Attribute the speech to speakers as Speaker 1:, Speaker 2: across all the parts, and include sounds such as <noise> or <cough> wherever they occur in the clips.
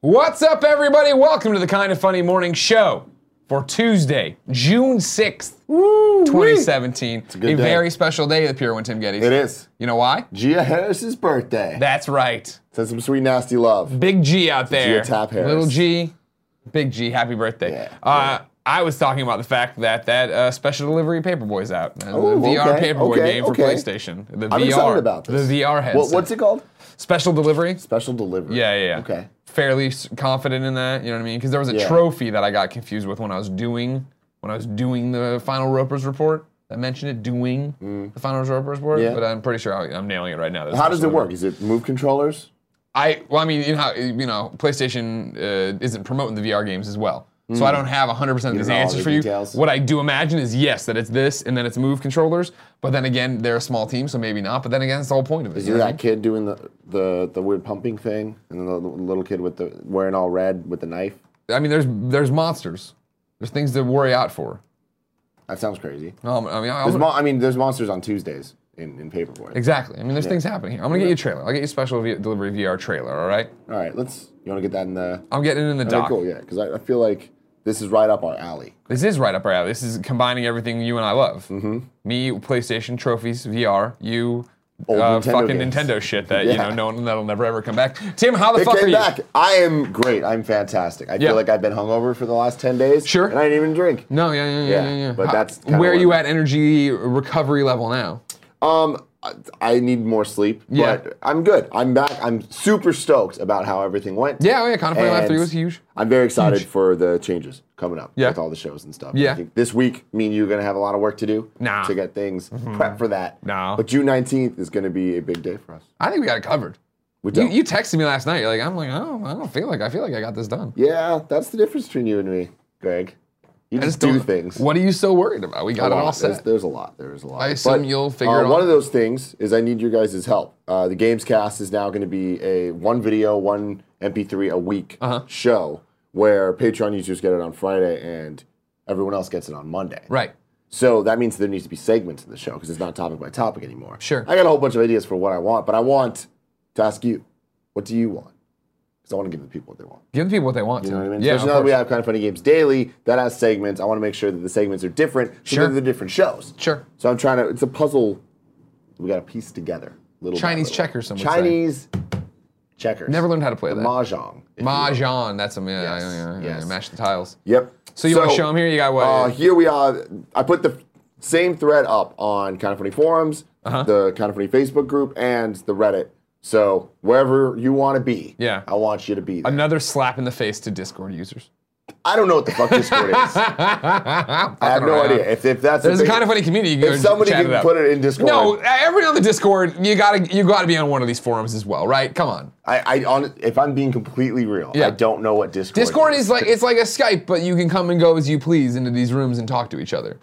Speaker 1: What's up, everybody? Welcome to the Kind of Funny Morning Show for Tuesday, June 6th, 2017. It's a
Speaker 2: good day.
Speaker 1: very special day at the Pure One Tim Gettys.
Speaker 2: It is
Speaker 1: You know why?
Speaker 2: Gia Harris's birthday.
Speaker 1: That's right.
Speaker 2: Send some sweet nasty love.
Speaker 1: Big G out there.
Speaker 2: Top Harris.
Speaker 1: Little G, Big G, happy birthday.
Speaker 2: Yeah,
Speaker 1: uh, I was talking about the fact that that uh, special delivery Paperboy's out. Uh,
Speaker 2: Oh,
Speaker 1: the VR
Speaker 2: okay,
Speaker 1: Paperboy
Speaker 2: okay,
Speaker 1: game for
Speaker 2: okay.
Speaker 1: PlayStation. The
Speaker 2: I'm
Speaker 1: VR.
Speaker 2: excited about this.
Speaker 1: The VR headset.
Speaker 2: What, what's it called?
Speaker 1: Special delivery.
Speaker 2: Special delivery.
Speaker 1: Yeah, yeah, yeah.
Speaker 2: Okay.
Speaker 1: Fairly s- confident in that, you know what I mean? Because there was a
Speaker 2: Yeah.
Speaker 1: trophy that I got confused with when I was doing when I was doing the final Roper's report. I mentioned it doing the final Roper's report,
Speaker 2: Mm. Yeah.
Speaker 1: but I'm pretty sure I, I'm nailing it right now. That's
Speaker 2: How does it
Speaker 1: actually-
Speaker 2: work? Is it move controllers?
Speaker 1: I well, I mean, you know, how, you know, PlayStation uh, isn't promoting the VR games as well. So
Speaker 2: Mm.
Speaker 1: I don't have 100% of these
Speaker 2: know all
Speaker 1: answers
Speaker 2: the
Speaker 1: for you.
Speaker 2: details.
Speaker 1: What I do imagine is yes, that it's this and then it's move controllers, but then again, they're a small team, so maybe not. But then again, that's the whole point of it.
Speaker 2: Is
Speaker 1: you
Speaker 2: it
Speaker 1: know what I
Speaker 2: that kid doing the, the, the weird pumping thing? And then the l- little kid with the wearing all red with the knife?
Speaker 1: mean? I mean, there's there's monsters. There's things to worry out for.
Speaker 2: That sounds crazy.
Speaker 1: Um, I mean, I- I'm
Speaker 2: There's
Speaker 1: gonna-
Speaker 2: mon- I mean, there's monsters on Tuesdays in, in Paperboy.
Speaker 1: exactly. I mean, there's things happening here. I'm gonna get you a trailer. I'll get you a special v- delivery VR trailer. All right.
Speaker 2: All right, let's. You want to get that in the.
Speaker 1: I'm getting it in the
Speaker 2: Okay,
Speaker 1: dock.
Speaker 2: cool, yeah, because I, I feel like this is right up our alley.
Speaker 1: This is right up our alley. This is combining everything you and I love. Mm-hmm. Me, PlayStation trophies, VR. You,
Speaker 2: Old
Speaker 1: uh,
Speaker 2: Nintendo
Speaker 1: fucking
Speaker 2: games.
Speaker 1: Nintendo shit that you
Speaker 2: Yeah.
Speaker 1: know no one that'll never ever come back. Tim, how the
Speaker 2: It
Speaker 1: fuck are
Speaker 2: came
Speaker 1: you?
Speaker 2: back. I am great. I'm fantastic. I
Speaker 1: Yeah.
Speaker 2: feel like I've been hungover for the last 10 days.
Speaker 1: Sure.
Speaker 2: And I didn't even drink.
Speaker 1: No, yeah, yeah, yeah,
Speaker 2: Yeah,
Speaker 1: yeah. yeah.
Speaker 2: but
Speaker 1: How-
Speaker 2: that's kinda
Speaker 1: where are
Speaker 2: what-
Speaker 1: you at energy recovery level now?
Speaker 2: Um, I- I need more sleep,
Speaker 1: Yeah.
Speaker 2: but I'm good. I'm back. I'm super stoked about how everything went.
Speaker 1: Yeah, oh yeah. Kind of funny. Life
Speaker 2: And
Speaker 1: three was huge.
Speaker 2: I'm very excited for the changes coming up
Speaker 1: Yeah.
Speaker 2: with all the shows and stuff.
Speaker 1: Yeah.
Speaker 2: I think this week, me and you are going to have a lot of work to do
Speaker 1: Nah. Mm-hmm.
Speaker 2: to get things prep for that.
Speaker 1: Nah.
Speaker 2: But June 19th is going to be a big day for us.
Speaker 1: I think we got it covered.
Speaker 2: We
Speaker 1: You,
Speaker 2: don't.
Speaker 1: you texted me last night. You're like, I'm like, I don't, I don't feel like I feel like I got this done.
Speaker 2: yeah, that's the difference between you and me, Greg. You
Speaker 1: I
Speaker 2: just, do
Speaker 1: don't-
Speaker 2: things.
Speaker 1: What are you so worried about? We got
Speaker 2: a
Speaker 1: it
Speaker 2: lot.
Speaker 1: all
Speaker 2: There's,
Speaker 1: set.
Speaker 2: there's a lot. There's a lot. uh,
Speaker 1: I assume you'll figure it
Speaker 2: One
Speaker 1: out.
Speaker 2: of those things is I need your guys' help. Uh, the Games Cast is now going to be a one video, one MP3 a week
Speaker 1: Uh-huh.
Speaker 2: show where Patreon users get it on Friday and everyone else gets it on Monday.
Speaker 1: Right.
Speaker 2: So that means there needs to be segments in the show because it's not topic by topic anymore.
Speaker 1: Sure.
Speaker 2: I got a whole bunch of ideas for what I want, but I want to ask you, what do you want? Because I want to give the people what they want.
Speaker 1: Give the people what they want.
Speaker 2: You know what I mean?
Speaker 1: Yeah. of
Speaker 2: Especially now that we
Speaker 1: course.
Speaker 2: have kind of funny games daily that has segments. I want to make sure that the segments are different. So
Speaker 1: Sure.
Speaker 2: they're the different shows.
Speaker 1: Sure.
Speaker 2: So I'm trying to. It's a puzzle. We got to piece together. Little by
Speaker 1: Chinese
Speaker 2: little.
Speaker 1: checkers, some would say.
Speaker 2: Chinese checkers.
Speaker 1: Never learned how to play
Speaker 2: the
Speaker 1: that.
Speaker 2: mahjong. if you will.
Speaker 1: Mahjong. That's them. Yeah,
Speaker 2: Yes,
Speaker 1: yeah, yeah, yeah,
Speaker 2: yes.
Speaker 1: Match the tiles.
Speaker 2: Yep.
Speaker 1: So you want to show them here? You got what?
Speaker 2: Uh, here we are. I put the same thread up on Kind of Funny forums,
Speaker 1: Uh-huh.
Speaker 2: the Kind of Funny Facebook group, and the Reddit. So wherever you want to be,
Speaker 1: Yeah.
Speaker 2: I want you to be. There.
Speaker 1: Another slap in the face to Discord users.
Speaker 2: I don't know what the fuck
Speaker 1: <laughs>
Speaker 2: Discord is. I have no idea. If, if that's
Speaker 1: There's
Speaker 2: the
Speaker 1: a
Speaker 2: thing-
Speaker 1: kind of funny community. You can go
Speaker 2: If somebody
Speaker 1: chat
Speaker 2: can
Speaker 1: it out.
Speaker 2: put it in Discord,
Speaker 1: No, everybody on the Discord, you gotta you gotta be on one of these forums as well, right? Come on.
Speaker 2: I, I on, if I'm being completely real,
Speaker 1: Yeah.
Speaker 2: I don't know what Discord.
Speaker 1: Discord is like it's like a Skype, but you can come and go as you please into these rooms and talk to each other.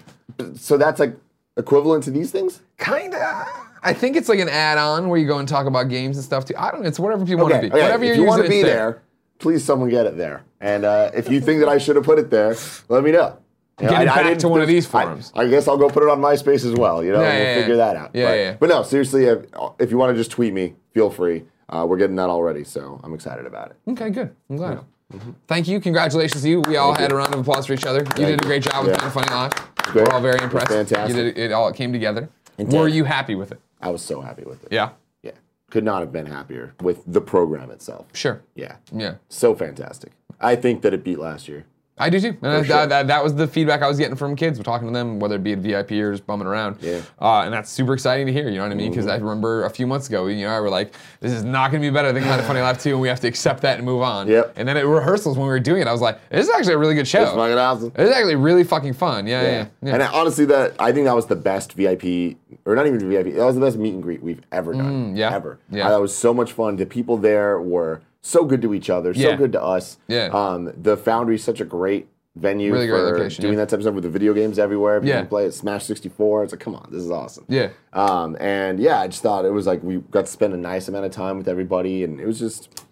Speaker 2: so that's like equivalent to these things.
Speaker 1: Kinda. I think it's like an add-on where you go and talk about games and stuff too. I don't. It's whatever people want to be. Whatever
Speaker 2: if
Speaker 1: you're
Speaker 2: you want
Speaker 1: using,
Speaker 2: to
Speaker 1: it's
Speaker 2: be there, please someone get it there. And uh, if you think that I should have put it there, let me know. You know,
Speaker 1: Get it back
Speaker 2: didn't-
Speaker 1: to one of these
Speaker 2: I-
Speaker 1: forums.
Speaker 2: I, guess I'll go put it on MySpace as well. You know,
Speaker 1: Yeah,
Speaker 2: we'll
Speaker 1: yeah, yeah.
Speaker 2: figure that out.
Speaker 1: Yeah,
Speaker 2: but,
Speaker 1: yeah.
Speaker 2: but no, seriously, if, if you want to just tweet me, feel free. Uh, we're getting that already, so I'm excited about it.
Speaker 1: Okay, good. I'm glad.
Speaker 2: Mm-hmm.
Speaker 1: Thank you. Congratulations to you. We all had a round of applause for each other. You did a
Speaker 2: you.
Speaker 1: great job with
Speaker 2: Yeah.
Speaker 1: Kind of Funny Live.
Speaker 2: great.
Speaker 1: We're all very
Speaker 2: It was
Speaker 1: impressed.
Speaker 2: fantastic.
Speaker 1: You did it, it all came together. Were you happy with it?
Speaker 2: I was so happy with it.
Speaker 1: Yeah.
Speaker 2: Yeah. Could not have been happier with the program itself.
Speaker 1: Sure.
Speaker 2: Yeah.
Speaker 1: Yeah.
Speaker 2: So fantastic. I think that it beat last year.
Speaker 1: I do too. And that,
Speaker 2: sure.
Speaker 1: that- that, that was the feedback I was getting from kids. We're talking to them, whether it be at VIP or just bumming around.
Speaker 2: Yeah. Mm-hmm.
Speaker 1: Uh, and that's super exciting to hear, you know what I mean? Because I remember a few months ago, you know, I were like, this is not going to be better than Kind of Funny Live 2, and we have to accept that and move on.
Speaker 2: Yep.
Speaker 1: And then at rehearsals when we were doing it, I was like, this is actually a really good show.
Speaker 2: It's fucking awesome.
Speaker 1: It was actually really fucking fun. Oh. Yeah, yeah, yeah. yeah.
Speaker 2: And I, honestly, that I think that was the best VIP, or not even VIP. That was the best meet and greet we've ever done.
Speaker 1: Mm, yeah.
Speaker 2: Ever.
Speaker 1: Yeah.
Speaker 2: Uh, that was so much fun. The people there were so good to each other,
Speaker 1: Yeah.
Speaker 2: so good to us.
Speaker 1: Yeah.
Speaker 2: Um, the Foundry is such a great venue
Speaker 1: Really great
Speaker 2: for
Speaker 1: location,
Speaker 2: doing
Speaker 1: yeah.
Speaker 2: that type of stuff with the video games everywhere. People
Speaker 1: Yeah.
Speaker 2: can play it. Smash 64. It's like, come on, this is awesome.
Speaker 1: Yeah.
Speaker 2: Um, and yeah, I just thought it was like we got to spend a nice amount of time with everybody, and it was just,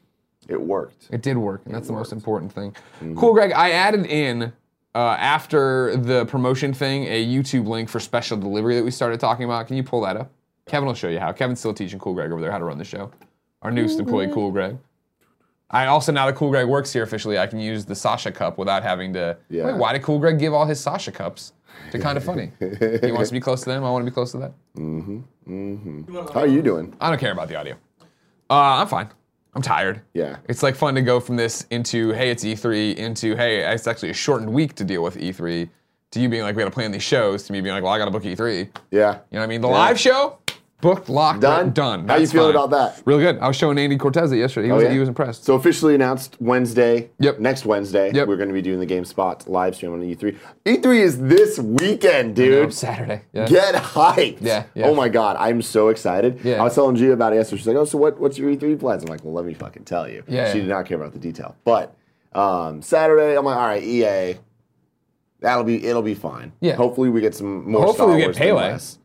Speaker 2: it worked. Mm-hmm.
Speaker 1: It did work, and that's the most important thing. Cool, Greg. I added in uh, after the promotion thing a YouTube link for special delivery that we started talking about. Can you pull that up? Kevin will show you how. Kevin's still teaching Cool Greg over there how to run the show. Our newest employee, Cool Greg. I also now that Cool Greg works here officially, I can use the Sasha cup without having to.
Speaker 2: Yeah.
Speaker 1: Wait, why did Cool Greg give all his Sasha cups? To
Speaker 2: <laughs>
Speaker 1: kind of funny. he wants to be close to them. I want to be close to that.
Speaker 2: How are you doing?
Speaker 1: I don't care about the audio. Uh, I'm fine. I'm tired.
Speaker 2: Yeah.
Speaker 1: It's like fun to go from this into hey, it's E3 into hey, it's actually a shortened week to deal with E3 to you being like we got to plan these shows to me being like well I got to book E3. You
Speaker 2: Yeah.
Speaker 1: know what I mean? The live show, booked, locked,
Speaker 2: Done?
Speaker 1: done.
Speaker 2: How you
Speaker 1: That's
Speaker 2: feeling
Speaker 1: fine.
Speaker 2: about that? Oh,
Speaker 1: Real good. I was showing Andy Cortez it yesterday. He, was,
Speaker 2: yeah?
Speaker 1: he was impressed.
Speaker 2: So officially announced Wednesday.
Speaker 1: Yep.
Speaker 2: Next Wednesday,
Speaker 1: Yep.
Speaker 2: we're going to be doing the GameSpot live stream on E E3. E3 is this weekend, dude.
Speaker 1: Saturday. Yeah.
Speaker 2: Get hyped!
Speaker 1: Yeah, yeah.
Speaker 2: Oh my god, I'm so excited.
Speaker 1: Yeah.
Speaker 2: I was telling Gia about it yesterday. She's like, "Oh, so what? What's your E3 plans?" I'm like, "Well, let me fucking tell you."
Speaker 1: Yeah,
Speaker 2: She
Speaker 1: yeah.
Speaker 2: did not care about the detail, but um, Saturday, I'm like, "All right, EA, that'll be it'll be fine."
Speaker 1: Yeah.
Speaker 2: Hopefully, we get some more.
Speaker 1: Hopefully
Speaker 2: Star
Speaker 1: we get
Speaker 2: Wars than
Speaker 1: Pele.
Speaker 2: less.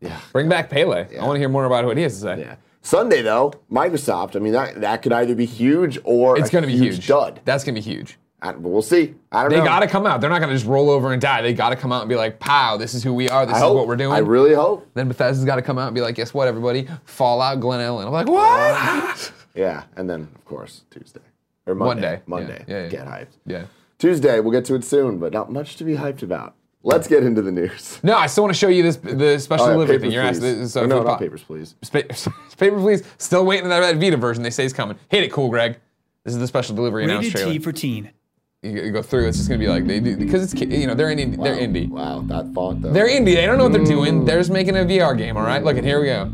Speaker 2: Yeah.
Speaker 1: Bring back Pele. I want to hear more about what he has to say.
Speaker 2: Yeah. Sunday though, Microsoft. I mean, that that could either be huge or
Speaker 1: It's
Speaker 2: a
Speaker 1: going to be huge.
Speaker 2: dud.
Speaker 1: That's going to be huge.
Speaker 2: I- but we'll see. I don't
Speaker 1: They
Speaker 2: know.
Speaker 1: got to come out. They're not going to just roll over and die. They got to come out and be like, "Pow! This is who we are. This
Speaker 2: I
Speaker 1: is
Speaker 2: hope.
Speaker 1: what we're doing."
Speaker 2: I really hope.
Speaker 1: then Bethesda's got to come out and be like, "Guess what, everybody? Fallout, Glen Ellen." I'm like, <laughs> "What?"
Speaker 2: Yeah, and then of course Tuesday or
Speaker 1: Monday. Yeah,
Speaker 2: Monday. Monday.
Speaker 1: yeah, yeah.
Speaker 2: Get hyped.
Speaker 1: yeah.
Speaker 2: Tuesday, we'll get to it soon, but not much to be hyped about. Let's get into the news.
Speaker 1: <laughs> No, I still want to show you this the special
Speaker 2: Oh, yeah,
Speaker 1: delivery thing.
Speaker 2: papers,
Speaker 1: You're asking.
Speaker 2: please.
Speaker 1: this- So
Speaker 2: Or no,
Speaker 1: if we
Speaker 2: not
Speaker 1: po-
Speaker 2: papers, please.
Speaker 1: Spa- <laughs> paper, please. Still waiting for that Red Vita version. They say it's coming. Hit it, cool, Greg. This is the special delivery announced
Speaker 3: Rated
Speaker 1: trailer.
Speaker 3: T for teen.
Speaker 1: you go- you go through. It's just gonna be like they do because it's ki- you know they're indie. They're indie.
Speaker 2: Wow, Mm. that font though.
Speaker 1: They're indie. They don't know what they're doing. They're just making a VR game, all right? Look, and here we go.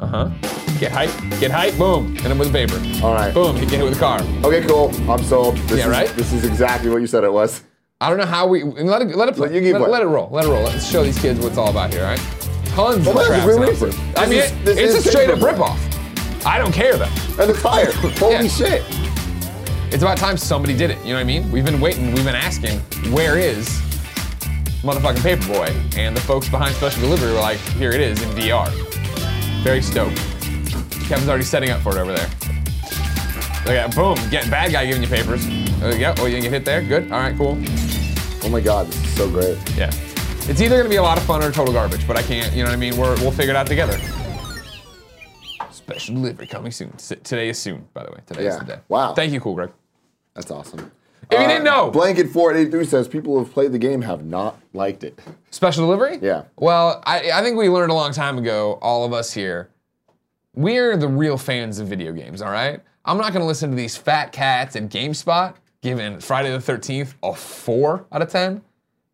Speaker 1: Uh huh. Get hype. Get hype. Boom. Hit him with a paper.
Speaker 2: All right.
Speaker 1: Boom. Get hit with a car.
Speaker 2: Okay, cool. I'm sold. This
Speaker 1: Yeah,
Speaker 2: is,
Speaker 1: right?
Speaker 2: This is exactly what you said it was. <laughs>
Speaker 1: I don't know how we. Let it, let it play.
Speaker 2: You keep
Speaker 1: let, it-
Speaker 2: playing.
Speaker 1: let it roll. Let it roll. Let's show these kids what it's all about here, all right? Tons
Speaker 2: Well,
Speaker 1: of
Speaker 2: that was
Speaker 1: traps.
Speaker 2: real
Speaker 1: and
Speaker 2: easy.
Speaker 1: offers. I
Speaker 2: This
Speaker 1: mean,
Speaker 2: is-
Speaker 1: it-
Speaker 2: this
Speaker 1: it's
Speaker 2: is
Speaker 1: a straight up
Speaker 2: paperwork.
Speaker 1: ripoff. I don't care though.
Speaker 2: And the fire. Holy
Speaker 1: Yeah.
Speaker 2: shit.
Speaker 1: It's about time somebody did it. You know what I mean? We've been waiting. We've been asking, where is motherfucking Paperboy? And the folks behind Special Delivery were like, here it is in VR. Very stoked. Kevin's already setting up for it over there. Look at that. Boom. Getting bad guy giving you papers. There you go. Oh, you didn't get hit there? Good. All right, cool.
Speaker 2: Oh my god, this is so great.
Speaker 1: Yeah. It's either going to be a lot of fun or total garbage, but I can't, you know what I mean? We're, we'll figure it out together. Special delivery coming soon. S- Today is soon, by the way. Today is
Speaker 2: Yeah.
Speaker 1: the day.
Speaker 2: Wow.
Speaker 1: Thank you, Cool Greg.
Speaker 2: That's awesome. Uh,
Speaker 1: If you didn't know-
Speaker 2: Blanket 483 says people who have played the game have not liked it.
Speaker 1: Special delivery?
Speaker 2: Yeah.
Speaker 1: Well, I, I think we learned a long time ago, all of us here, we're the real fans of video games, all right? I'm not going to listen to these fat cats at GameSpot giving Friday the 13th a 4 out of 10.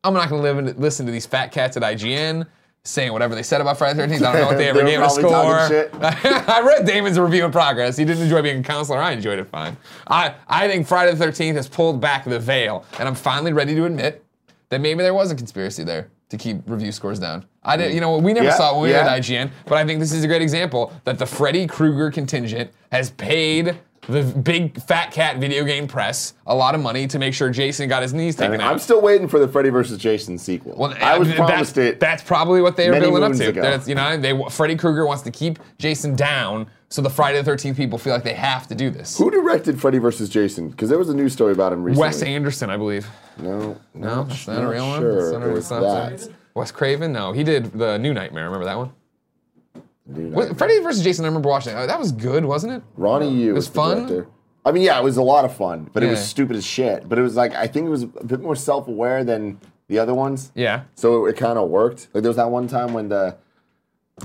Speaker 1: I'm not going to live in, listen to these fat cats at IGN saying whatever they said about Friday the 13th. I don't know what
Speaker 2: <laughs>
Speaker 1: they ever
Speaker 2: They were
Speaker 1: gave it a
Speaker 2: probably talking
Speaker 1: score. <laughs> I read Damon's review in progress. He didn't enjoy being a counselor. I enjoyed it fine. I, I think Friday the 13th has pulled back the veil, and I'm finally ready to admit that maybe there was a conspiracy there to keep review scores down. I didn't, you know, we never
Speaker 2: Yeah,
Speaker 1: saw it when we were
Speaker 2: yeah.
Speaker 1: at IGN, but I think this is a great example that the Freddy Krueger contingent has paid the big fat cat video game press a lot of money to make sure Jason got his knees taken out.
Speaker 2: Uh, I'm still waiting for the Freddy vs. Jason sequel.
Speaker 1: Uh-huh. Well,
Speaker 2: I was
Speaker 1: that-
Speaker 2: promised it.
Speaker 1: That's probably what they were
Speaker 2: many
Speaker 1: building up
Speaker 2: moons
Speaker 1: to.
Speaker 2: ago.
Speaker 1: That's- you know, they Freddy Krueger wants to keep Jason down, so the Friday the Thirteenth people feel like they have to do this.
Speaker 2: Who directed Freddy vs. Jason? Because there was a news story about him recently.
Speaker 1: Wes Anderson, I believe.
Speaker 2: No,
Speaker 1: No, that's not a real one.
Speaker 2: Sure,
Speaker 1: That's not a
Speaker 2: it
Speaker 1: real-
Speaker 2: was
Speaker 1: that's not-
Speaker 2: that.
Speaker 1: Wes Craven? No, he did the New Nightmare. Remember that one?
Speaker 2: Dude,
Speaker 1: Was,
Speaker 2: I-
Speaker 1: Freddy versus Jason. I remember watching that. That was good, wasn't it?
Speaker 2: Ronnie Yu
Speaker 1: was
Speaker 2: was the
Speaker 1: fun?
Speaker 2: director. I mean, yeah, it was a lot of fun, but it was
Speaker 1: Yeah.
Speaker 2: stupid as shit. But it was like I think it was a bit more self-aware than the other ones.
Speaker 1: Yeah.
Speaker 2: So it, kind of worked. Like there was that one time when the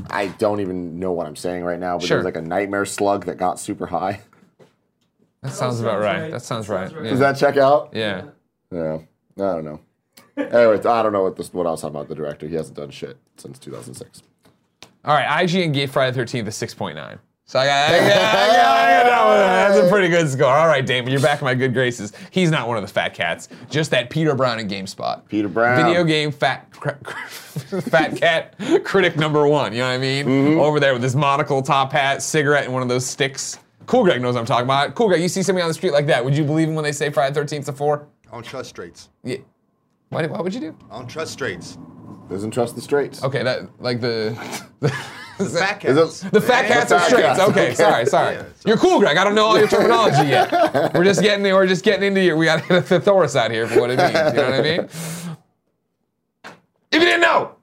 Speaker 2: I don't even know what I'm saying right now, but
Speaker 1: Sure.
Speaker 2: there was like a nightmare slug that got super high. <laughs>
Speaker 1: That sounds about
Speaker 3: sounds
Speaker 1: right.
Speaker 3: right.
Speaker 1: That sounds right.
Speaker 3: Sounds right.
Speaker 1: Yeah.
Speaker 2: Does that check out?
Speaker 1: yeah.
Speaker 2: Yeah. I don't know. Anyways, I don't know what this what I was talking about. The director, he hasn't done shit since 2006.
Speaker 1: All right. IGN gave Friday the Thirteenth a six point nine. So I got,
Speaker 2: <laughs>
Speaker 1: I got, I got- I got that one. That's a pretty good score. All right, Damon, you're back in my good graces. He's not one of the fat cats. Just that Peter Brown at GameSpot.
Speaker 2: Peter Brown.
Speaker 1: Video game fat cra- <laughs> fat cat critic number one. You know what I mean?
Speaker 2: Mm-hmm.
Speaker 1: Over there with his monocle, top hat, cigarette, and one of those sticks. Cool Greg knows what I'm talking about. Cool Greg, you see somebody on the street like that, would you believe him when they say Friday the 13th to four?
Speaker 4: I don't trust straights.
Speaker 1: Yeah. Why, why would you do?
Speaker 4: I don't trust straights.
Speaker 2: Doesn't trust the straights.
Speaker 1: Okay, that like the <laughs>
Speaker 2: Is
Speaker 4: Fat cats.
Speaker 2: it-
Speaker 1: The fat cats are
Speaker 2: fat
Speaker 1: straight.
Speaker 2: cats,
Speaker 1: Okay,
Speaker 2: okay.
Speaker 1: sorry, sorry.
Speaker 4: Yeah, it's
Speaker 1: You're cool, Greg. I don't know all your terminology
Speaker 4: <laughs>
Speaker 1: yet. We're just getting we're just getting into your we gotta get a thesaurus out here for what it means. You know what I mean? If you didn't know,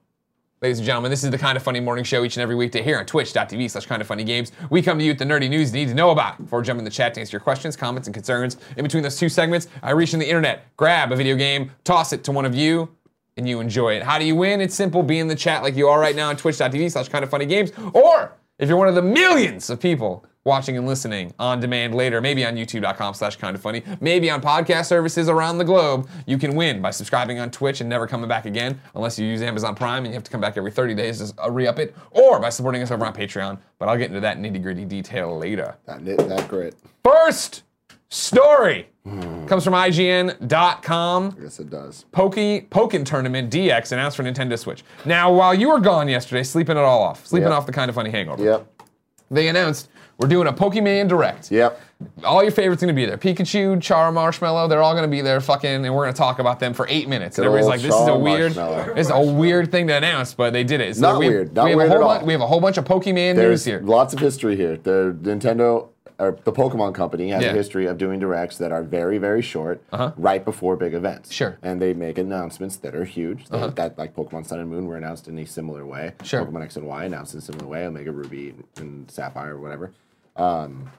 Speaker 1: Ladies and gentlemen, this is the Kind of Funny Morning Show each and every weekday here on twitch.tv slash kind of funny games. We come to you with the nerdy news you need to know about. Before jumping in the chat to answer your questions, comments, and concerns, in between those two segments, I reach in the internet, grab a video game, toss it to one of you, and you enjoy it. How do you win? It's simple. Be in the chat like you are right now on twitch.tv slash kind of funny games. Or if you're one of the millions of people watching and listening on demand later, maybe on youtube.com slash kind of funny, maybe on podcast services around the globe, you can win by subscribing on Twitch and never coming back again unless you use Amazon Prime and you have to come back every 30 days to uh, re-up it, or by supporting us over on Patreon. But I'll get into that nitty-gritty detail later.
Speaker 2: That knit, that grit.
Speaker 1: First story comes from IGN.com.
Speaker 2: Yes, it does.
Speaker 1: Pokey Pokin Tournament DX announced for Nintendo Switch. Now, while you were gone yesterday, sleeping it all off, sleeping
Speaker 2: Yep.
Speaker 1: off the kind of funny hangover,
Speaker 2: Yep.
Speaker 1: they announced we're doing a Pokemon Direct.
Speaker 2: Yep.
Speaker 1: All your favorites gonna be there. Pikachu, Char, Marshmallow, they're all gonna be there. Fucking, and we're gonna talk about them for eight minutes. And
Speaker 2: Good
Speaker 1: everybody's
Speaker 2: old
Speaker 1: like, "This is a
Speaker 2: Char
Speaker 1: weird,
Speaker 2: Marshmallow.
Speaker 1: this is a weird thing to announce," but they did it. So
Speaker 2: Not
Speaker 1: we,
Speaker 2: weird. Not
Speaker 1: we have
Speaker 2: weird
Speaker 1: a
Speaker 2: at
Speaker 1: whole
Speaker 2: all.
Speaker 1: bunch. We have a whole bunch of Pokemon news
Speaker 2: There's
Speaker 1: here.
Speaker 2: lots of history here. The Nintendo, or the Pokemon Company, has
Speaker 1: Yeah. Uh-huh.
Speaker 2: a history of doing directs that are very, very short, right before big events.
Speaker 1: Sure. Uh-huh.
Speaker 2: And they make announcements that are huge. They- That like Pokemon Sun and Moon were announced in a similar way.
Speaker 1: Sure.
Speaker 2: Pokemon X and Y announced in a similar way. Omega Ruby and Sapphire, or whatever. Um,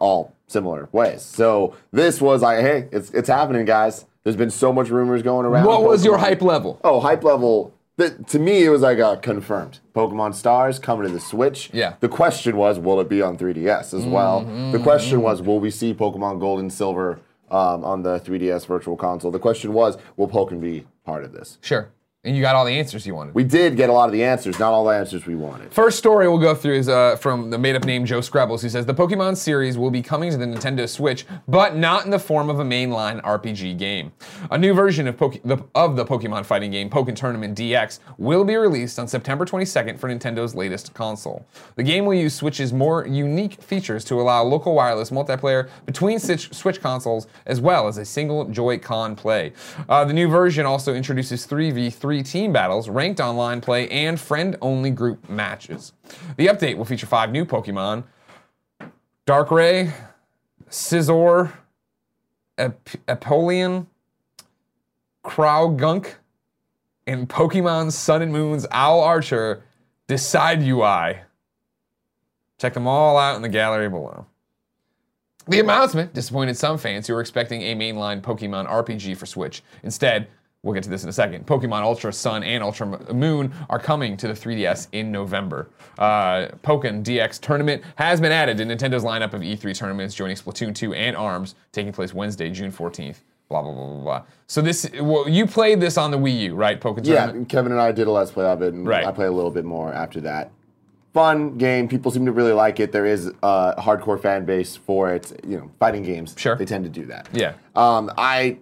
Speaker 2: all similar ways. So this was like, hey, it's it's happening, guys. There's been so much rumors going around.
Speaker 1: What was your
Speaker 2: Pokemon-
Speaker 1: hype level?
Speaker 2: Oh, hype level. That, to me, it was like a confirmed Pokemon Stars coming to the Switch.
Speaker 1: Yeah.
Speaker 2: The question was, will it be on 3DS as well? The question was, will we see Pokemon Gold and Silver um, on the 3DS Virtual Console? The question was, will Pokemon be part of this?
Speaker 1: Sure, and you got all the answers you wanted.
Speaker 2: We did get a lot of the answers, not all the answers we wanted.
Speaker 1: First story we'll go through is uh, from the made up name Joe Scrabbles, who says the Pokemon series will be coming to the Nintendo Switch, but not in the form of a mainline RPG game. A new version of, Poke- the, of the Pokemon fighting game, Pokemon Tournament DX, will be released on September 22nd for Nintendo's latest console. The game will use Switch's more unique features to allow local wireless multiplayer between Switch, Switch consoles, as well as a single Joy-Con play. Uh, the new version also introduces 3v3 team battles, ranked online play, and friend-only group matches. The update will feature five new Pokemon: Darkrai, Scizor, Ep- Epoleon, Crowgunk, and Pokemon Sun and Moon's Owl Archer. Decide UI. Check them all out in the gallery below. The announcement disappointed some fans who were expecting a mainline Pokemon RPG for Switch. Instead, we'll get to this in a second. Pokemon Ultra Sun and Ultra Mo- Moon are coming to the 3DS in November. Uh, Pokken DX Tournament has been added to Nintendo's lineup of E3 tournaments, joining Splatoon 2 and ARMS, taking place Wednesday, June 14th. Blah blah blah blah blah. So this, well, you played this on the Wii U, right? Pokken
Speaker 2: Yeah,
Speaker 1: Tournament.
Speaker 2: Kevin and I did a Let's Play of it, and
Speaker 1: Right.
Speaker 2: I played a little bit more after that. Fun game. People seem to really like it. There is a hardcore fan base for it. You know, fighting games.
Speaker 1: Sure.
Speaker 2: They tend to do that.
Speaker 1: Yeah.
Speaker 2: Um, I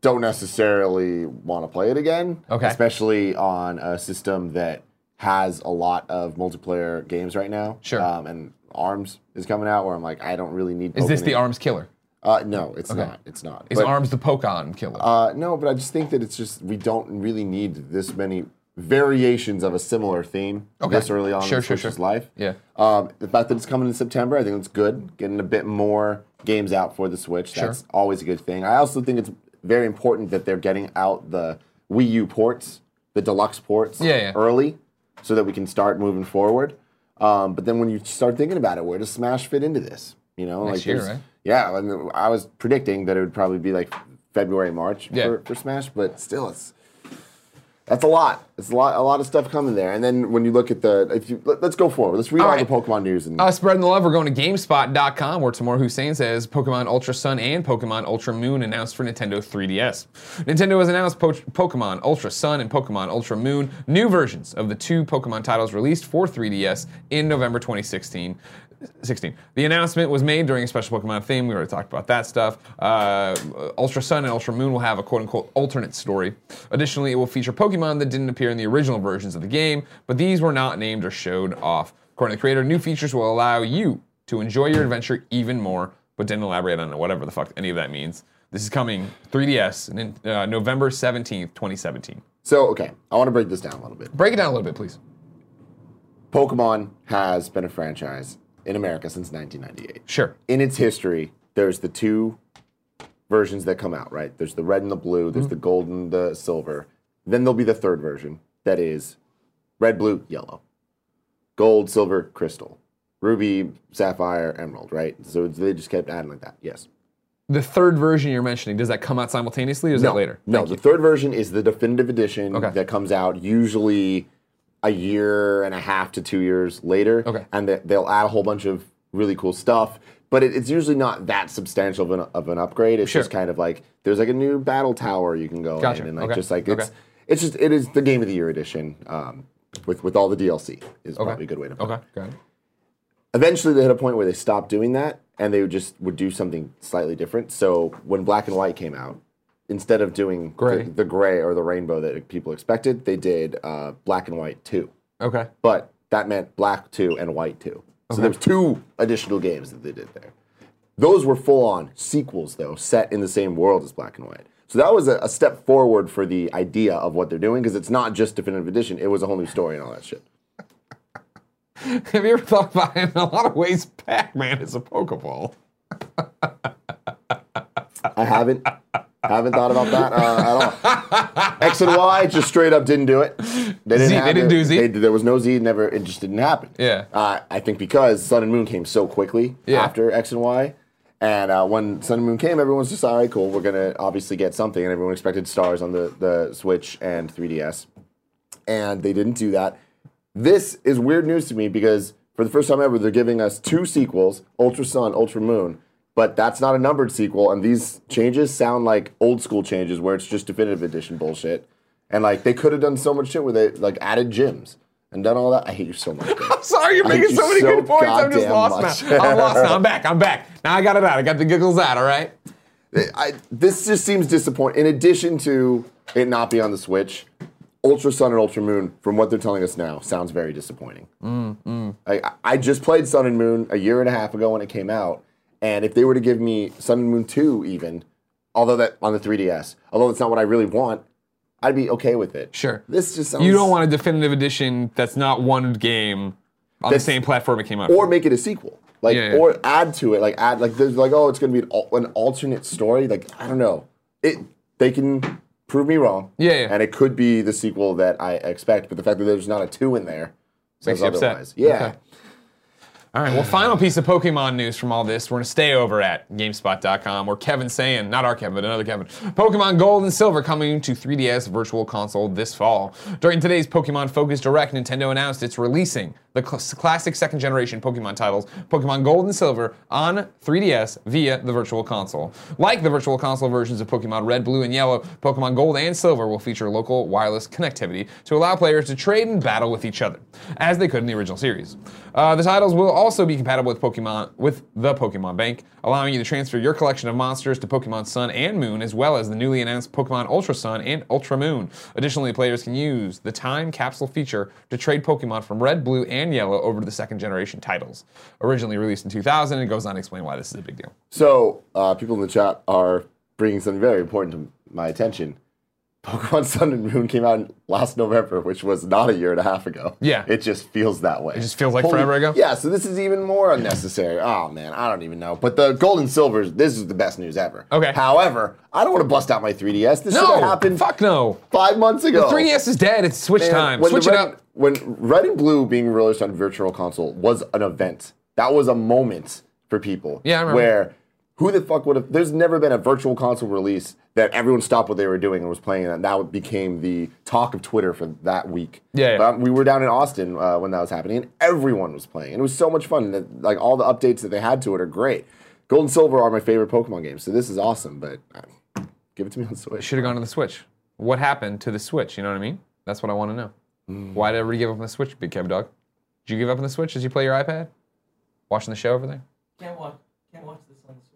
Speaker 2: don't necessarily want to play it again.
Speaker 1: Okay.
Speaker 2: Especially on a system that has a lot of multiplayer games right now.
Speaker 1: Sure.
Speaker 2: Um, and Arms is coming out where I'm like, I don't really need.
Speaker 1: Is this the
Speaker 2: Arms?
Speaker 1: ARMS killer?
Speaker 2: Uh, no, it's not. It's not.
Speaker 1: Is
Speaker 2: But,
Speaker 1: ARMS the Pokemon killer?
Speaker 2: uh, no, but I just think that it's just we don't really need this many variations of a similar theme
Speaker 1: Okay.
Speaker 2: this early on
Speaker 1: Sure,
Speaker 2: in
Speaker 1: sure,
Speaker 2: Switch's
Speaker 1: sure.
Speaker 2: life.
Speaker 1: Yeah.
Speaker 2: Um, the fact that it's coming in September, I think it's good. Getting a bit more games out for the Switch, that's always a good thing. I also think it's very important that they're getting out the Wii U ports, the deluxe ports,
Speaker 1: Yeah, yeah.
Speaker 2: early, so that we can start moving forward. Um, but then when you start thinking about it, where does Smash fit into this? You know,
Speaker 1: Next
Speaker 2: like
Speaker 1: year,
Speaker 2: there's-
Speaker 1: right?
Speaker 2: yeah. And I was predicting that it would probably be like February, March
Speaker 1: Yeah.
Speaker 2: for, for Smash, but still, it's that's a lot. It's a lot, a lot of stuff coming there. And then when you look at the, if you let, us go forward. Let's read all,
Speaker 1: right.
Speaker 2: the Pokemon news and
Speaker 1: Uh, spreading the love, we're going to GameSpot.com where Tamar Hussein says Pokemon Ultra Sun and Pokemon Ultra Moon announced for Nintendo 3DS. Nintendo has announced po- Pokemon Ultra Sun and Pokemon Ultra Moon, new versions of the two Pokemon titles released for 3DS in November 2016. 16. The announcement was made during a special Pokemon theme. We already talked about that stuff. Uh, Ultra Sun and Ultra Moon will have a quote unquote alternate story. Additionally, it will feature Pokemon that didn't appear in the original versions of the game, but these were not named or showed off. According to the creator, new features will allow you to enjoy your adventure even more, but didn't elaborate on whatever the fuck any of that means. This is coming 3DS and in, uh, November 17th, 2017.
Speaker 2: so okay. I want to break this down a little bit.
Speaker 1: Break it down a little bit, please.
Speaker 2: Pokemon has been a franchise in America since 1998.
Speaker 1: Sure.
Speaker 2: in its history, there's the two versions that come out, right? There's the red and the blue, there's the gold and the silver. Then there'll be the third version that is Red, blue, yellow. Gold, silver, crystal. Ruby, sapphire, emerald, right? So they just kept adding like that. Yes.
Speaker 1: The third version you're mentioning, does that come out simultaneously or is
Speaker 2: no,
Speaker 1: that later?
Speaker 2: No,
Speaker 1: Thank
Speaker 2: the
Speaker 1: you.
Speaker 2: third version is the definitive edition
Speaker 1: Okay.
Speaker 2: that comes out usually a year and a half to two years later.
Speaker 1: Okay.
Speaker 2: And they, they'll add a whole bunch of really cool stuff, but it, it's usually not that substantial of an, of an upgrade. It's
Speaker 1: Sure.
Speaker 2: just kind of like there's like a new battle tower you can go
Speaker 1: Gotcha.
Speaker 2: in and like
Speaker 1: Okay.
Speaker 2: just like it's
Speaker 1: Okay.
Speaker 2: it's just it is the game of the year edition um, with with all the DLC is probably a good way to put it
Speaker 1: Okay, got it.
Speaker 2: eventually they hit a point where they stopped doing that and they would just would do something slightly different so when black and white came out instead of doing
Speaker 1: Gray.
Speaker 2: The, the gray or the rainbow that people expected they did uh, black and white 2
Speaker 1: Okay.
Speaker 2: but that meant black 2 and white 2 so there was two additional games that they did there those were full on sequels though set in the same world as black and white so that was a, a step forward for the idea of what they're doing because it's not just definitive edition it was a whole new story and all that shit
Speaker 1: <laughs> Have you ever thought about it? In a lot of ways, Pac Man is a Pokeball.
Speaker 2: I haven't. haven't thought about that uh, at all. X and Y just straight up didn't do it. They didn't,
Speaker 1: Z,
Speaker 2: have
Speaker 1: they didn't
Speaker 2: it.
Speaker 1: do Z?
Speaker 2: They- there was no Z. Never. It just didn't happen.
Speaker 1: Yeah.
Speaker 2: Uh, I think because Sun and Moon came so quickly
Speaker 1: Yeah.
Speaker 2: after X and Y, and uh, when Sun and Moon came, everyone's just all right, cool. We're gonna obviously get something, and everyone expected stars on the the Switch and 3DS, and they didn't do that. This is weird news to me because for the first time ever, they're giving us two sequels: Ultra Sun, Ultra Moon. But that's not a numbered sequel, and these changes sound like old school changes where it's just definitive edition bullshit. And like they could have done so much shit with it, like added gyms and done all that. I hate you so much.
Speaker 1: I'm sorry, you're
Speaker 2: I hate
Speaker 1: making
Speaker 2: you
Speaker 1: so many
Speaker 2: so
Speaker 1: good points. I'm just
Speaker 2: goddamn
Speaker 1: lost
Speaker 2: much.
Speaker 1: now. I'm lost
Speaker 2: <laughs>
Speaker 1: now. I'm back. I'm back. Now I got it out. I got the giggles out, all right?
Speaker 2: I, this just seems disappointing. In addition to it not being on the Switch, Ultra Sun and Ultra Moon, from what they're telling us now, sounds very disappointing.
Speaker 1: Mm,
Speaker 2: I, I just played Sun and Moon a year and a half ago when it came out, and if they were to give me Sun and Moon 2 even, although that on the 3DS, although that's not what I really want, I'd be okay with it.
Speaker 1: Sure.
Speaker 2: This just sounds
Speaker 1: You don't want a definitive edition that's not one game on the
Speaker 2: That's-
Speaker 1: same platform it came out.
Speaker 2: or
Speaker 1: for.
Speaker 2: make it a sequel. Like
Speaker 1: Yeah, yeah.
Speaker 2: or add to it, like add like there's like oh it's gonna be an, al- an alternate story. Like I don't know. It they can prove me wrong.
Speaker 1: Yeah, yeah.
Speaker 2: And it could be the sequel that I expect, but the fact that there's not a two in there
Speaker 1: Makes
Speaker 2: says
Speaker 1: you upset.
Speaker 2: otherwise. Yeah.
Speaker 1: Okay. All right. Well, final piece of Pokemon news from all this. We're gonna stay over at Gamespot.com, where Kevin's saying, not our Kevin, but another Kevin. Pokemon Gold and Silver coming to 3DS Virtual Console this fall. During today's Pokemon Focus Direct, Nintendo announced it's releasing the cl- classic second generation Pokemon titles, Pokemon Gold and Silver, on 3DS via the Virtual Console. Like the Virtual Console versions of Pokemon Red, Blue, and Yellow, Pokemon Gold and Silver will feature local wireless connectivity to allow players to trade and battle with each other, as they could in the original series. Uh, the titles will also be compatible with Pokemon with the Pokemon Bank, allowing you to transfer your collection of monsters to Pokemon Sun and Moon, as well as the newly announced Pokemon Ultra Sun and Ultra Moon. Additionally, players can use the time capsule feature to trade Pokemon from Red, Blue, and Yellow over to the second generation titles. Originally released in 2000, and it goes on to explain why this is a big deal.
Speaker 2: So uh, people in the chat are bringing something very important to my attention. <laughs> Pokemon Sun and Moon came out last November, which was not a year and a half ago.
Speaker 1: Yeah.
Speaker 2: It just feels that way. It
Speaker 1: just feels like forever ago?
Speaker 2: Yeah, so this is even more unnecessary. Oh, man, I don't even know. But the Gold and Silver, this is the best news ever.
Speaker 1: Okay.
Speaker 2: However, I don't want to bust out my 3DS. This should have happened
Speaker 1: fuck no.
Speaker 2: five months ago.
Speaker 1: 3DS is dead. It's Switch
Speaker 2: Man,
Speaker 1: time.
Speaker 2: when
Speaker 1: Switch
Speaker 2: the
Speaker 1: it
Speaker 2: red,
Speaker 1: up.
Speaker 2: When red and blue being released on virtual console was an event. That was a moment for people.
Speaker 1: Yeah, I remember.
Speaker 2: Where who the fuck would have? There's never been a virtual console release that everyone stopped what they were doing and was playing, and that became the talk of Twitter for that week.
Speaker 1: Yeah, yeah.
Speaker 2: But we were down in Austin uh, when that was happening, and everyone was playing, and it was so much fun. And, like all the updates that they had to it are great. Gold and Silver are my favorite Pokemon games, so this is awesome. But uh, give it to me on Switch.
Speaker 1: Should have gone to the Switch. What happened to the Switch? You know what I mean? That's what I want to know.
Speaker 2: Hmm.
Speaker 1: Why did everybody give up on the Switch, Big Kev Dog? Did you give up on the Switch as you play your iPad? Watching the show over there?
Speaker 3: Can't watch. Can't watch this on the Switch.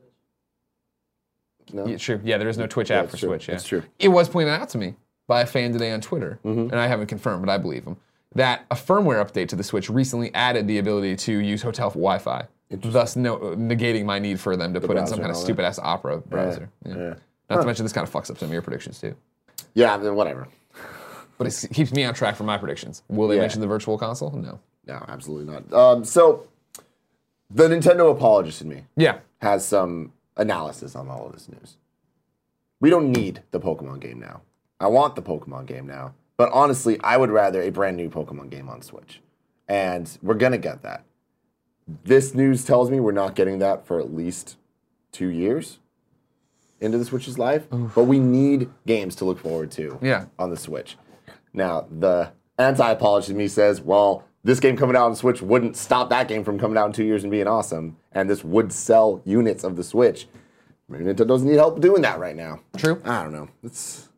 Speaker 2: No?
Speaker 1: Yeah, true. Yeah, there is no Twitch app
Speaker 2: it's
Speaker 1: for
Speaker 2: true.
Speaker 1: Switch. Yeah.
Speaker 2: It's true. Mm-hmm.
Speaker 1: It was pointed out to me by a fan today on Twitter, and I haven't confirmed, but I believe him, that a firmware update to the Switch recently added the ability to use hotel Wi Fi, thus no, negating my need for them to put in
Speaker 2: browser
Speaker 1: some
Speaker 2: and
Speaker 1: kind of
Speaker 2: all that.
Speaker 1: stupid ass Opera browser. Yeah.
Speaker 2: yeah.
Speaker 1: Not to mention, this kind of fucks up some of your predictions, too.
Speaker 2: Yeah, then whatever.
Speaker 1: But it keeps me on track for my predictions. Will they
Speaker 2: Yeah.
Speaker 1: mention the virtual console? No.
Speaker 2: No, absolutely not. Um, so, the Nintendo apologist in me
Speaker 1: Yeah.
Speaker 2: has some analysis on all of this news. We don't need the Pokemon game now. I want the Pokemon game now. But honestly, I would rather a brand new Pokemon game on Switch. And we're going to get that. This news tells me we're not getting that for at least two years into the Switch's life. But we need games to look forward to
Speaker 1: Yeah.
Speaker 2: on the Switch. Now, the anti apologist in me says, well, this game coming out on Switch wouldn't stop that game from coming out in two years and being awesome. And this would sell units of the Switch. Maybe Nintendo doesn't need help doing that right now.
Speaker 1: True.
Speaker 2: I don't know. It's,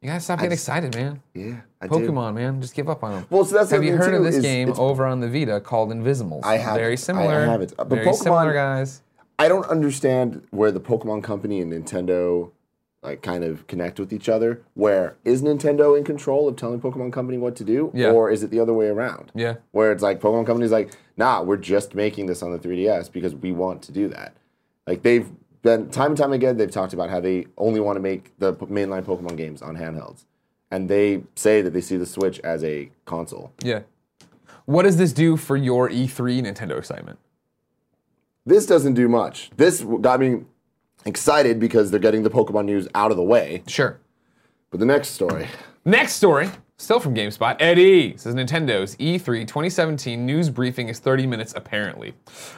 Speaker 1: You gotta stop getting excited, man.
Speaker 2: yeah. I do.
Speaker 1: Pokemon, man, just give up on them.
Speaker 2: Well, so that's the
Speaker 1: have you
Speaker 2: other thing,
Speaker 1: heard of
Speaker 2: too,
Speaker 1: this
Speaker 2: is
Speaker 1: game
Speaker 2: it's-
Speaker 1: over on the Vita called Invisimals?
Speaker 2: I haven't. I- I
Speaker 1: Very similar.
Speaker 2: haven't. Uh, but
Speaker 1: very similar,
Speaker 2: Pokemon-
Speaker 1: guys.
Speaker 2: I don't understand where the Pokemon company and Nintendo like kind of connect with each other. Where is Nintendo in control of telling Pokemon company what to do,
Speaker 1: Yeah.
Speaker 2: or is it the other way around?
Speaker 1: Yeah.
Speaker 2: Where it's like Pokemon company's like, nah, we're just making this on the 3DS because we want to do that. Like they've been time and time again, they've talked about how they only want to make the p- mainline Pokemon games on handhelds, and they say that they see the Switch as a console.
Speaker 1: Yeah. What does this do for your E3 Nintendo excitement?
Speaker 2: This doesn't do much. This got me excited because they're getting the Pokemon news out of the way.
Speaker 1: Sure.
Speaker 2: But the next story.
Speaker 1: Next story, still from GameSpot. Eddie says Nintendo's E E3 2017 news briefing is 30 minutes apparently.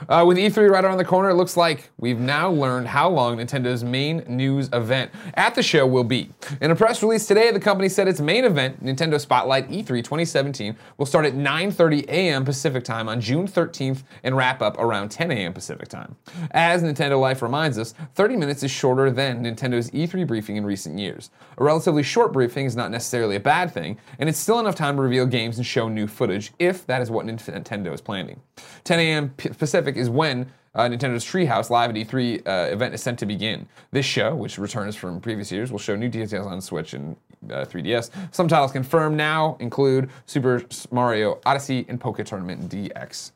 Speaker 1: Uh, with E3 right around the corner, it looks like we've now learned how long Nintendo's main news event at the show will be. In a press release today, the company said its main event, Nintendo Spotlight E E3 2017, will start at 9:30 a.m. Pacific time on June 13th and wrap up around 10 a.m. Pacific time. As Nintendo Life reminds us, 30 minutes is shorter than Nintendo's E3 briefing in recent years. A relatively short briefing is not necessarily a bad thing, and it's still enough time to reveal games and show new footage if that is what Nintendo is planning. 10 a.m. P- Pacific is when uh, Nintendo's Treehouse Live at E3 uh, event is set to begin. This show, which returns from previous years, will show new details on Switch and uh, 3DS. Some titles confirmed now include Super Mario Odyssey and Poké Tournament DX.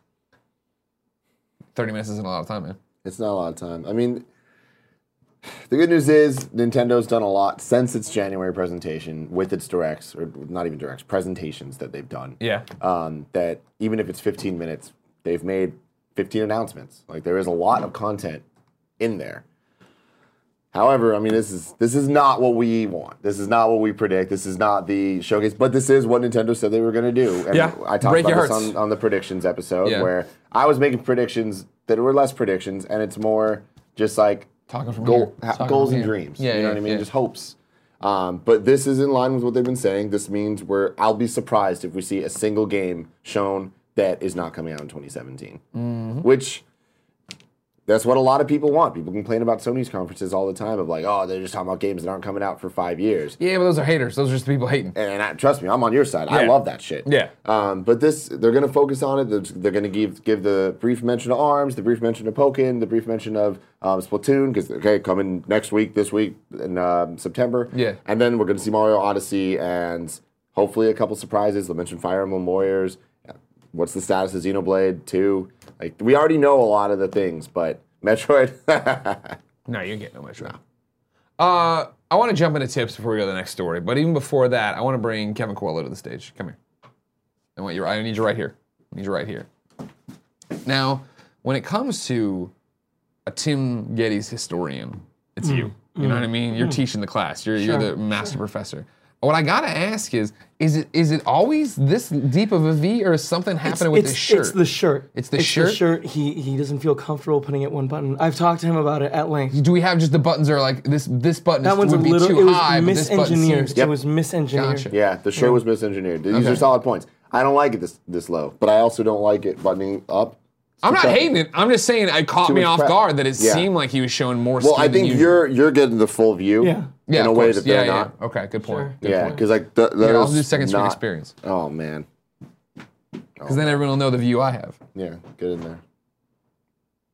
Speaker 1: 30 minutes isn't a lot of time, man.
Speaker 2: It's not a lot of time. I mean, the good news is Nintendo's done a lot since its January presentation with its directs, or not even directs, presentations that they've done.
Speaker 1: Yeah.
Speaker 2: Um, that even if it's 15 minutes, they've made 15 announcements. Like there is a lot of content in there. However, I mean, this is this is not what we want. This is not what we predict. This is not the showcase. But this is what Nintendo said they were going to do. And
Speaker 1: Yeah.
Speaker 2: I talked
Speaker 1: Break your
Speaker 2: about this
Speaker 1: hearts.
Speaker 2: on, on the predictions episode
Speaker 1: Yeah.
Speaker 2: where I was making predictions that were less predictions, and it's more just like
Speaker 1: Talking from
Speaker 2: goal,
Speaker 1: here.
Speaker 2: ha-
Speaker 1: Talking
Speaker 2: goals
Speaker 1: from
Speaker 2: and
Speaker 1: here.
Speaker 2: dreams.
Speaker 1: Yeah,
Speaker 2: you know
Speaker 1: yeah,
Speaker 2: what I mean?
Speaker 1: yeah.
Speaker 2: Just hopes. Um, but this is in line with what they've been saying. This means we're. I'll be surprised if we see a single game shown that is not coming out in 2017.
Speaker 1: Mm-hmm.
Speaker 2: Which that's what a lot of people want. People complain about Sony's conferences all the time of like, oh, they're just talking about games that aren't coming out for five years.
Speaker 1: Yeah, but those are haters. Those are just people hating.
Speaker 2: And I, trust me, I'm on your side. I
Speaker 1: Yeah.
Speaker 2: love that shit.
Speaker 1: Yeah.
Speaker 2: Um, but this, they're going to focus on it. They're, they're going to give give the brief mention of Arms, the brief mention of Pokken, the brief mention of um, Splatoon, because okay, coming next week, this week in um, September.
Speaker 1: Yeah.
Speaker 2: And then we're going to see Mario Odyssey and hopefully a couple surprises. They'll mention Fire Emblem Warriors. What's the status of Xenoblade Two? Like we already know a lot of the things, but Metroid. <laughs>
Speaker 1: No, you get no much. No. Uh, I want to jump into tips before we go to the next story, but even before that, I want to bring Kevin Coelho to the stage. Come here. I want you. I need you right here. I need you right here. Now, when it comes to a Tim Getty's historian, it's you. You know what I mean?
Speaker 5: Mm.
Speaker 1: You're teaching the class. You're you're the master professor. What I gotta ask is, is it is it always this deep of a V, or is something happening with
Speaker 5: it's,
Speaker 1: this shirt?
Speaker 5: It's the shirt.
Speaker 1: It's the shirt?
Speaker 5: He he doesn't feel comfortable putting it one button. I've talked to him about it at length.
Speaker 1: Do we have just the buttons are like this? This button
Speaker 5: That
Speaker 1: is-
Speaker 5: one's a
Speaker 1: would be
Speaker 5: little.
Speaker 1: too
Speaker 5: It was
Speaker 1: high. but this button seems
Speaker 5: misengineered. It was misengineered.
Speaker 1: Gotcha.
Speaker 2: Yeah, the shirt was misengineered. These are solid points. I don't like it this this low, but I also don't like it buttoning up.
Speaker 1: I'm not
Speaker 2: Okay.
Speaker 1: hating it. I'm just saying it caught me
Speaker 2: much
Speaker 1: off
Speaker 2: prep.
Speaker 1: guard that it
Speaker 2: Yeah.
Speaker 1: seemed like he was showing more. skin
Speaker 2: Well, I
Speaker 1: than
Speaker 2: think
Speaker 1: usual.
Speaker 2: you're you're getting the full view
Speaker 5: Yeah.
Speaker 1: yeah,
Speaker 2: in
Speaker 1: of
Speaker 2: a way
Speaker 1: course.
Speaker 2: that they're
Speaker 1: yeah,
Speaker 2: not.
Speaker 1: Yeah. Okay, good point.
Speaker 5: Sure.
Speaker 1: Good
Speaker 2: Yeah,
Speaker 1: point.
Speaker 2: because like the,
Speaker 1: Here,
Speaker 2: there's
Speaker 1: I'll do second screen
Speaker 2: not-
Speaker 1: experience
Speaker 2: Oh man,
Speaker 1: because then everyone will know the view I have.
Speaker 2: yeah, get in there.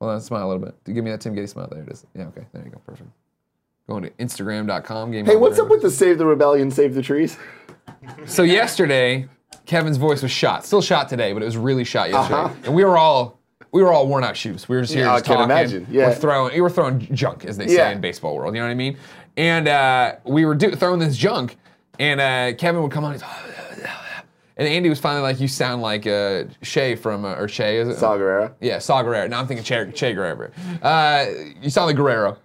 Speaker 1: Well, then smile a little bit. Give me that Tim Getty smile. There it is. Yeah, okay, there you go. Perfect. Going to Instagram.com. Game
Speaker 2: Hey, what's up with the save the rebellion, save the trees?
Speaker 1: So yesterday, Kevin's voice was shot. Still shot today, but it was really shot yesterday. And we were all we were all worn out shoes. We were just here
Speaker 2: Uh-huh. Yeah, I
Speaker 1: just
Speaker 2: can
Speaker 1: talking.
Speaker 2: imagine. Yeah.
Speaker 1: We're throwing we were throwing junk, as they say
Speaker 2: Yeah.
Speaker 1: in baseball world. You know what I mean? And uh, we were do, throwing this junk, and uh, Kevin would come on. He's, <sighs> and Andy was finally like, "You sound like uh, Shay from uh, or Shay is it?
Speaker 2: Saw Gerrera.
Speaker 1: Yeah, Saw Guerrero. Now I'm thinking Che, che Guerrero. Uh, you sound like Guerrero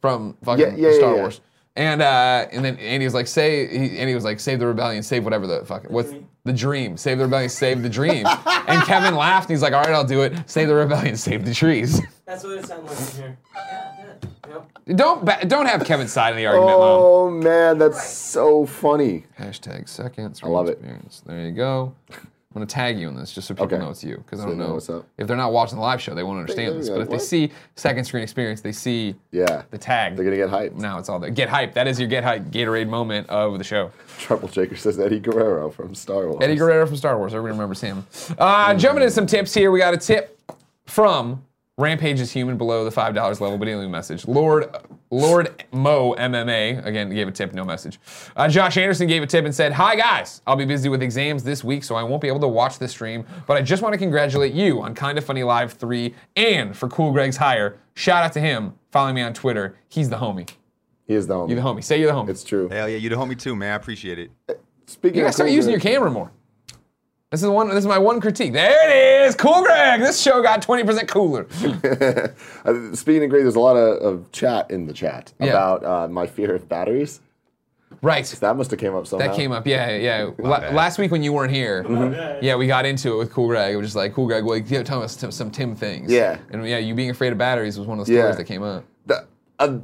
Speaker 1: from fucking
Speaker 2: Yeah, yeah, yeah,
Speaker 1: Star
Speaker 2: yeah.
Speaker 1: Wars. And uh, and then Andy was like, say he, Andy was like, save the rebellion, save whatever the fuck. What's
Speaker 3: dream.
Speaker 1: the dream? Save the rebellion, save the dream. and Kevin laughed. And he's like, all right, I'll do it. Save the rebellion, save the trees. <laughs>
Speaker 3: That's what it sounded like in here. Yeah, it did. Yep.
Speaker 1: don't ba- don't have Kevin's side of the argument, mom.
Speaker 2: Oh man, that's so funny.
Speaker 1: Hashtag seconds. I
Speaker 2: love it.
Speaker 1: experience. There you go. I'm gonna tag you on this just so people
Speaker 2: Okay.
Speaker 1: know it's you because I
Speaker 2: So
Speaker 1: don't
Speaker 2: they know
Speaker 1: know
Speaker 2: what's up.
Speaker 1: if they're not watching the live show they won't understand
Speaker 2: they're
Speaker 1: this.
Speaker 2: like,
Speaker 1: But if they
Speaker 2: "What?"
Speaker 1: see second screen experience, they see
Speaker 2: Yeah,
Speaker 1: the tag.
Speaker 2: they're gonna get hyped.
Speaker 1: now it's all there. Get hype. That is your get hype Gatorade moment of the show.
Speaker 2: Trouble Shaker says Eddie Guerrero from Star Wars.
Speaker 1: Eddie Guerrero from Star Wars. Everybody remembers him. Uh, Jumping into some tips here. We got a tip from Rampage is Human below the $5 level, but only message. Lord Lord Mo MMA, again, gave a tip, no message. Uh, Josh Anderson gave a tip and said, Hi guys, I'll be busy with exams this week, so I won't be able to watch this stream, but I just want to congratulate you on Kinda Funny Live 3 and for Cool Greg's Hire. Shout out to him. Follow me on Twitter. He's the homie.
Speaker 2: He is the homie.
Speaker 1: You the homie. Say you're the homie.
Speaker 2: It's true.
Speaker 4: Hell yeah, you the homie too, man. I appreciate it.
Speaker 2: Speaking
Speaker 1: You
Speaker 2: of
Speaker 1: gotta start
Speaker 2: cool
Speaker 1: using your
Speaker 2: dudes-
Speaker 1: camera more. This is one. This is my one critique. There it is, cool, Greg. This show got twenty percent cooler.
Speaker 2: Uh, Speaking of great, there's a lot of, of chat in the chat
Speaker 1: Yeah.
Speaker 2: about uh, my fear of batteries.
Speaker 1: right. That,
Speaker 2: That must have came up somehow.
Speaker 1: came up. Yeah, yeah. La-
Speaker 4: bad.
Speaker 1: last week when you weren't here,
Speaker 2: Mm-hmm.
Speaker 3: bad.
Speaker 1: yeah, we got into it with Cool Greg. It was just like Cool Greg, well, yeah, tell us t- some Tim things.
Speaker 2: Yeah.
Speaker 1: And yeah, you being afraid of batteries was one of the
Speaker 2: Yeah.
Speaker 1: stories that came up.
Speaker 2: The- a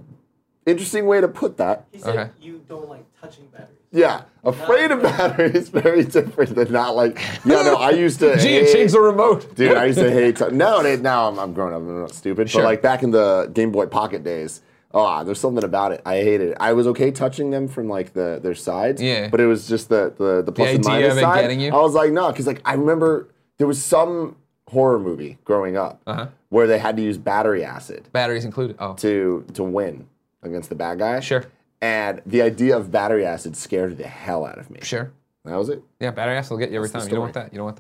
Speaker 2: interesting way to put that.
Speaker 3: He said
Speaker 1: Okay.
Speaker 3: you don't like touching batteries.
Speaker 2: Yeah, afraid of <laughs> batteries very different than not like. Yeah, no, I used to.
Speaker 1: Gee, it
Speaker 2: hate-
Speaker 1: changed the remote.
Speaker 2: Dude, I
Speaker 1: <laughs>
Speaker 2: used to hate. T- no, they, now I'm, I'm grown up. I'm not stupid.
Speaker 1: Sure.
Speaker 2: But like back in the Game Boy Pocket days, oh, there's something about it. I hated it. I was okay touching them from like the their sides.
Speaker 1: Yeah.
Speaker 2: But it was just the the, the plus and
Speaker 1: idea
Speaker 2: minus
Speaker 1: of it
Speaker 2: side.
Speaker 1: getting you?
Speaker 2: I was like, no, because like I remember there was some horror movie growing up
Speaker 1: Uh-huh.
Speaker 2: where they had to use battery acid
Speaker 1: Batteries included. Oh,
Speaker 2: to to win against the bad guy.
Speaker 1: Sure.
Speaker 2: And the idea of battery acid scared the hell out of me.
Speaker 1: sure.
Speaker 2: That was it. <laughs>
Speaker 1: Yeah, battery ass will get you every time.
Speaker 2: the
Speaker 1: You don't want
Speaker 2: story.
Speaker 1: that. You don't want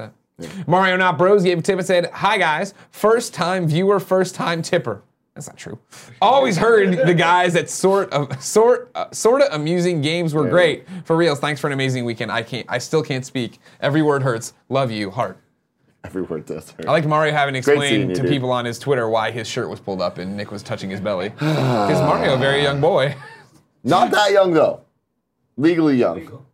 Speaker 1: that. Mario Not Bros gave a tip and said, Hi guys, first time viewer, first time tipper. That's not true. Always heard the guys that sort of sort uh, sort of amusing games were great. For reals, thanks for an amazing weekend. I can't I still can't speak. Every word hurts. Love you, heart.
Speaker 2: Every word does hurt.
Speaker 1: I like Mario having
Speaker 2: seeing
Speaker 1: explained
Speaker 2: you,
Speaker 1: to
Speaker 2: dude.
Speaker 1: people on his Twitter why his shirt was pulled up and Nick was touching his
Speaker 2: <sighs>
Speaker 1: belly. Because Mario, a very young boy.
Speaker 2: Not that young though. Legally young.
Speaker 3: Legal.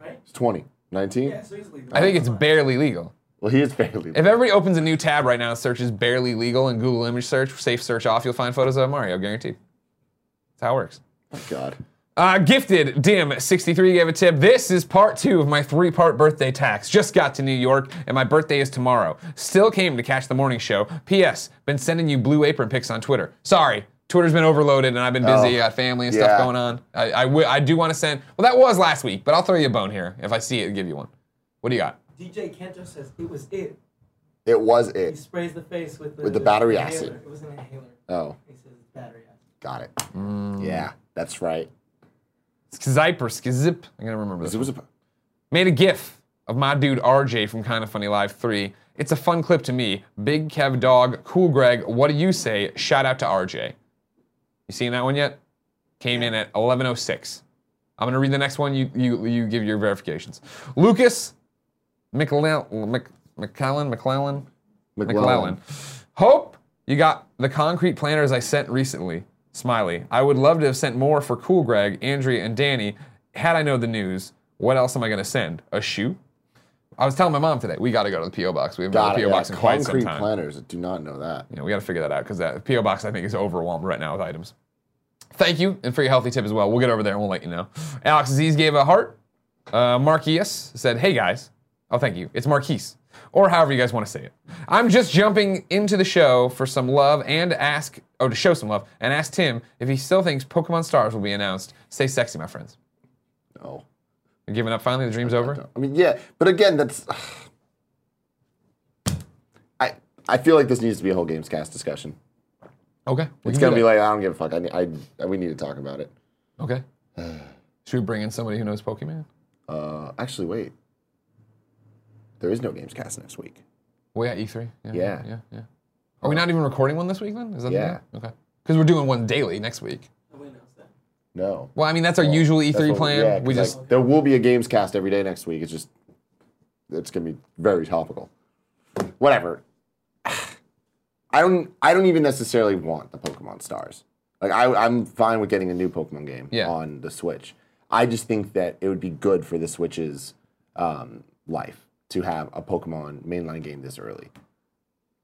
Speaker 3: Right?
Speaker 2: It's 20. 19?
Speaker 3: Yeah, so he's legal.
Speaker 1: I think it's barely legal.
Speaker 2: Well, he is Oh, fairly.
Speaker 1: If everybody opens a new tab right now and searches barely legal in Google image search, safe search off, you'll find photos of Mario, guaranteed. That's how it works.
Speaker 2: God.
Speaker 1: Uh, gifted Dim63 gave a tip. This is part two of my three part birthday tax. Just got to New York, and my birthday is tomorrow. Still came to catch the morning show. P.S. Been sending you blue apron pics on Twitter. Sorry. Twitter's been overloaded and I've been busy. I got family and
Speaker 2: Yeah.
Speaker 1: stuff going on. I, I, wi- I do want to send. Well, that was last week, but I'll throw you a bone here. If I see it, give you one. What do you got?
Speaker 3: DJ Kento says it was it.
Speaker 2: It was
Speaker 3: He
Speaker 2: it.
Speaker 3: sprays the face with the,
Speaker 2: With the battery
Speaker 3: inhaler.
Speaker 2: acid.
Speaker 3: It was an inhaler.
Speaker 2: Oh,
Speaker 3: He says it's battery acid.
Speaker 2: got it.
Speaker 1: Mm.
Speaker 2: Yeah, that's right.
Speaker 1: Skype or Skizip? I'm going to remember this.
Speaker 2: It was a,
Speaker 1: Made a GIF of my dude RJ from Kinda Funny Live 3. It's a fun clip to me. Big Kev Dog, Cool Greg, what do you say? Shout out to RJ. You seen that one yet? Came in at 1106. I'm gonna read the next one. You you you give your verifications. Lucas McLe- Mc- McClellan McClellan McClellan. Hope you got the concrete planners I sent recently. Smiley. I would love to have sent more for Cool Greg, Andrea, and Danny. Had I know the news, what else am I gonna send? A shoe? I was telling my mom today we got to go to the PO box. We haven't
Speaker 2: Got
Speaker 1: been to
Speaker 2: it.
Speaker 1: the PO
Speaker 2: yeah.
Speaker 1: box in quite some
Speaker 2: Concrete
Speaker 1: time.
Speaker 2: planners. Do not know that.
Speaker 1: You know, we got to figure that out because that PO box I think is overwhelmed right now with items. Thank you, and for your healthy tip as well. We'll get over there and we'll let you know. Alex Aziz gave a heart. Uh, Marquise said, "Hey guys, oh thank you. It's Marquise, or however you guys want to say it. I'm just jumping into the show for some love and ask, oh to show some love and ask Tim if he still thinks Pokemon Stars will be announced. Stay sexy, my friends.
Speaker 2: No.
Speaker 1: You're giving up finally. The dream's over.
Speaker 2: I mean, yeah, but again, that's. <sighs> I I feel like this needs to be a whole Games Cast discussion.
Speaker 1: Okay, we
Speaker 2: It's
Speaker 1: can
Speaker 2: gonna
Speaker 1: do
Speaker 2: be
Speaker 1: that.
Speaker 2: like I don't give a fuck. I, need- I, I we need to talk about it.
Speaker 1: okay.
Speaker 2: <sighs>
Speaker 1: Should we bring in somebody who knows Pokemon?
Speaker 2: Uh, actually, wait. There is no Games Cast next week.
Speaker 1: Way at E3.
Speaker 2: Yeah.
Speaker 1: E Yeah. Yeah. Are we not even recording one this week then? Is that the
Speaker 2: Yeah.
Speaker 1: thing? Okay. Because we're doing one daily next week.
Speaker 3: Nobody knows that.
Speaker 2: No.
Speaker 1: Well, I mean that's our usual E3
Speaker 2: That's what-
Speaker 1: E plan.
Speaker 2: yeah,
Speaker 1: we
Speaker 2: 'cause, like,
Speaker 1: just
Speaker 2: there will be a games cast every day next week. It's just it's gonna be very topical. <sighs> Whatever. I don't I don't even necessarily want the Pokemon stars. Like I, I'm fine with getting a new Pokemon game
Speaker 1: Yeah.
Speaker 2: on the Switch. I just think that it would be good for the Switch's um, life to have a Pokemon mainline game this early.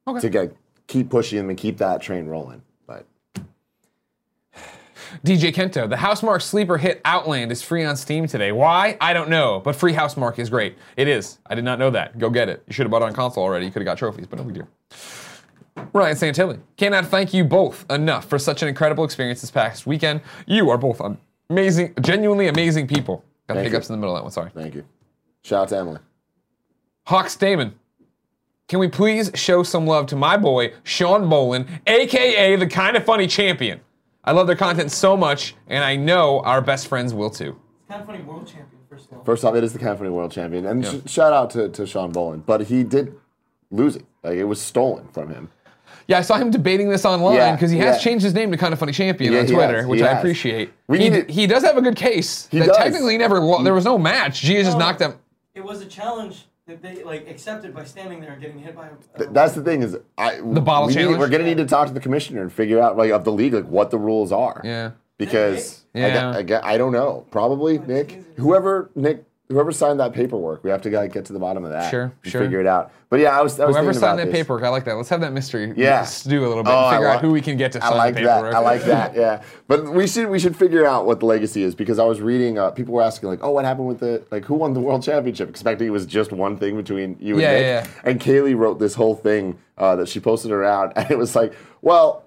Speaker 1: Okay.
Speaker 2: To get, keep pushing them and keep that train rolling. But
Speaker 1: DJ Kento, the Housemark sleeper hit Outland is free on Steam today. Why? I don't know, but free Housemark is great. It is. I did not know that. Go get it. You should have bought it on console already. You could have got trophies, but no big deal. Ryan Santilli, cannot thank you both enough for such an incredible experience this past weekend. You are both amazing, genuinely amazing people. Got
Speaker 2: Thank
Speaker 1: hiccups
Speaker 2: you.
Speaker 1: in the middle of that one, sorry.
Speaker 2: thank you. Shout out to Emily.
Speaker 1: Hawks Damon. Can we please show some love to my boy, Sean Bolin, aka the kind of funny champion? I love their content so much, and I know our best friends will too.
Speaker 3: It's kind of funny, world champion, first of all.
Speaker 2: First off, it is the Company World Champion, and
Speaker 1: Yeah.
Speaker 2: sh- shout out to, to Sean Boland, but he did lose it. Like it was stolen from him.
Speaker 1: Yeah, I saw him debating this online
Speaker 2: Yeah,
Speaker 1: because he has
Speaker 2: yeah.
Speaker 1: changed his name to kind of funny champion
Speaker 2: Yeah,
Speaker 1: on
Speaker 2: he
Speaker 1: Twitter,
Speaker 2: has,
Speaker 1: which
Speaker 2: he
Speaker 1: I
Speaker 2: has.
Speaker 1: appreciate.
Speaker 2: We
Speaker 1: he,
Speaker 2: need to-
Speaker 1: he does have a good case.
Speaker 2: He
Speaker 1: that
Speaker 2: does.
Speaker 1: technically never lo- there was no match. Gia just
Speaker 3: No.
Speaker 1: knocked him.
Speaker 3: It was a challenge that they like accepted by standing there and getting hit by. A,
Speaker 2: Th- That's the thing is, I the
Speaker 1: bottle
Speaker 2: we
Speaker 1: challenge?
Speaker 2: are gonna need to talk to the commissioner and figure out like of the league like what the rules are.
Speaker 1: Yeah.
Speaker 2: Because I,
Speaker 1: Yeah.
Speaker 2: got- I, got- I don't know. Probably Nick, whoever Nick, whoever signed that paperwork, we have to like, get to the bottom of that.
Speaker 1: Sure,
Speaker 2: and
Speaker 1: sure.
Speaker 2: Figure it out. But yeah, I was. I was
Speaker 1: Whoever
Speaker 2: thinking
Speaker 1: signed
Speaker 2: about
Speaker 1: that
Speaker 2: this.
Speaker 1: paperwork, I like that. Let's have that mystery
Speaker 2: Yeah.
Speaker 1: stew a little bit.
Speaker 2: Oh,
Speaker 1: and
Speaker 2: I
Speaker 1: figure out
Speaker 2: like-
Speaker 1: who we can get to
Speaker 2: I
Speaker 1: sign
Speaker 2: like
Speaker 1: the
Speaker 2: that.
Speaker 1: paperwork.
Speaker 2: I like
Speaker 1: <laughs>
Speaker 2: that. Yeah, but we should we should figure out what the legacy is because I was reading. Uh, people were asking like, oh, what happened with the like who won the world championship? Expecting it was just one thing between you and
Speaker 1: Yeah, yeah,
Speaker 2: Nick.
Speaker 1: yeah.
Speaker 2: And Kaylee wrote this whole thing uh, that she posted around, <laughs> and it was like, well.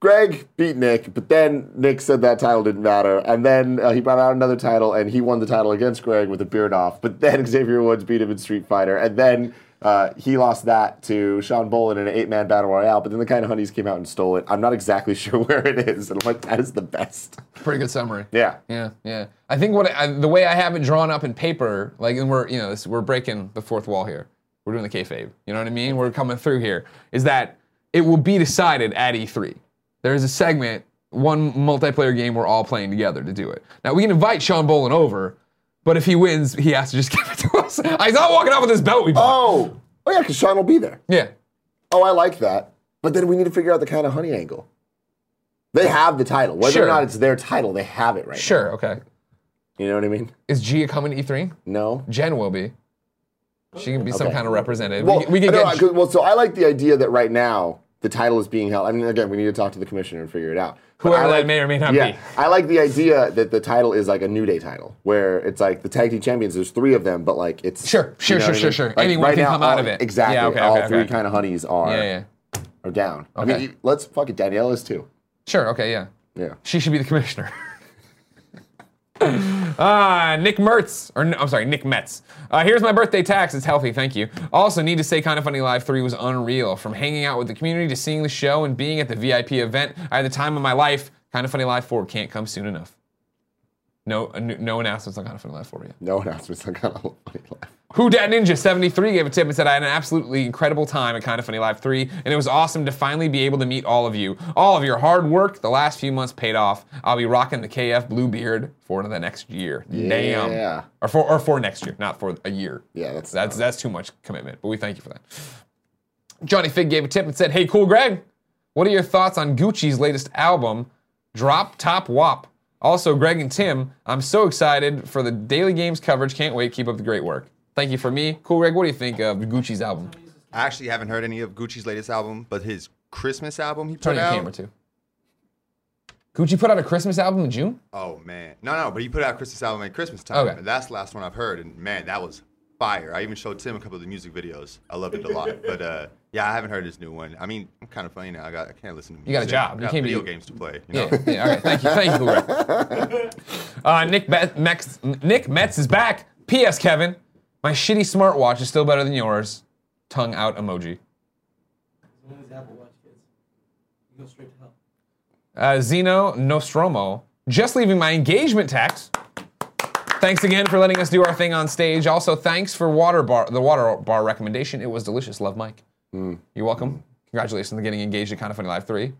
Speaker 2: Greg beat Nick, but then Nick said that title didn't matter, and then uh, he brought out another title, and he won the title against Greg with a beard off. But <laughs> then Xavier Woods beat him in Street Fighter, and then uh, he lost that to Sean Bolin in an eight-man battle royale. But then the kind of honeys came out and stole it. I'm not exactly <laughs> sure where it is, and I'm like, that is the best.
Speaker 1: Pretty good summary.
Speaker 2: Yeah.
Speaker 1: Yeah, yeah. I think what I, the way I have it drawn up in paper, like, and we're you know this, we're breaking the fourth wall here. We're doing the kayfabe. You know what I mean? We're coming through here. Is that it will be decided at E3? There is a segment, one multiplayer game we're all playing together to do it. Now we can invite Sean Bolin over, but if he wins, he has to just <laughs> give it to us. He's not walking out with this belt we bought.
Speaker 2: Oh, oh yeah, because Sean will be there.
Speaker 1: Yeah.
Speaker 2: Oh, I like that. But then we need to figure out the kind of honey angle. They have the title, whether
Speaker 1: Sure.
Speaker 2: or not it's their title, they have it right. now.
Speaker 1: Sure. Okay.
Speaker 2: You know what I mean?
Speaker 1: Is Gia coming to E3?
Speaker 2: No.
Speaker 1: Jen will be. She can be some
Speaker 2: Okay.
Speaker 1: kind of representative.
Speaker 2: Well,
Speaker 1: we, can- we can
Speaker 2: no,
Speaker 1: get.
Speaker 2: I- 'cause- well, so I like the idea that right now the title is being held. I mean, again, we need to talk to the commissioner and figure it out. But
Speaker 1: Whoever
Speaker 2: I
Speaker 1: that
Speaker 2: like-
Speaker 1: may or may not
Speaker 2: yeah,
Speaker 1: be.
Speaker 2: I like the idea that the title is like a New Day title, where it's like the tag team champions. There's three of them, but like it's
Speaker 1: Sure, sure,
Speaker 2: what
Speaker 1: sure,
Speaker 2: I
Speaker 1: sure,
Speaker 2: mean?
Speaker 1: sure.
Speaker 2: Like,
Speaker 1: Anyone
Speaker 2: right
Speaker 1: can
Speaker 2: now,
Speaker 1: come out
Speaker 2: all-
Speaker 1: of it.
Speaker 2: Exactly,
Speaker 1: Yeah, okay,
Speaker 2: all
Speaker 1: okay,
Speaker 2: three
Speaker 1: okay.
Speaker 2: kind of honeys are
Speaker 1: yeah, yeah.
Speaker 2: are down. I
Speaker 1: Okay.
Speaker 2: mean, let's fuck it. Danielle is too.
Speaker 1: Sure. Okay. Yeah.
Speaker 2: Yeah.
Speaker 1: She should be the commissioner. <laughs> Ah, Nick Mertz, or no, I'm sorry, Nick Metz. Uh, here's my birthday tax. It's healthy, thank you. Also, need to say, Kind of Funny Live 3 was unreal. From hanging out with the community to seeing the show and being at the VIP event, I had the time of my life. Kind of Funny Live 4 can't come soon enough. No, uh, n- no announcements on Kind of Funny Live 4 yet.
Speaker 2: No announcements. I got a little funny laugh.
Speaker 1: Who Dat Ninja 73 gave a tip and said, I had an absolutely incredible time at Kind of Funny Live 3, and it was awesome to finally be able to meet all of you. All of your hard work the last few months paid off. I'll be rocking the KF Blue Beard for the next year.
Speaker 2: Yeah.
Speaker 1: Damn. Or for, or for next year, not for a year.
Speaker 2: Yeah, that's-
Speaker 1: that's, that's too much commitment, but we thank you for that. Johnny Fig gave a tip and said, Hey, cool Greg, what are your thoughts on Gucci's latest album, Drop Top Wop? Also, Greg and Tim, I'm so excited for the Daily Games coverage. Can't wait. Keep up the great work. Thank you for me. Cool Greg, what do you think of Gucci's album?
Speaker 4: I actually haven't heard any of Gucci's latest album, but his Christmas album he put
Speaker 1: Turn your
Speaker 4: out.
Speaker 1: camera too. Gucci put out a Christmas album in June?
Speaker 4: Oh man, no, no, but he put out a Christmas album at Christmas time,
Speaker 1: Okay.
Speaker 4: and that's the last one I've heard. And man, that was fire. I even showed Tim a couple of the music videos. I loved it a lot. But uh, yeah, I haven't heard his new one. I mean, I'm kind of funny now. I got I can't listen to music.
Speaker 1: got a job. You
Speaker 4: I got
Speaker 1: can't be-
Speaker 4: video games to play. You know?
Speaker 1: Yeah, yeah, all right. Thank you. Thank you, Cool Greg. Uh, Nick, Met- Mex- Nick Metz is back. P.S. Kevin, my shitty smartwatch is still better than yours. Tongue out emoji.
Speaker 3: As long as Apple Watch kids, you go straight to hell.
Speaker 1: uh, Zeno Nostromo, just leaving my engagement tax. Thanks again for letting us do our thing on stage. Also, thanks for water bar, the water bar recommendation. It was delicious. Love, Mike. You're welcome. Congratulations on getting engaged at Kind of Funny Live 3.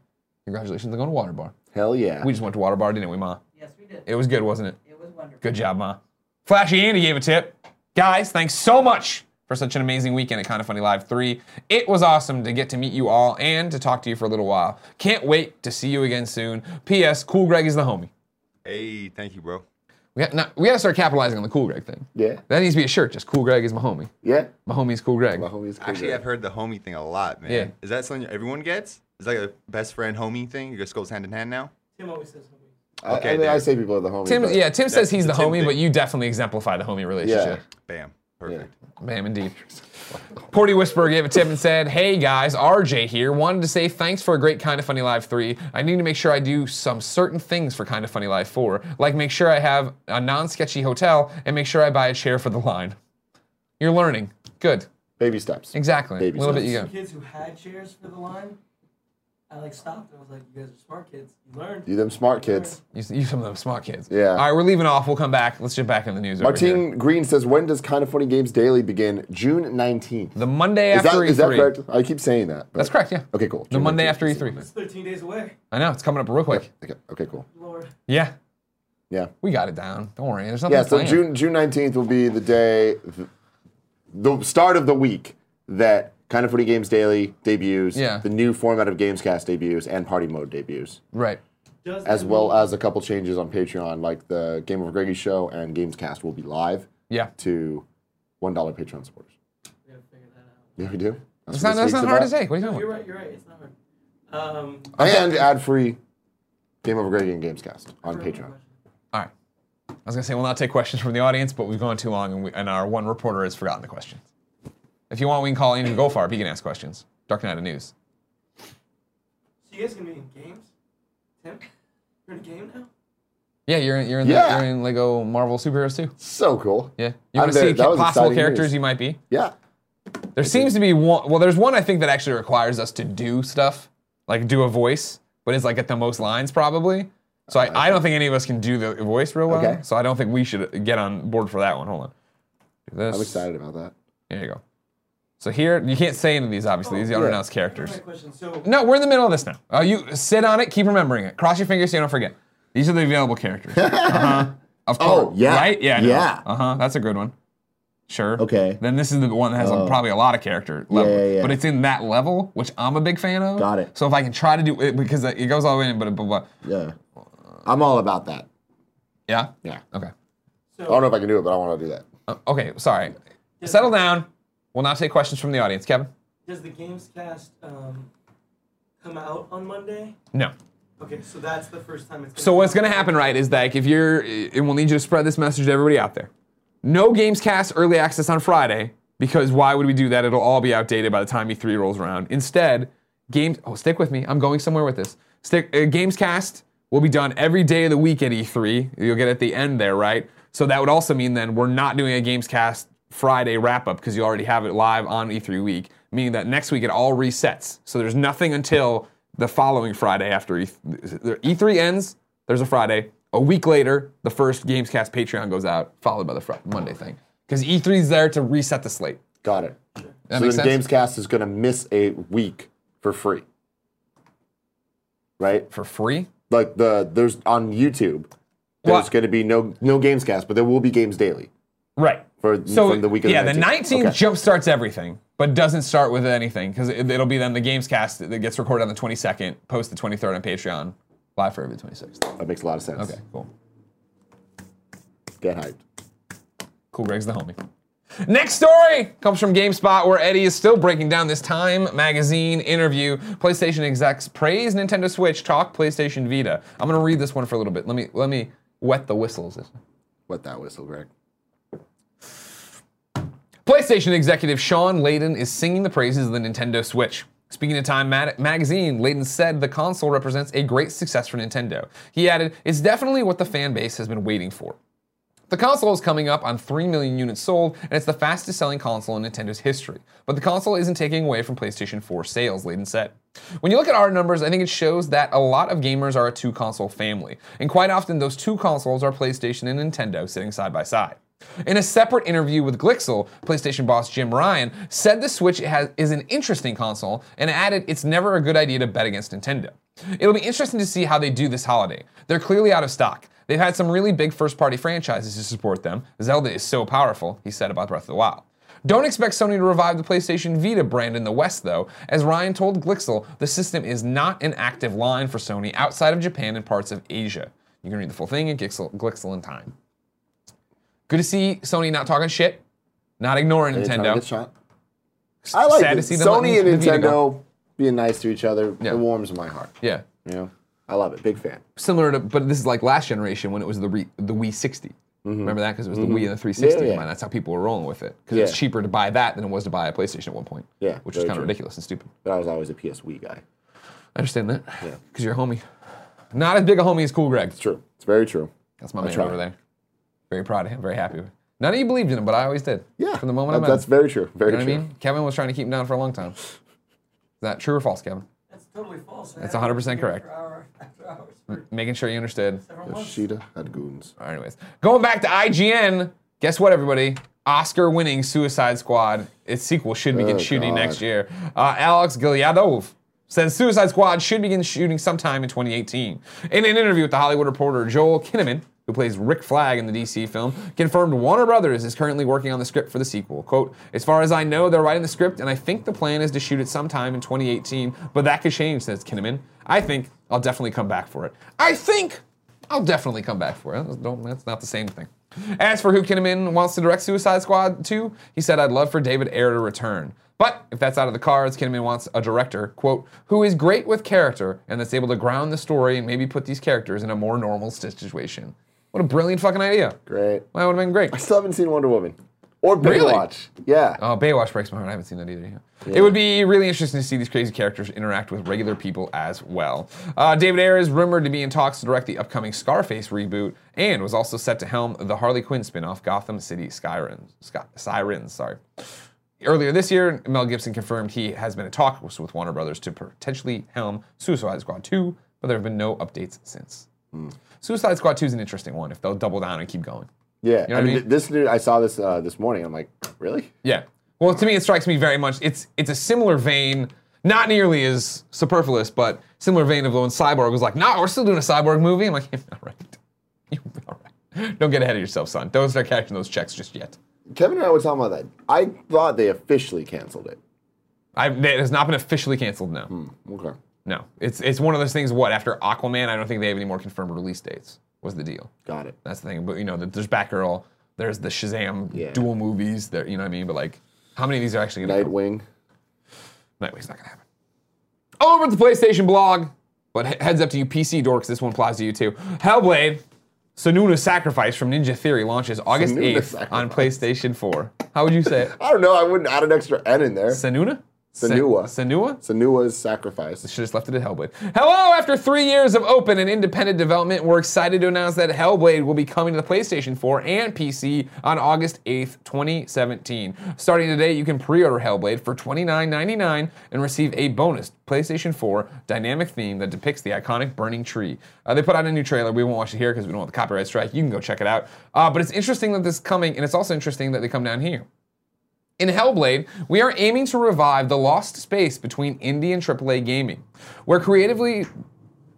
Speaker 1: Congratulations on going to Water Bar.
Speaker 2: Hell yeah.
Speaker 1: We just went to Water Bar, didn't we, Ma?
Speaker 3: Yes, we did.
Speaker 1: It was good, wasn't it?
Speaker 3: It was wonderful.
Speaker 1: Good job, Ma. Flashy Andy gave a tip. Guys, thanks so much for for such an amazing weekend at Kind of Funny Live 3. It was awesome to get to meet you all and to talk to you for a little while. Can't wait to see you again soon. P.S. Cool Greg is the homie.
Speaker 4: Hey, thank you, bro.
Speaker 1: We got, not, we got to start capitalizing on the Cool Greg thing.
Speaker 2: Yeah.
Speaker 1: That needs to be a shirt. Just Cool Greg is my homie.
Speaker 2: Yeah.
Speaker 1: My homie's Cool Greg.
Speaker 2: My homie's cool
Speaker 4: Actually,
Speaker 2: guy.
Speaker 4: I've heard the homie thing a lot, man.
Speaker 1: Yeah.
Speaker 4: Is that something everyone gets? It's like a best friend homie thing. It just goes hand in hand now.
Speaker 3: Tim always says something.
Speaker 2: I,
Speaker 4: okay,
Speaker 2: I mean,
Speaker 4: there.
Speaker 2: I say people are the homies.
Speaker 1: Tim,
Speaker 2: but-
Speaker 1: yeah, Tim says he's the
Speaker 4: the Tim
Speaker 1: homie,
Speaker 4: thing.
Speaker 1: but you definitely exemplify the homie relationship.
Speaker 4: Bam. Perfect.
Speaker 1: Bam, indeed. Porty Whisperer gave a tip and said, Hey guys, RJ here. Wanted to say thanks for a great Kind of Funny Live 3. I need to make sure I do some certain things for Kind of Funny Live 4, like make sure I have a non sketchy hotel and make sure I buy a chair for the line. You're learning. Good.
Speaker 2: Baby steps.
Speaker 1: Exactly.
Speaker 2: Baby
Speaker 1: a little bit
Speaker 2: steps.
Speaker 1: you go.
Speaker 3: The kids who had chairs for the line, I like stopped. I was like, "You guys are smart kids. You learned."
Speaker 2: You them smart kids.
Speaker 1: You, you some of them smart kids.
Speaker 2: Yeah.
Speaker 1: All right, we're leaving off. We'll come back. Let's jump back in the news. over here.
Speaker 2: Martine Green says, when does Kind of Funny Games Daily begin? June 19th.
Speaker 1: The Monday
Speaker 2: Is
Speaker 1: after
Speaker 2: that,
Speaker 1: E3.
Speaker 2: is that correct? I keep saying that. but-
Speaker 1: That's correct, yeah.
Speaker 2: Okay, cool.
Speaker 1: The
Speaker 2: June
Speaker 1: Monday
Speaker 2: 19th.
Speaker 1: after E E3.
Speaker 3: It's 13 days away.
Speaker 1: I know, it's coming up real quick.
Speaker 2: Okay, okay, cool.
Speaker 3: Lord,
Speaker 1: Yeah.
Speaker 2: Yeah.
Speaker 1: We got it down. Don't worry. There's nothing
Speaker 2: Yeah, so
Speaker 1: planned.
Speaker 2: June June 19th will be the day, th- the start of the week that Kind of Funny Games Daily debuts,
Speaker 1: Yeah.
Speaker 2: the new format of Gamescast debuts, and Party Mode debuts,
Speaker 1: Right.
Speaker 3: does
Speaker 2: as
Speaker 3: that
Speaker 2: well
Speaker 3: mean-
Speaker 2: as a couple changes on Patreon, like the Game of Greggy show and Gamescast will be live
Speaker 1: Yeah.
Speaker 2: to $1 Patreon supporters.
Speaker 3: We gotta figure that
Speaker 2: Yeah, we do. That's
Speaker 1: It's
Speaker 2: what
Speaker 1: not, that's
Speaker 2: this
Speaker 1: not hard
Speaker 2: week's
Speaker 1: to
Speaker 2: about.
Speaker 1: say. What are you
Speaker 3: out.
Speaker 1: talking
Speaker 3: You're
Speaker 1: about?
Speaker 3: right. You're right. It's not hard. Um,
Speaker 2: And ad free Game Over Greggy and Gamescast on
Speaker 3: for
Speaker 2: Patreon.
Speaker 3: a question.
Speaker 1: All right. I was going to say we'll not take questions from the audience, but we've gone too long and, we, and our one reporter has forgotten the questions. If you want, we can call Andrew Goldfarb. He can ask questions. Dark Knight of News.
Speaker 3: So you guys gonna be in games? Tim, you're in a game now.
Speaker 1: Yeah, you're in, you're in,
Speaker 2: Yeah.
Speaker 1: the, you're in Lego Marvel Superheroes too.
Speaker 2: So cool.
Speaker 1: Yeah. You
Speaker 2: I'm
Speaker 1: want to see
Speaker 2: there. That was
Speaker 1: possible
Speaker 2: exciting
Speaker 1: characters
Speaker 2: news.
Speaker 1: you might be?
Speaker 2: Yeah.
Speaker 1: There seems to be one. Well, there's one I think that actually requires us to do stuff, like do a voice, but it's like at the most lines probably. So I, I don't think any of us can do the voice real well.
Speaker 2: Okay.
Speaker 1: So I don't think we should get on board for that one. Hold on. Do this.
Speaker 2: I'm excited about that.
Speaker 1: There you go. So here, you can't say any of these, obviously.
Speaker 2: Oh,
Speaker 1: These are unannounced
Speaker 3: Here's
Speaker 1: characters.
Speaker 3: my question. So
Speaker 1: No, we're in the middle of this now. Uh, you sit on it, keep remembering it. Cross your fingers so you don't forget. These are the available
Speaker 2: <laughs>
Speaker 1: characters. Uh-huh. Of course.
Speaker 2: Oh, yeah.
Speaker 1: Right? Yeah. no.
Speaker 2: Yeah.
Speaker 1: Uh-huh. That's a good one. Sure.
Speaker 2: Okay. Oh.
Speaker 1: Then this is the one that has a, probably a lot of character level.
Speaker 2: yeah, yeah.
Speaker 1: But it's in that level, which I'm a big fan of.
Speaker 2: Got it.
Speaker 1: So if I can try to do it, because it goes all the way in, but blah, blah.
Speaker 2: Yeah. Uh, I'm all about that.
Speaker 1: Yeah?
Speaker 2: Yeah.
Speaker 1: Okay.
Speaker 2: I don't know if I can do it, but I want to do that.
Speaker 1: Uh, okay, sorry. Settle down. We'll now take questions from the audience. Kevin?
Speaker 3: does the games cast um, come out on Monday?
Speaker 1: No.
Speaker 3: Okay, so that's the first time it's. Gonna
Speaker 1: So what's going to happen, right, is like if you're, and we'll need you to spread this message to everybody out there. No Gamescast early access on Friday because why would we do that? It'll all be outdated by the time E3 rolls around. Instead, games. Oh, stick with me. I'm going somewhere with this. Stick. Uh, Gamescast will be done every day of the week at E3. You'll get at the end there, right? So that would also mean then we're not doing a Gamescast Friday wrap up because you already have it live on E3 week, meaning that next week it all resets. So there's nothing until the following Friday after E E3, E3 ends. There's a Friday. A week later, the first Gamescast Patreon goes out, followed by the Fri Monday thing. Because E3 is there to reset the slate.
Speaker 2: Got it.
Speaker 1: That
Speaker 2: so
Speaker 1: makes
Speaker 2: then
Speaker 1: sense?
Speaker 2: Gamescast is going to miss a week for free. Right?
Speaker 1: For free?
Speaker 2: Like the there's on YouTube. There's
Speaker 1: What?
Speaker 2: going to be no no Gamescast, but there will be games daily
Speaker 1: Right.
Speaker 2: for
Speaker 1: So
Speaker 2: from the week of
Speaker 1: yeah,
Speaker 2: the 19th. Okay.
Speaker 1: jump starts everything, but doesn't start with anything because it, it'll be then the Gamescast that gets recorded on the 22nd, post the 23rd on Patreon, live for every 26th.
Speaker 2: that makes a lot of sense.
Speaker 1: Okay, cool.
Speaker 2: Get hyped.
Speaker 1: Cool Greg's the homie. Next story comes from GameSpot, where Eddie is still breaking down this Time Magazine interview. PlayStation execs praise Nintendo Switch, talk PlayStation Vita. I'm gonna read this one for a little bit. Let me let me wet the whistles.
Speaker 2: What that whistle, Greg?
Speaker 1: PlayStation executive Sean Layden is singing the praises of the Nintendo Switch. Speaking to Time Mag- magazine, Layden said the console represents a great success for Nintendo. He added, It's definitely what the fan base has been waiting for. The console is coming up on 3 million units sold, and it's the fastest selling console in Nintendo's history. But the console isn't taking away from PlayStation 4 sales, Layden said. When you look at our numbers, I think it shows that a lot of gamers are a two console family, and quite often those two consoles are PlayStation and Nintendo sitting side by side. In a separate interview with Glixel, PlayStation boss Jim Ryan said the Switch has, is an interesting console and added it's never a good idea to bet against Nintendo. It'll be interesting to see how they do this holiday. They're clearly out of stock. They've had some really big first party franchises to support them. Zelda is so powerful, he said about Breath of the Wild. Don't expect Sony to revive the PlayStation Vita brand in the West, though. As Ryan told Glixel, the system is not an active line for Sony outside of Japan and parts of Asia. You can read the full thing at Glixel, Glixel in time. Good to see Sony not talking shit, not ignoring
Speaker 2: Anytime it
Speaker 1: Nintendo.
Speaker 2: gets shot. I like
Speaker 1: sad
Speaker 2: it.
Speaker 1: to see them
Speaker 2: Sony
Speaker 1: letting
Speaker 2: and
Speaker 1: the Vita
Speaker 2: Nintendo being nice to each other.
Speaker 1: Yeah.
Speaker 2: It warms my heart.
Speaker 1: yeah.
Speaker 2: You know, I love it. Big fan.
Speaker 1: similar to, but this is like last generation when it was the re, the Wii 60. Remember that because it was the Wii and the 360.
Speaker 2: Mm-hmm. Yeah, yeah.
Speaker 1: combined. That's how people were rolling with it because it was
Speaker 2: Yeah.
Speaker 1: cheaper to buy that than it was to buy a PlayStation at one point.
Speaker 2: Yeah,
Speaker 1: which was
Speaker 2: very
Speaker 1: kind of
Speaker 2: true.
Speaker 1: ridiculous and stupid.
Speaker 2: But I was always a PS Wii guy.
Speaker 1: I understand that because you're a homie. Not as big a homie as Cool Greg.
Speaker 2: It's true. It's very true.
Speaker 1: That's my
Speaker 2: I
Speaker 1: man
Speaker 2: try.
Speaker 1: over there. Very proud of him. Very happy. with him. None of you believed in him, but I always did.
Speaker 2: Yeah.
Speaker 1: From the moment
Speaker 2: that-
Speaker 1: I met
Speaker 2: That's
Speaker 1: him.
Speaker 2: very true. Very
Speaker 1: You know what
Speaker 2: true.
Speaker 1: I mean? Kevin was trying to keep him down for a long time. Is that true or false, Kevin?
Speaker 3: That's totally false.
Speaker 1: That's 100% correct.
Speaker 3: After hour, after hours for
Speaker 1: Making sure you understood.
Speaker 3: several months.
Speaker 2: Yoshida had goons.
Speaker 1: All right, anyways, going back to IGN, guess what, everybody? Oscar-winning Suicide Squad, its sequel should begin
Speaker 2: Oh,
Speaker 1: shooting
Speaker 2: God.
Speaker 1: next year. Uh, Alex Giliadov says Suicide Squad should begin shooting sometime in 2018. In an interview with the Hollywood Reporter, Joel Kinnaman, who plays Rick Flag in the DC film, confirmed Warner Brothers is currently working on the script for the sequel. "Quote: As far as I know, they're writing the script, and I think the plan is to shoot it sometime in 2018, but that could change," says Kinnaman. "I think I'll definitely come back for it. I think." I'll definitely come back for it. That's, don't, that's not the same thing. As for who Kinnaman wants to direct Suicide Squad 2, he said, I'd love for David Ayer to return. But if that's out of the cards, Kinnaman wants a director, quote, who is great with character and that's able to ground the story and maybe put these characters in a more normal situation. What a brilliant fucking idea.
Speaker 2: Great.
Speaker 1: That would have been great.
Speaker 2: I still haven't seen Wonder Woman or Baywatch.
Speaker 1: Really?
Speaker 2: Yeah.
Speaker 1: Oh, Baywatch breaks my heart. I haven't seen that either. It would be really interesting to see these crazy characters interact with regular people as well. Uh, David Ayer is rumored to be in talks to direct the upcoming Scarface reboot and was also set to helm the Harley Quinn spin-off Gotham City Sirens. Sky, Sirens, sorry. Earlier this year, Mel Gibson confirmed he has been in talks with Warner Brothers to potentially helm Suicide Squad 2, but there have been no updates since. Suicide Squad 2 is an interesting one if they'll double down and keep going.
Speaker 2: yeah.
Speaker 1: know what I
Speaker 2: I mean,
Speaker 1: mean?
Speaker 2: th- this dude. I saw this uh, this morning. I'm like, really?
Speaker 1: Yeah. Well, to me, it strikes me very much. It's it's a similar vein, not nearly as superfluous, but similar vein of when Cyborg was like, "Nah, we're still doing a Cyborg movie." I'm like, <laughs> "Yeah, "All right, You- all right. Don't get ahead of yourself, son. Don't start cashing those checks just yet."
Speaker 2: Kevin and I were talking about that. I thought they officially canceled it.
Speaker 1: I, it has not been officially canceled. No,
Speaker 2: Okay.
Speaker 1: no. It's it's one of those things. What after Aquaman? I don't think they have any more confirmed release dates. Was the deal?
Speaker 2: Got it.
Speaker 1: That's the thing. But you know, there's Batgirl. There's the Shazam
Speaker 2: Yeah.
Speaker 1: dual movies. There, you know what I mean. But like, how many of these are actually going to come?
Speaker 2: Nightwing.
Speaker 1: Nightwing's not gonna happen. Over at the PlayStation blog, but he- heads up to you PC dorks, this one applies to you too. Hellblade, Sununa's Sacrifice from Ninja Theory launches August
Speaker 2: Sununa's
Speaker 1: 8th on PlayStation 4. How would you say it?
Speaker 2: I don't know. I wouldn't add an extra N in there.
Speaker 1: Sununa?
Speaker 2: Senua.
Speaker 1: Senua?
Speaker 2: Sanua's sacrifice.
Speaker 1: Should have left it at Hellblade. Hello! After three years of open and independent development, we're excited to announce that Hellblade will be coming to the PlayStation 4 and PC on August 8th, 2017. Starting today, you can pre-order Hellblade for $29.99 and receive a bonus PlayStation 4 dynamic theme that depicts the iconic burning tree. Uh, they put out a new trailer. We won't watch it here because we don't want the copyright strike. You can go check it out. Uh, but it's interesting that this is coming, and it's also interesting that they come down here. In Hellblade, we are aiming to revive the lost space between indie and AAA gaming, where creatively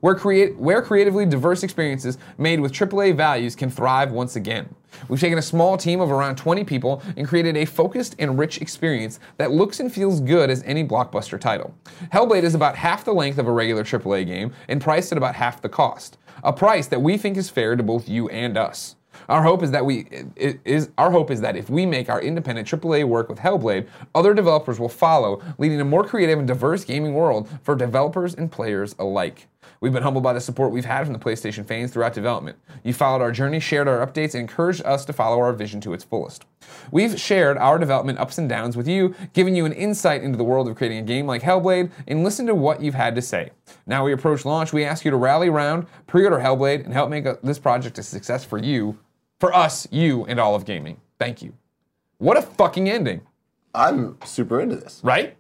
Speaker 1: where, create, where creatively diverse experiences made with AAA values can thrive once again. We've taken a small team of around 20 people and created a focused and rich experience that looks and feels good as any blockbuster title. Hellblade is about half the length of a regular AAA game and priced at about half the cost, a price that we think is fair to both you and us. Our hope is that we it is our hope is that if we make our independent AAA work with Hellblade, other developers will follow, leading a more creative and diverse gaming world for developers and players alike. We've been humbled by the support we've had from the PlayStation fans throughout development. You followed our journey, shared our updates, and encouraged us to follow our vision to its fullest. We've shared our development ups and downs with you, given you an insight into the world of creating a game like Hellblade, and listened to what you've had to say. Now we approach launch, we ask you to rally around, pre-order Hellblade, and help make uh, this project a success for you, for us, you, and all of gaming. Thank you. What a fucking ending,
Speaker 2: I'm super into this.
Speaker 1: right?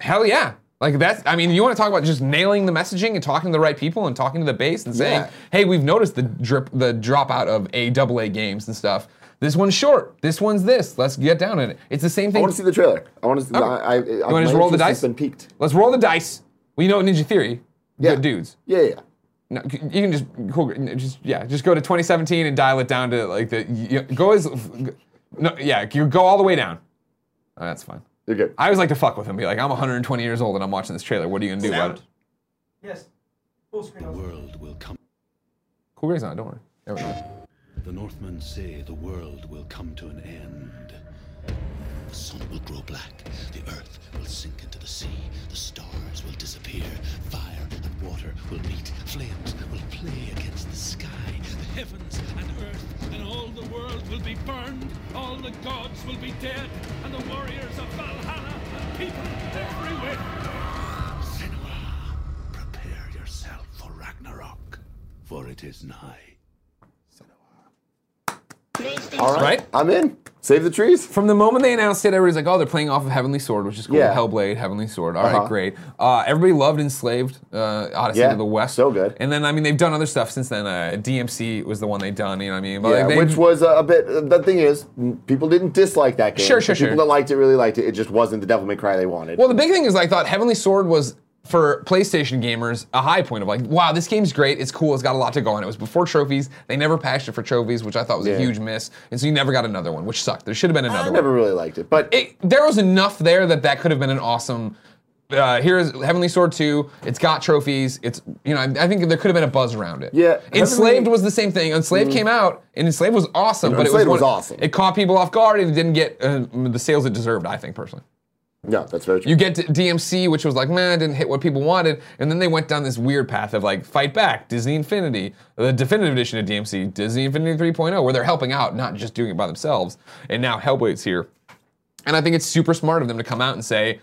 Speaker 1: Hell yeah. Like that's I mean, you want to talk about just nailing the messaging and talking to the right people and talking to the base and saying,
Speaker 2: Yeah.
Speaker 1: hey, we've noticed the drip the dropout of A double A games and stuff. This one's short. This one's this. Let's get down in it. It's the same
Speaker 2: I
Speaker 1: thing.
Speaker 2: want to see the trailer. I want to. See, I, I, I, you
Speaker 1: wanna just roll the dice?
Speaker 2: Been peaked.
Speaker 1: Let's roll the dice. We know Ninja Theory.
Speaker 2: Yeah.
Speaker 1: Good dudes.
Speaker 2: Yeah, yeah.
Speaker 1: No, c- you can just cool, just yeah, just go to 2017 and dial it down to like the you, go as no, yeah, you go all the way down. Oh, that's fine.
Speaker 2: You're good.
Speaker 1: I always like to fuck with him. Be like, I'm 120 years old and I'm watching this trailer. What are you gonna do about
Speaker 4: Sound?
Speaker 1: it?
Speaker 3: Yes. Full screen. also.
Speaker 6: world will come.
Speaker 1: Cool Gray's on. Don't worry. There we go.
Speaker 6: The Northmen say the world will come to an end. The sun will grow black, the earth will sink into the sea, the stars will disappear, fire and water will meet, flames will play against the sky, the heavens and earth, and all the world will be burned, all the gods will be dead, and the warriors of Valhalla and people everywhere. Senua, prepare yourself for Ragnarok, for it is nigh.
Speaker 2: All right.
Speaker 1: Right?
Speaker 2: I'm in. Save the trees.
Speaker 1: From the moment they announced it, everybody's like, "Oh, they're playing off of Heavenly Sword, which is cool.
Speaker 2: Yeah.
Speaker 1: Hellblade, Heavenly Sword. All right,
Speaker 2: Uh-huh.
Speaker 1: great." Uh, everybody loved Enslaved, uh, Odyssey
Speaker 2: Yeah,
Speaker 1: to the West.
Speaker 2: so good.
Speaker 1: And then I mean, they've done other stuff since then. Uh, DMC was the one they done. You know what I mean? But
Speaker 2: Yeah,
Speaker 1: like, they-
Speaker 2: which was a, a bit. uh, The thing is, m- people didn't dislike that game.
Speaker 1: Sure, sure,
Speaker 2: The people
Speaker 1: sure.
Speaker 2: that liked it really liked it. It just wasn't the Devil May Cry they wanted.
Speaker 1: Well, the big thing is I thought Heavenly Sword was for PlayStation gamers a high point of like, wow, this game's great, it's cool, it's got a lot to go on. It was before trophies. They never patched it for trophies, which I thought was
Speaker 2: Yeah.
Speaker 1: a huge miss, and so you never got another one, which sucked. There should have been another
Speaker 2: I
Speaker 1: one.
Speaker 2: never really liked it, but
Speaker 1: It, there was enough there that that could have been an awesome. Uh, here's Heavenly Sword 2. It's got trophies. It's you know I, I think there could have been a buzz around it.
Speaker 2: Yeah,
Speaker 1: Enslaved
Speaker 2: Heavenly- Mm.
Speaker 1: was the same thing. Enslaved came out and Enslaved was awesome,
Speaker 2: You know,
Speaker 1: but it
Speaker 2: Enslaved
Speaker 1: was,
Speaker 2: was
Speaker 1: one-
Speaker 2: awesome.
Speaker 1: It caught people off guard and it didn't get uh, the sales it deserved. I think personally.
Speaker 2: no, that's very true.
Speaker 1: You get to DMC, which was like, man, didn't hit what people wanted, and then they went down this weird path of like, fight back, Disney Infinity, the definitive edition of DMC, Disney Infinity 3.0, where they're helping out, not just doing it by themselves. And now Hellblade's here, and I think it's super smart of them to come out and say,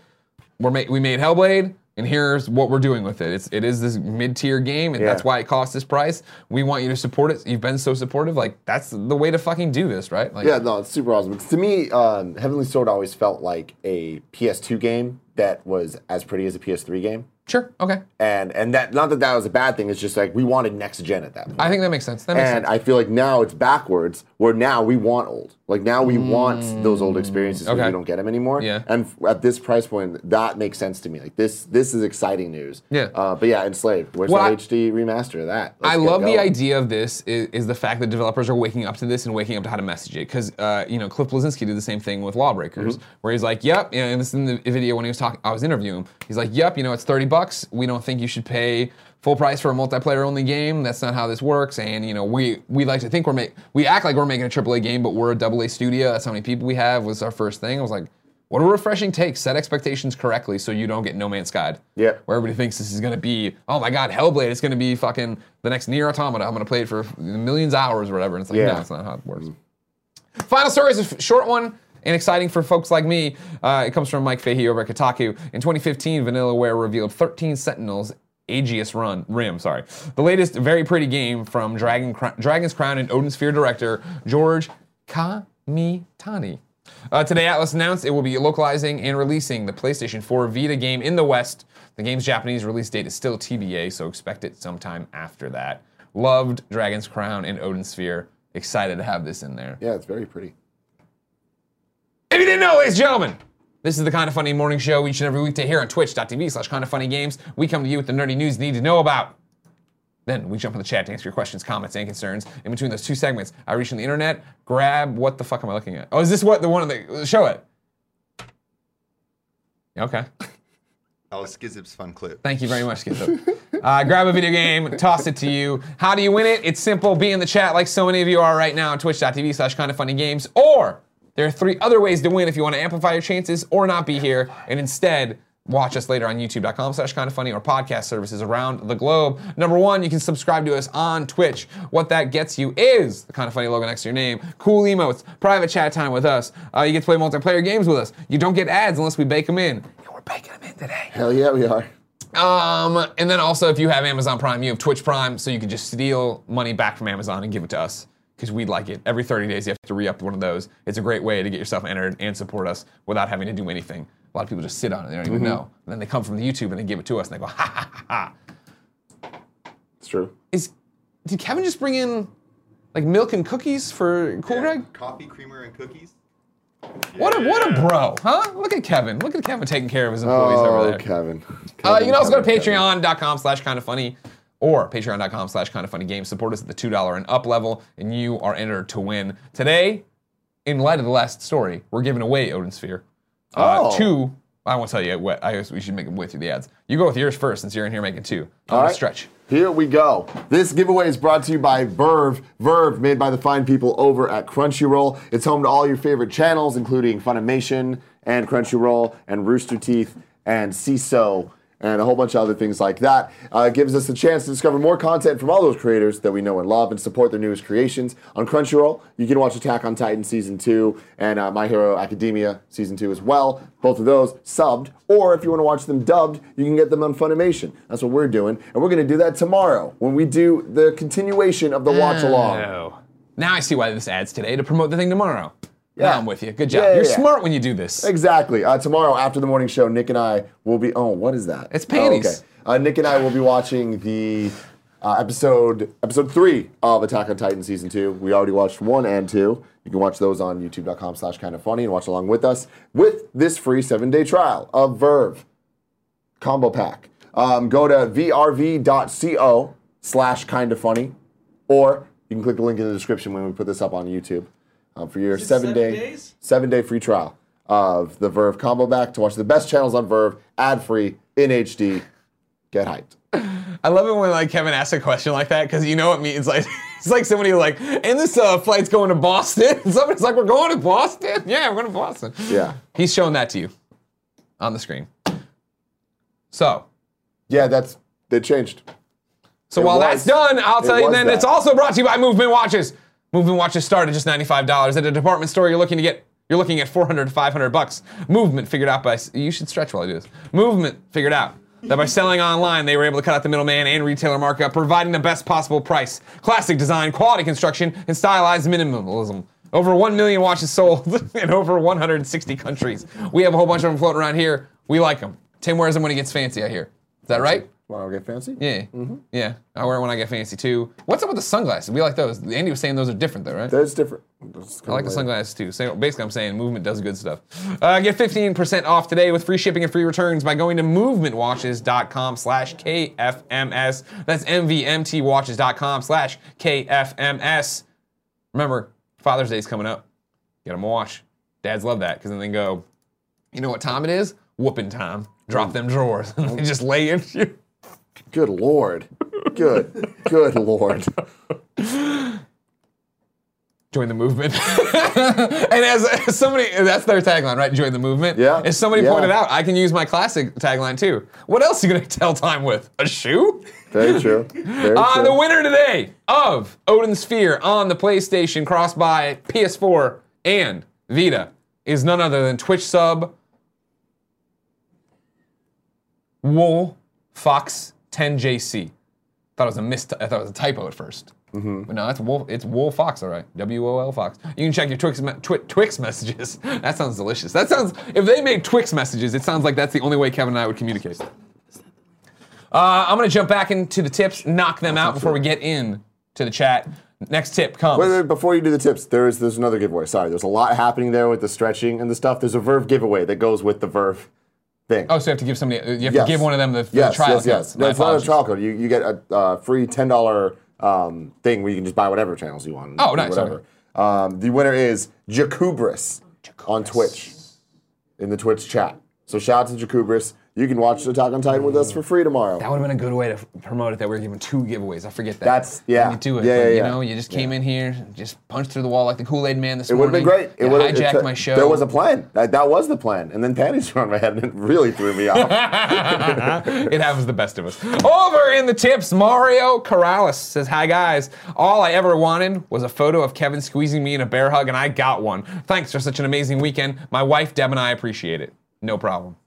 Speaker 1: we're ma- we made Hellblade, and here's what we're doing with it. It's it is this mid tier game, and that's
Speaker 2: Yeah.
Speaker 1: why it costs this price. We want you to support it. You've been so supportive, like that's the way to fucking do this, right? Like,
Speaker 2: Yeah, no, it's super awesome. Because to me, um, Heavenly Sword always felt like a PS2 game that was as pretty as a PS3 game,
Speaker 1: sure, okay.
Speaker 2: and and that not that that was a bad thing. It's just like we wanted next gen at that point.
Speaker 1: I think that makes sense. That makes
Speaker 2: and
Speaker 1: sense.
Speaker 2: I feel like now it's backwards, where now we want old. Like now we want those old experiences because
Speaker 1: Mm. okay.
Speaker 2: we don't get them anymore.
Speaker 1: Yeah.
Speaker 2: And f- at this price point, that makes sense to me. Like this, this is exciting news.
Speaker 1: Yeah.
Speaker 2: Uh, but yeah, Enslaved. Where's
Speaker 1: Well,
Speaker 2: the
Speaker 1: I-
Speaker 2: HD remaster of that?
Speaker 1: I
Speaker 2: Let's get
Speaker 1: love the
Speaker 2: going.
Speaker 1: idea of this is, is the fact that developers are waking up to this and waking up to how to message it. Because uh, you know Cliff Blazinski did the same thing with
Speaker 2: Mm-hmm.
Speaker 1: Lawbreakers, where he's like, "Yep," you know, and this is in the video when he was talking, I was interviewing him. He's like, "Yep, you know, it's thirty bucks. We don't think you should pay full price for a multiplayer only game. That's not how this works. And you know, we we like to think we're make we act like we're making a AAA game, but we're a AA studio. That's how many people we have. Was our first thing. I was like. What a refreshing take. Set expectations correctly so you don't get No Man's Skied.
Speaker 2: Yeah.
Speaker 1: Where everybody thinks this is gonna be, oh my god, Hellblade, it's gonna be fucking the next Nier Automata. I'm gonna play it for millions of hours or whatever. And it's like,
Speaker 2: Yeah.
Speaker 1: no, that's not how it works. Final story is a f- short one and exciting for folks like me. Uh, it comes from Mike Fahey over at Kotaku. In 2015, VanillaWare revealed 13 Sentinels Aegis Run Rim, sorry, the latest very pretty game from Dragon Cro- Dragon's Crown and Odin Sphere director George Kamitani. Uh, today, Atlas announced it will be localizing and releasing the PlayStation 4 Vita game in the West. The game's Japanese release date is still TBA, so expect it sometime after that. Loved Dragon's Crown and Odin Sphere. Excited to have this in there.
Speaker 2: Yeah, it's very pretty.
Speaker 1: If you didn't know, ladies and gentlemen, this is the Kind of Funny Morning Show each and every weekday here on twitch.tv slash kind of funny games. We come to you with the nerdy news you need to know about. Then we jump in the chat to answer your questions, comments, and concerns. In between those two segments, I reach on the internet, grab what the fuck am I looking at? Oh, is this what the one that show it? Okay.
Speaker 4: That was Skizip's fun
Speaker 1: <laughs>
Speaker 4: clip.
Speaker 1: Thank you very much, Skip. uh, grab a video game, toss it to you. How do you win it? It's simple. Be in the chat like so many of you are right now on twitch.tv slash kind of funny games. Or there are three other ways to win if you want to amplify your chances or not be here and instead watch us later on youtube.com slash kind of funny or podcast services around the globe. Number one, you can subscribe to us on Twitch. What that gets you is the kind of funny logo next to your name, cool emotes, private chat time with us. Uh, you get to play multiplayer games with us. You don't get ads unless we bake them in. And we're baking them in today.
Speaker 2: Hell yeah, we are.
Speaker 1: Um, and then also, if you have Amazon Prime, you have Twitch Prime, so you can just steal money back from Amazon and give it to us because we'd like it. Every 30 days, you have to re up one of those. It's a great way to get yourself entered and support us without having to do anything. A lot of people just sit on it, they don't even know. And then they come from the YouTube and they give it to us and they go, ha ha ha ha.
Speaker 2: It's true.
Speaker 1: Is, did Kevin just bring in like milk and cookies for Cool Greg?
Speaker 4: Coffee, creamer, and cookies.
Speaker 1: What, a, what a bro, huh? Look at Kevin. Look at Kevin taking care of his employees over
Speaker 2: Oh,
Speaker 1: there.
Speaker 2: Kevin.
Speaker 1: Uh, you can also go to
Speaker 2: Kevin, Kevin.
Speaker 1: patreon.com slash kind of funny or patreon.com slash kind of funny games. Support us at the $2 and up level, and you are entered to win. Today, in light of the last story, we're giving away Odin Sphere. Uh,
Speaker 2: Oh.
Speaker 1: Two, I won't tell you. What I guess we should make them way through the ads. You go with yours first, since you're in here making two. I'm
Speaker 2: All
Speaker 1: gonna
Speaker 2: right.
Speaker 1: stretch.
Speaker 2: Here we go. This giveaway is brought to you by Verve. Verve, made by the fine people over at Crunchyroll. It's home to all your favorite channels, including Funimation and Crunchyroll and Rooster Teeth and CISO and a whole bunch of other things like that. Uh, it gives us the chance to discover more content from all those creators that we know and love and support their newest creations. On Crunchyroll, you can watch Attack on Titan Season 2 and uh, My Hero Academia Season 2 as well. Both of those subbed, or if you want to watch them dubbed, you can get them on Funimation. That's what we're doing. And we're going to do that tomorrow when we do the continuation of the watch along.
Speaker 1: Oh. Now I see why this ad's today to promote the thing tomorrow. Yeah,
Speaker 2: Yeah.
Speaker 1: I'm with you. Good job.
Speaker 2: Yeah, yeah,
Speaker 1: you're
Speaker 2: yeah.
Speaker 1: smart when you do this.
Speaker 2: Exactly. Uh, tomorrow after the morning show, Nick and I will be. Oh, what is that?
Speaker 1: It's panties.
Speaker 2: Oh, okay. Uh, Nick and I will be watching the uh, episode episode three of Attack on Titan season two. We already watched one and two. You can watch those on YouTube.com/slash Kind of Funny and watch along with us with this free seven-day trial of Verve combo pack. Um, go to vrv.co slash kind of funny, or you can click the link in the description when we put this up on YouTube um, for your
Speaker 3: it
Speaker 2: seven,
Speaker 3: seven
Speaker 2: day
Speaker 3: days?
Speaker 2: seven day free trial of the Verve combo pack to watch the best channels on Verve ad free in HD. Get
Speaker 3: <coughs>
Speaker 2: hyped.
Speaker 1: I love it when like Kevin asks a question like that because you know it means like <laughs> it's like somebody like and this uh, flight's going to Boston. <laughs> Somebody's like, we're going to Boston. <laughs> Yeah, we're going to Boston.
Speaker 2: Yeah,
Speaker 1: He's showing that to you on the screen. So,
Speaker 2: yeah, that's they changed.
Speaker 1: so
Speaker 2: It
Speaker 1: while
Speaker 2: was.
Speaker 1: that's done, I'll
Speaker 2: It
Speaker 1: tell you
Speaker 2: was
Speaker 1: then
Speaker 2: that.
Speaker 1: it's also brought to you by Movement Watches. Movement Watches start at just $95 at a department store. You're looking to get you're looking at 400 to 500 bucks. Movement figured out by you should stretch while I do this. Movement figured out that by selling online, they were able to cut out the middleman and retailer markup, providing the best possible price. Classic design, quality construction, and stylized minimalism. Over 1 million watches sold <laughs> in over 160 countries. We have a whole bunch of them floating around here. We like them. Tim wears them when he gets fancy, I hear. Is that right?
Speaker 2: Want to get fancy?
Speaker 1: Yeah. Yeah. I wear it when I get fancy too. What's up with the sunglasses? We like those. Andy was saying those are different though, right?
Speaker 2: That's different.
Speaker 1: I like the sunglasses too. So basically, I'm saying movement does good stuff. Uh, get 15% off today with free shipping and free returns by going to movementwatches.com slash KFMS. That's MVMTwatches.com slash KFMS. Remember, Father's Day's coming up. Get them a watch. Dads love that because then they go, you know what time it is? Whooping time. Drop them drawers. <laughs> and they just lay in.
Speaker 2: Good lord. Good.
Speaker 1: <laughs>
Speaker 2: Good lord.
Speaker 1: join the movement. <laughs> and as, as somebody, that's their tagline, right? Join the movement.
Speaker 2: Yeah.
Speaker 1: As somebody
Speaker 2: Yeah.
Speaker 1: pointed out, I can use my classic tagline too. What else are you going to <laughs> tell time with? A shoe?
Speaker 2: Very true. Very
Speaker 1: Uh,
Speaker 2: true.
Speaker 1: the winner today of Odin's Sphere on the PlayStation cross by PS4 and Vita is none other than Twitch sub Wool Fox 10JC. Thought it was a mis- I thought it was a typo at 1st But no, that's Wolf. It's Wool Fox, all right. W O L Fox. You can check your Twix me- Twi- Twix messages. <laughs> That sounds delicious. That sounds. If they made Twix messages, it sounds like that's the only way Kevin and I would communicate. Uh, I'm gonna jump back into the tips, knock them out before we get in to the chat. Next tip comes.
Speaker 2: Wait, wait, before you do the tips, there is there's another giveaway. Sorry, there's a lot happening there with the stretching and the stuff. There's a Verve giveaway that goes with the Verve thing.
Speaker 1: Oh, so you have to give somebody. You have
Speaker 2: Yes.
Speaker 1: to give one of them the, the
Speaker 2: yes,
Speaker 1: trial.
Speaker 2: yes, yes.
Speaker 1: account. My
Speaker 2: No, it's not a
Speaker 1: apologies.
Speaker 2: trial code. You, you get a uh, free ten dollar um, thing where you can just buy whatever channels you want. and
Speaker 1: Oh,
Speaker 2: do
Speaker 1: nice,
Speaker 2: Whatever. Um, the winner is Jacubris on Twitch, in the Twitch chat. So shout out to Jacubris. You can watch Attack on Titan with us for free tomorrow.
Speaker 1: That would have been a good way to f- promote it. That we are giving two giveaways. I forget that.
Speaker 2: That's- yeah.
Speaker 1: You do it.
Speaker 2: Yeah,
Speaker 1: but,
Speaker 2: yeah,
Speaker 1: you
Speaker 2: yeah.
Speaker 1: know, you just came in here, just punched through the wall like the Kool Aid Man this
Speaker 2: It would have
Speaker 1: morning.
Speaker 2: been great. It
Speaker 1: You
Speaker 2: would have
Speaker 1: hijacked my show.
Speaker 2: There was a plan. That, that was the plan. And then <laughs> panties were on my head, and it really threw me off.
Speaker 1: <laughs> it happens to the best of us. Over in the tips, Mario Corrales says, Hi guys. All I ever wanted was a photo of Kevin squeezing me in a bear hug, and I got one. Thanks for such an amazing weekend. My wife, Deb, and I appreciate it. No problem.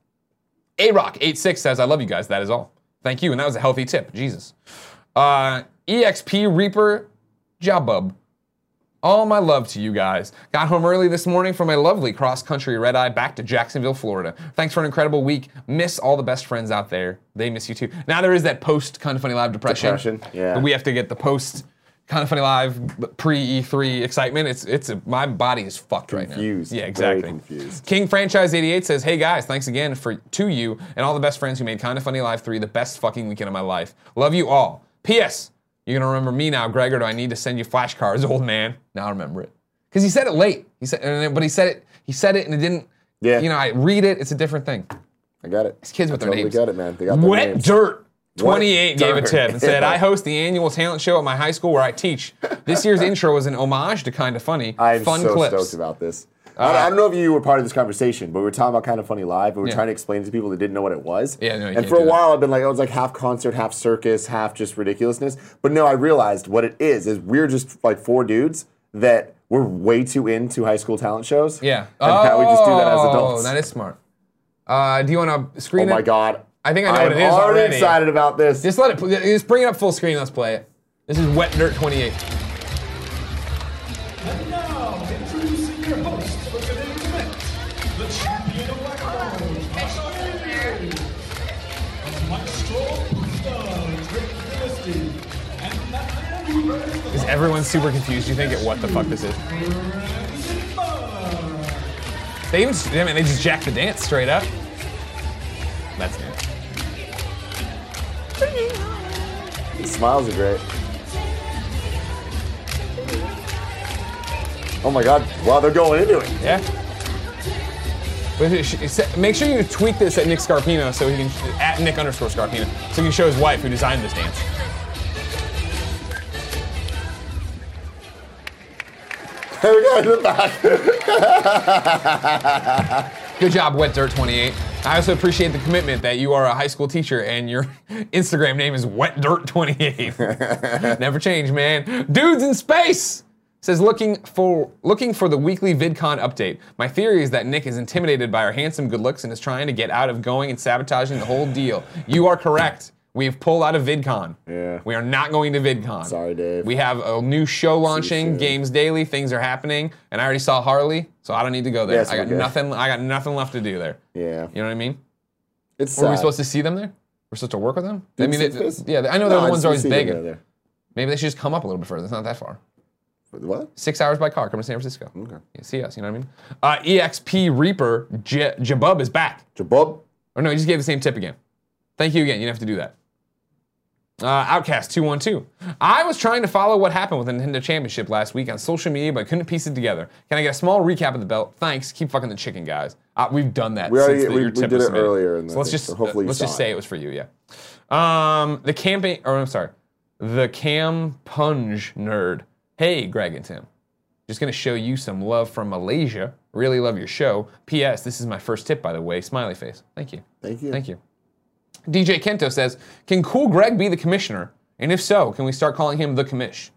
Speaker 1: A Rock86 says, I love you guys. That is all. Thank you. And that was a healthy tip. Jesus. Uh, EXP Reaper Jabub. All my love to you guys. Got home early this morning from a lovely cross country red eye back to Jacksonville, Florida. Thanks for an incredible week. Miss all the best friends out there. They miss you too. Now there is that post kind of funny live depression.
Speaker 2: Depression, yeah.
Speaker 1: But we have to get the post kind of funny live pre E3 excitement. It's it's my body is fucked
Speaker 2: Confused.
Speaker 1: right now. Yeah,
Speaker 2: Very
Speaker 1: exactly.
Speaker 2: confused.
Speaker 1: King Franchise 88 says, "Hey guys, thanks again for to you and all the best friends who made Kinda Funny Live 3 the best fucking weekend of my life. Love you all. P.S. You're gonna remember me now, Greg, or do I need to send you <laughs> flashcards, old man? Now I remember it because he said it late. He said, and then- but he said it. He said it, and it didn't.
Speaker 2: Yeah.
Speaker 1: You know, I read it, it's a different thing.
Speaker 2: I got it.
Speaker 1: These kids with
Speaker 2: I
Speaker 1: their
Speaker 2: totally
Speaker 1: names.
Speaker 2: got it, man. They got their
Speaker 1: Wet
Speaker 2: names.
Speaker 1: Dirt. 28
Speaker 2: Wet
Speaker 1: gave a
Speaker 2: Dirt.
Speaker 1: tip and
Speaker 2: <laughs>
Speaker 1: said,
Speaker 2: Yeah.
Speaker 1: I host the annual talent show at my high school where I teach. This year's intro was an homage to Kinda Funny.
Speaker 2: I'm
Speaker 1: Fun
Speaker 2: so
Speaker 1: clips.
Speaker 2: stoked about this. I, I don't know if you were part of this conversation, but we were talking about kind of funny live. We were
Speaker 1: Yeah.
Speaker 2: trying to explain to people that didn't know what it was.
Speaker 1: Yeah, no, you
Speaker 2: and
Speaker 1: can't
Speaker 2: for a
Speaker 1: do that.
Speaker 2: while, I've been like, oh, it's like half concert, half circus, half just ridiculousness. But no, I realized what it is is we're just like four dudes that were way too into high school talent shows.
Speaker 1: Yeah.
Speaker 2: and how we just do that as
Speaker 1: Oh,
Speaker 2: adults.
Speaker 1: That is smart. Uh, do you want to
Speaker 2: oh
Speaker 1: screen it?
Speaker 2: my god!
Speaker 1: I think I know
Speaker 2: I'm
Speaker 1: what it is
Speaker 2: already,
Speaker 1: already.
Speaker 2: excited about this.
Speaker 1: Just let it. pl- Just bring it up full screen. Let's play it. This is Wet Dirt 28.
Speaker 7: And now, introducing your host for today's event, the champion of Whack-A-Mole, As Mike Stroll, the Drake Dynasty, and that man who wears the
Speaker 1: Is everyone super confused? You think it? What the fuck this is? They even. I mean, they just jacked the dance straight up. That's it.
Speaker 2: The smiles are great. Oh my god! Wow, they're going into it. <laughs>
Speaker 1: Yeah. But it sh- it sa- Make sure you tweet this at Nick Scarpino so he can sh- at Nick underscore Scarpino so he can show his wife who designed this dance.
Speaker 2: There we go in the back.
Speaker 1: Good job, Wet Dirt 28. I also appreciate the commitment that you are a high school teacher and your <laughs> Instagram name is Wet Dirt
Speaker 2: <laughs>
Speaker 1: 28. Never change, man. Dudes in space says looking for looking for the weekly VidCon update. My theory is that Nick is intimidated by our handsome good looks and is trying to get out of going and sabotaging the whole deal. You are correct. We have pulled out of VidCon.
Speaker 2: Yeah.
Speaker 1: We are not going to VidCon.
Speaker 2: Sorry, Dave.
Speaker 1: We have a new show launching,
Speaker 2: soon.
Speaker 1: Games Daily. Things are happening, and I already saw Harley, so I don't need to go there.
Speaker 2: Yes,
Speaker 1: I got
Speaker 2: okay.
Speaker 1: nothing. I got nothing left to do there.
Speaker 2: Yeah.
Speaker 1: You know what I mean?
Speaker 2: It's
Speaker 1: Were we
Speaker 2: sad.
Speaker 1: supposed to see them there? We're supposed to work with them? I
Speaker 2: Didn't
Speaker 1: mean,
Speaker 2: see
Speaker 1: they-
Speaker 2: this?
Speaker 1: yeah, I know
Speaker 2: No,
Speaker 1: they're the
Speaker 2: I
Speaker 1: ones
Speaker 2: didn't
Speaker 1: always
Speaker 2: see them
Speaker 1: bigger.
Speaker 2: over there.
Speaker 1: Maybe they should just come up a little bit further. It's not that far.
Speaker 2: What?
Speaker 1: Six hours by car. Come to San Francisco. Okay. see us. You know what I mean? Uh, EXP Reaper J- Jabub is back.
Speaker 2: Jabub?
Speaker 1: Or no, he just gave the same tip again. Thank you again. You don't have to do that. Uh, Outcast 212. I was trying to follow what happened with the Nintendo Championship last week on social media, but couldn't piece it together. Can I get a small recap of the belt? Thanks. Keep fucking the chicken, guys. Uh, we've done that.
Speaker 2: We already-
Speaker 1: since the-
Speaker 2: we-
Speaker 1: your
Speaker 2: we
Speaker 1: tip
Speaker 2: did
Speaker 1: was
Speaker 2: it
Speaker 1: submitted.
Speaker 2: earlier in the
Speaker 1: So let's
Speaker 2: thing,
Speaker 1: just
Speaker 2: so hopefully you
Speaker 1: let's just
Speaker 2: saw
Speaker 1: say
Speaker 2: it.
Speaker 1: it was for you. Yeah. Um, the campaign, or I'm sorry, the Cam Punge nerd. Hey, Greg and Tim. Just gonna show you some love from Malaysia. Really love your show. P.S. This is my first tip, by the way. Smiley face. Thank you.
Speaker 2: Thank you.
Speaker 1: Thank you. DJ Kento says, "Can Cool Greg be the commissioner? And if so, can we start calling him the commish?"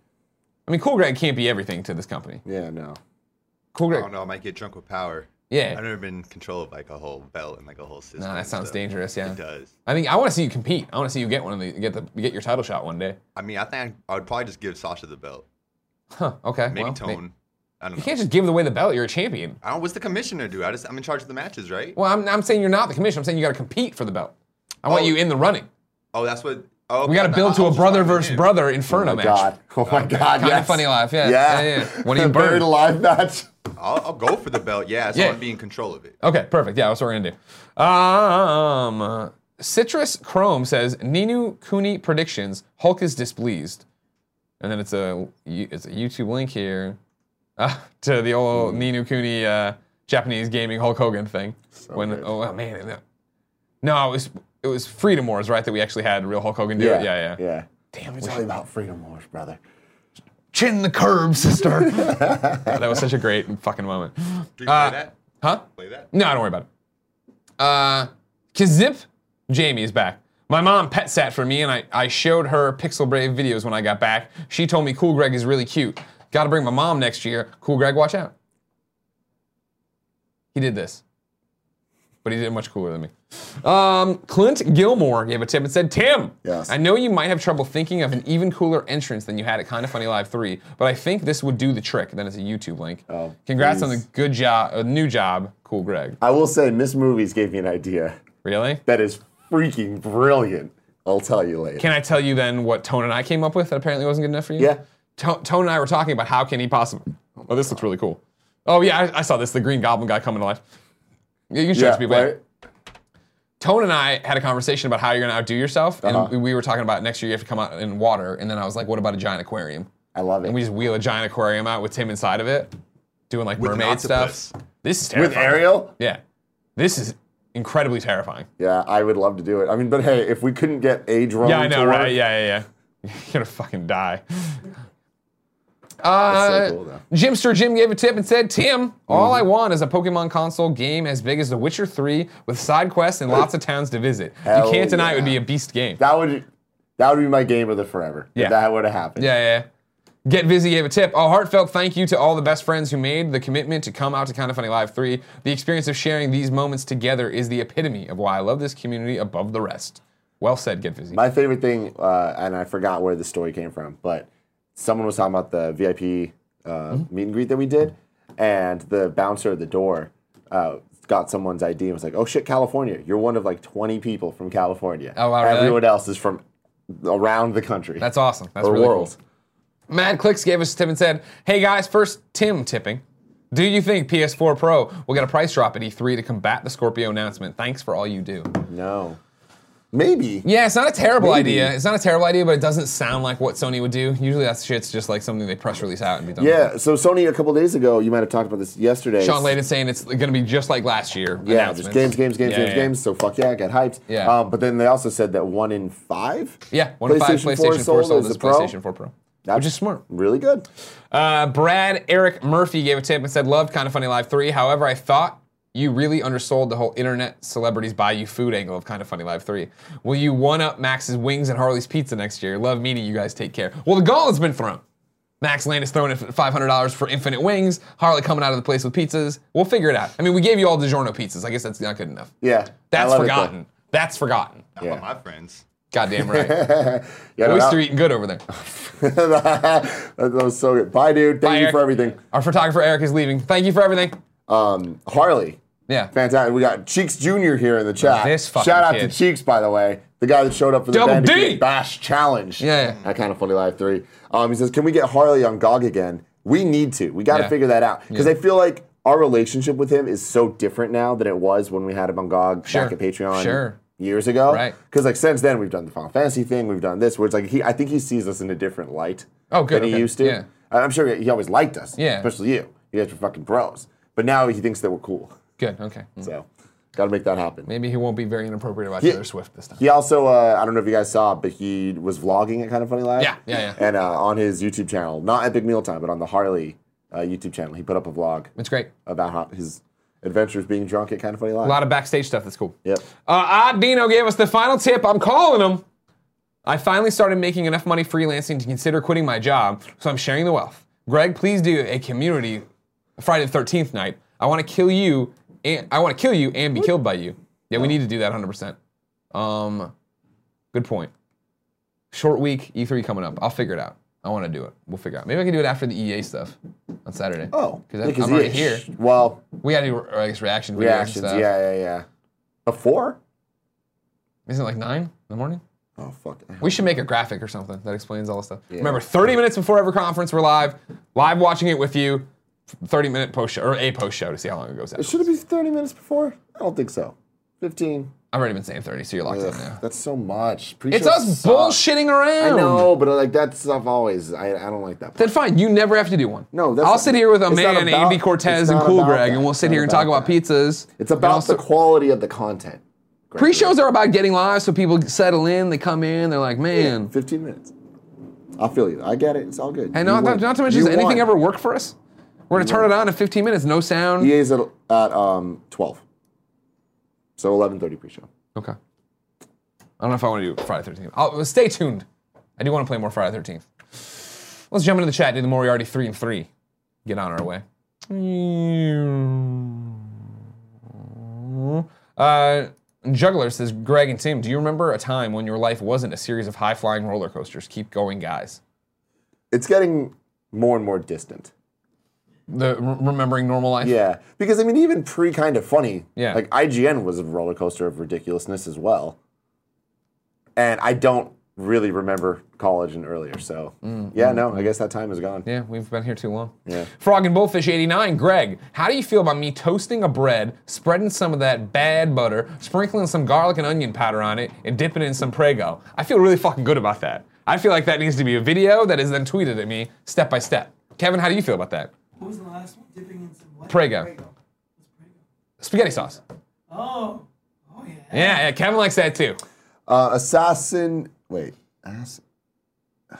Speaker 1: I mean, Cool Greg can't be everything to this company.
Speaker 2: Yeah, no.
Speaker 1: Cool
Speaker 4: I
Speaker 1: Greg.
Speaker 4: don't know. I might get drunk with power.
Speaker 1: Yeah.
Speaker 4: I've never been in control of like a whole belt and like a whole system.
Speaker 1: No, that sounds
Speaker 4: so
Speaker 1: dangerous. Yeah.
Speaker 4: It does.
Speaker 1: I think I want to see you compete. I want to see you get one of the get the get your title shot one day.
Speaker 4: I mean, I think I would probably just give Sasha the belt.
Speaker 1: Huh? Okay.
Speaker 4: Maybe
Speaker 1: well, may-
Speaker 4: Tone. I
Speaker 1: You
Speaker 4: don't know.
Speaker 1: can't just give away the belt. You're a champion.
Speaker 4: I don't. What's the commissioner do? I just I'm in charge of the matches, right?
Speaker 1: Well, I'm, I'm saying you're not the commissioner. I'm saying you got to compete for the belt. I want
Speaker 4: Oh.
Speaker 1: you in the running.
Speaker 4: Oh, that's what. Oh,
Speaker 1: We got to
Speaker 4: no,
Speaker 1: build
Speaker 4: I
Speaker 1: to a
Speaker 4: was just
Speaker 1: brother
Speaker 4: talking to
Speaker 1: versus
Speaker 4: him.
Speaker 1: brother inferno
Speaker 2: Oh my
Speaker 1: match.
Speaker 2: god. <laughs> Oh my god.
Speaker 1: Kinda
Speaker 2: yes.
Speaker 1: funny life, yeah.
Speaker 2: Yeah.
Speaker 1: Yeah, yeah. What do
Speaker 2: <laughs>
Speaker 1: you burn?
Speaker 2: Buried alive match.
Speaker 4: I'll, I'll go for the belt. Yeah, so
Speaker 1: Yeah.
Speaker 4: I want to be in control of it.
Speaker 1: Okay, perfect. Yeah, that's what we're gonna do. Um, uh, Citrus Chrome says Ninu Kuni predictions. Hulk is displeased, and then it's a it's a YouTube link here <laughs> uh, to the
Speaker 2: Hmm.
Speaker 1: old Ninu Kuni uh, Japanese gaming Hulk Hogan thing. when
Speaker 2: good.
Speaker 1: oh, oh, man, no. no, it was it was Freedom Wars, right? That we actually had real Hulk Hogan do it. Yeah, yeah.
Speaker 2: Yeah.
Speaker 1: Damn,
Speaker 2: It's all about freedom wars, brother.
Speaker 1: chin the curb, sister. that was such a great fucking moment.
Speaker 4: Do you play
Speaker 1: Uh,
Speaker 4: that?
Speaker 1: Huh?
Speaker 4: Play that?
Speaker 1: No, don't worry about it. Uh, Kazip Jamie is back. My mom pet sat for me, and I, I showed her Pixel Brave videos when I got back. She told me Cool Greg is really cute. Got to bring my mom next year. Cool Greg, watch out. He did this, but he did it much cooler than me. Um, Clint Gilmore gave a tip and said, Tim,
Speaker 2: Yes.
Speaker 1: I know you might have trouble thinking of an even cooler entrance than you had at Kinda Funny Live 3, but I think this would do the trick. Then it's a YouTube link.
Speaker 2: Oh,
Speaker 1: Congrats on the
Speaker 2: please.
Speaker 1: good job, uh, new job, Cool Greg.
Speaker 2: I will say, Miss Movies gave me an idea
Speaker 1: Really?
Speaker 2: that is freaking brilliant. I'll tell you later.
Speaker 1: Can I tell you then what Tone and I came up with that apparently wasn't good enough for you?
Speaker 2: Yeah.
Speaker 1: To- Tone and I were talking about how can he possibly. Oh, this looks really cool. Oh yeah, I, I saw this. The Green Goblin guy coming to life. Yeah, You can show it
Speaker 2: yeah,
Speaker 1: to people. yeah.
Speaker 2: right?
Speaker 1: Tone and I had a conversation about how you're gonna outdo yourself, and
Speaker 2: Uh-huh.
Speaker 1: we- we were talking about next year you have to come out in water, and then I was like, what about a giant aquarium?
Speaker 2: I love it.
Speaker 1: And we just wheel a giant aquarium out with Tim inside of it, doing like
Speaker 4: With an
Speaker 1: mermaid stuff.
Speaker 4: octopus.
Speaker 1: This is terrifying.
Speaker 2: With Ariel?
Speaker 1: Yeah. This is incredibly terrifying.
Speaker 2: Yeah, I would love to do it. I mean, but hey, if we couldn't get a drone,
Speaker 1: Yeah, I know,
Speaker 2: to work,
Speaker 1: right? Yeah, yeah, <laughs> yeah. You're gonna fucking die.
Speaker 2: That's
Speaker 1: Uh,
Speaker 2: so cool, though.
Speaker 1: Jimster Jim gave a tip and said, Tim, all I want is a Pokemon console game as big as The Witcher 3 with side quests and lots of towns to visit. you
Speaker 2: Hell
Speaker 1: can't deny it would
Speaker 2: yeah.
Speaker 1: be a beast game.
Speaker 2: That would that would be my game of the forever. if
Speaker 1: Yeah.
Speaker 2: that would have happened.
Speaker 1: Yeah, yeah. Get Busy gave a tip. A heartfelt thank you to all the best friends who made the commitment to come out to Kinda Funny Live 3. The experience of sharing these moments together is the epitome of why I love this community above the rest. Well said, Get Busy.
Speaker 2: My favorite thing, uh, and I forgot where the story came from, but someone was talking about the VIP uh, meet and greet that we did, and the bouncer at the door uh, got someone's ID and was like, "Oh shit, California! You're one of like 20 people from California.
Speaker 1: Oh, wow, really?
Speaker 2: Everyone else is from around the country
Speaker 1: That's awesome. That's
Speaker 2: or
Speaker 1: really cool.
Speaker 2: world.
Speaker 1: Mad Clicks gave us a tip and said, Hey guys, first Tim tipping. Do you think PS4 Pro will get a price drop at E3 to combat the Scorpio announcement? Thanks for all you do.
Speaker 2: No, maybe.
Speaker 1: Yeah, it's not a terrible
Speaker 2: Maybe.
Speaker 1: idea. It's not a terrible idea, but it doesn't sound like what Sony would do. Usually that shit's just like something they press release out and be done. with.
Speaker 2: Yeah, so Sony a couple days ago, you might have talked about this yesterday.
Speaker 1: Sean Layden saying it's going to be just like last year.
Speaker 2: Yeah, just
Speaker 1: announcements.
Speaker 2: games, games, games,
Speaker 1: Yeah,
Speaker 2: games,
Speaker 1: yeah.
Speaker 2: games. So fuck yeah, I got hyped.
Speaker 1: Yeah.
Speaker 2: Um, but then they also said that one in five.
Speaker 1: Yeah, one in five PlayStation 4 sold,
Speaker 2: as
Speaker 1: is
Speaker 2: a
Speaker 1: the PlayStation 4 Pro, which
Speaker 2: That's-
Speaker 1: is smart.
Speaker 2: Really good.
Speaker 1: Uh, Brad Eric Murphy gave a tip and said, "Loved Kind of Funny Live 3. However, I thought you really undersold the whole internet celebrities buy you food angle of Kind of Funny Live 3. Will you one up Max's wings and Harley's pizza next year? Love meeting you guys. Take care. Well, the gauntlet's been thrown. Max Lane is throwing in $500 for infinite wings. Harley coming out of the place with pizzas. We'll figure it out. I mean, we gave you all DiGiorno pizzas. I guess that's not good enough.
Speaker 2: Yeah. I
Speaker 1: That's
Speaker 2: love it,
Speaker 1: forgotten. That's forgotten.
Speaker 4: Not
Speaker 2: Yeah.
Speaker 4: yeah. my friends.
Speaker 1: Goddamn
Speaker 2: <laughs>
Speaker 1: right.
Speaker 2: though. Yeah, no,
Speaker 1: Oyster
Speaker 2: that,
Speaker 1: eating good over there.
Speaker 2: <laughs> that was so good. Bye, dude. Thank
Speaker 1: Bye,
Speaker 2: you
Speaker 1: Eric.
Speaker 2: for everything.
Speaker 1: Our photographer Eric is leaving. Thank you for everything.
Speaker 2: Um, Harley.
Speaker 1: Yeah.
Speaker 2: Fantastic. We got Cheeks Jr. here in the chat.
Speaker 1: This fucking
Speaker 2: Shout out
Speaker 1: kid.
Speaker 2: to Cheeks, by the way, the guy that showed up for the
Speaker 1: Double
Speaker 2: Bandicoot
Speaker 1: D.
Speaker 2: Bash Challenge.
Speaker 1: Yeah, yeah.
Speaker 2: That kind of funny live three. Um, he says, "Can we get Harley on GOG again? We need to. We got to
Speaker 1: Yeah.
Speaker 2: figure that out because
Speaker 1: Yeah.
Speaker 2: I feel like our relationship with him is so different now than it was when we had him on GOG
Speaker 1: Sure.
Speaker 2: back at Patreon."
Speaker 1: Sure.
Speaker 2: Years ago,
Speaker 1: Right.
Speaker 2: Because like since then, we've done the Final Fantasy thing, we've done this, where it's like he, I think he sees us in a different light
Speaker 1: Oh, good,
Speaker 2: than he
Speaker 1: okay.
Speaker 2: used to.
Speaker 1: Yeah.
Speaker 2: And I'm sure he always liked us,
Speaker 1: Yeah.
Speaker 2: especially you. You guys were fucking bros, but now he thinks that we're cool.
Speaker 1: Good. Okay.
Speaker 2: So, got to make that happen.
Speaker 1: Maybe he won't be very inappropriate about
Speaker 2: Mm. Yeah.
Speaker 1: Taylor Swift this time.
Speaker 2: He also, uh, I don't know if you guys saw, but he was vlogging at Kind of Funny Live.
Speaker 1: Yeah, yeah, yeah.
Speaker 2: And uh, on his YouTube channel, not Epic Meal Time, but on the Harley uh, YouTube channel, he put up a vlog
Speaker 1: It's great.
Speaker 2: about how his adventures being drunk at Kind of Funny Live.
Speaker 1: A lot of backstage stuff that's cool.
Speaker 2: Yep.
Speaker 1: Uh, Odd Dino gave us the final tip. I'm calling him. I finally started making enough money freelancing to consider quitting my job, so I'm sharing the wealth. Greg, please do a community Friday the 13th night. I want to kill you and I want to kill you and be killed by you. Yeah,
Speaker 2: Oh.
Speaker 1: we need to do that 100%. Um good point. Short week, E3 coming up. I'll figure it out. I want to do it. We'll figure it out. Maybe I can do it after the EA stuff on Saturday. <laughs>
Speaker 2: oh,
Speaker 1: because I'm,
Speaker 2: because
Speaker 1: I'm
Speaker 2: he-
Speaker 1: already here.
Speaker 2: Well,
Speaker 1: We gotta do, or I guess, reaction videos
Speaker 2: reactions.
Speaker 1: and
Speaker 2: Yeah,
Speaker 1: stuff.
Speaker 2: yeah, yeah. Before?
Speaker 1: Isn't it like nine in the morning?
Speaker 2: Oh, fuck.
Speaker 1: We should make a graphic or something that explains all this stuff. Remember, 30 minutes before every conference, we're live, live watching it with you. 30 minute post show or a post show to see how long it goes. Out.
Speaker 2: Should it be 30 minutes before? I don't think so. 15.
Speaker 1: I've already been saying 30, so you're locked
Speaker 2: Ugh,
Speaker 1: in now.
Speaker 2: That's so much.
Speaker 1: It's us bullshitting
Speaker 2: I
Speaker 1: around.
Speaker 2: know, but like that stuff always, I, I don't like that.
Speaker 1: Then fine, you never have to do one.
Speaker 2: No, that's
Speaker 1: I'll
Speaker 2: not-
Speaker 1: sit here with a
Speaker 2: it's not
Speaker 1: man,
Speaker 2: about-
Speaker 1: Andy Cortez,
Speaker 2: it's
Speaker 1: and
Speaker 2: not
Speaker 1: Cool
Speaker 2: about
Speaker 1: Greg,
Speaker 2: that.
Speaker 1: and we'll sit
Speaker 2: It's
Speaker 1: here
Speaker 2: not
Speaker 1: and talk
Speaker 2: about
Speaker 1: about
Speaker 2: that.
Speaker 1: pizzas.
Speaker 2: It's about
Speaker 1: also-
Speaker 2: the quality of the content. Gregory.
Speaker 1: Pre-shows are about getting live, so people settle in, they come in, they're like, man.
Speaker 2: 15 minutes. I feel you. I get it. It's all good.
Speaker 1: And not, not, not to mention,
Speaker 2: You
Speaker 1: does anything
Speaker 2: won.
Speaker 1: ever work for us? We're gonna turn it on in 15 minutes, no sound.
Speaker 2: EA's at, at um, 12. So 11.30 pre-show.
Speaker 1: Okay. I don't know if I want to do Friday 13th. I'll, stay tuned. I do want to play more Friday 13th. Let's jump into the chat, do the Moriarty 3 and 3. Get on our way. Uh, Juggler says, Greg and Tim, do you remember a time when your life wasn't a series of high flying roller coasters? Keep going, guys.
Speaker 2: It's getting more and more distant.
Speaker 1: The re- remembering normal life.
Speaker 2: Yeah. Because, I mean, even pre kind of funny,
Speaker 1: Yeah.
Speaker 2: like IGN was a roller coaster of ridiculousness as well. And I don't really remember college and earlier. So,
Speaker 1: Mm,
Speaker 2: yeah, no, I guess that time is gone.
Speaker 1: Yeah, we've been here too long.
Speaker 2: Yeah.
Speaker 1: Frog and Bullfish 89. Greg, how do you feel about me toasting a bread, spreading some of that bad butter, sprinkling some garlic and onion powder on it, and dipping it in some Prego? I feel really fucking good about that. I feel like that needs to be a video that is then tweeted at me step by step. Kevin, how do you feel about that?
Speaker 3: What was the last one? Dipping in some what?
Speaker 1: Prego.
Speaker 3: Prego. What's Prego?
Speaker 1: Spaghetti sauce.
Speaker 3: Oh, Oh. Oh yeah.
Speaker 1: Yeah, yeah, Kevin likes that too.
Speaker 2: Uh, assassin. Wait. Ass- <sighs>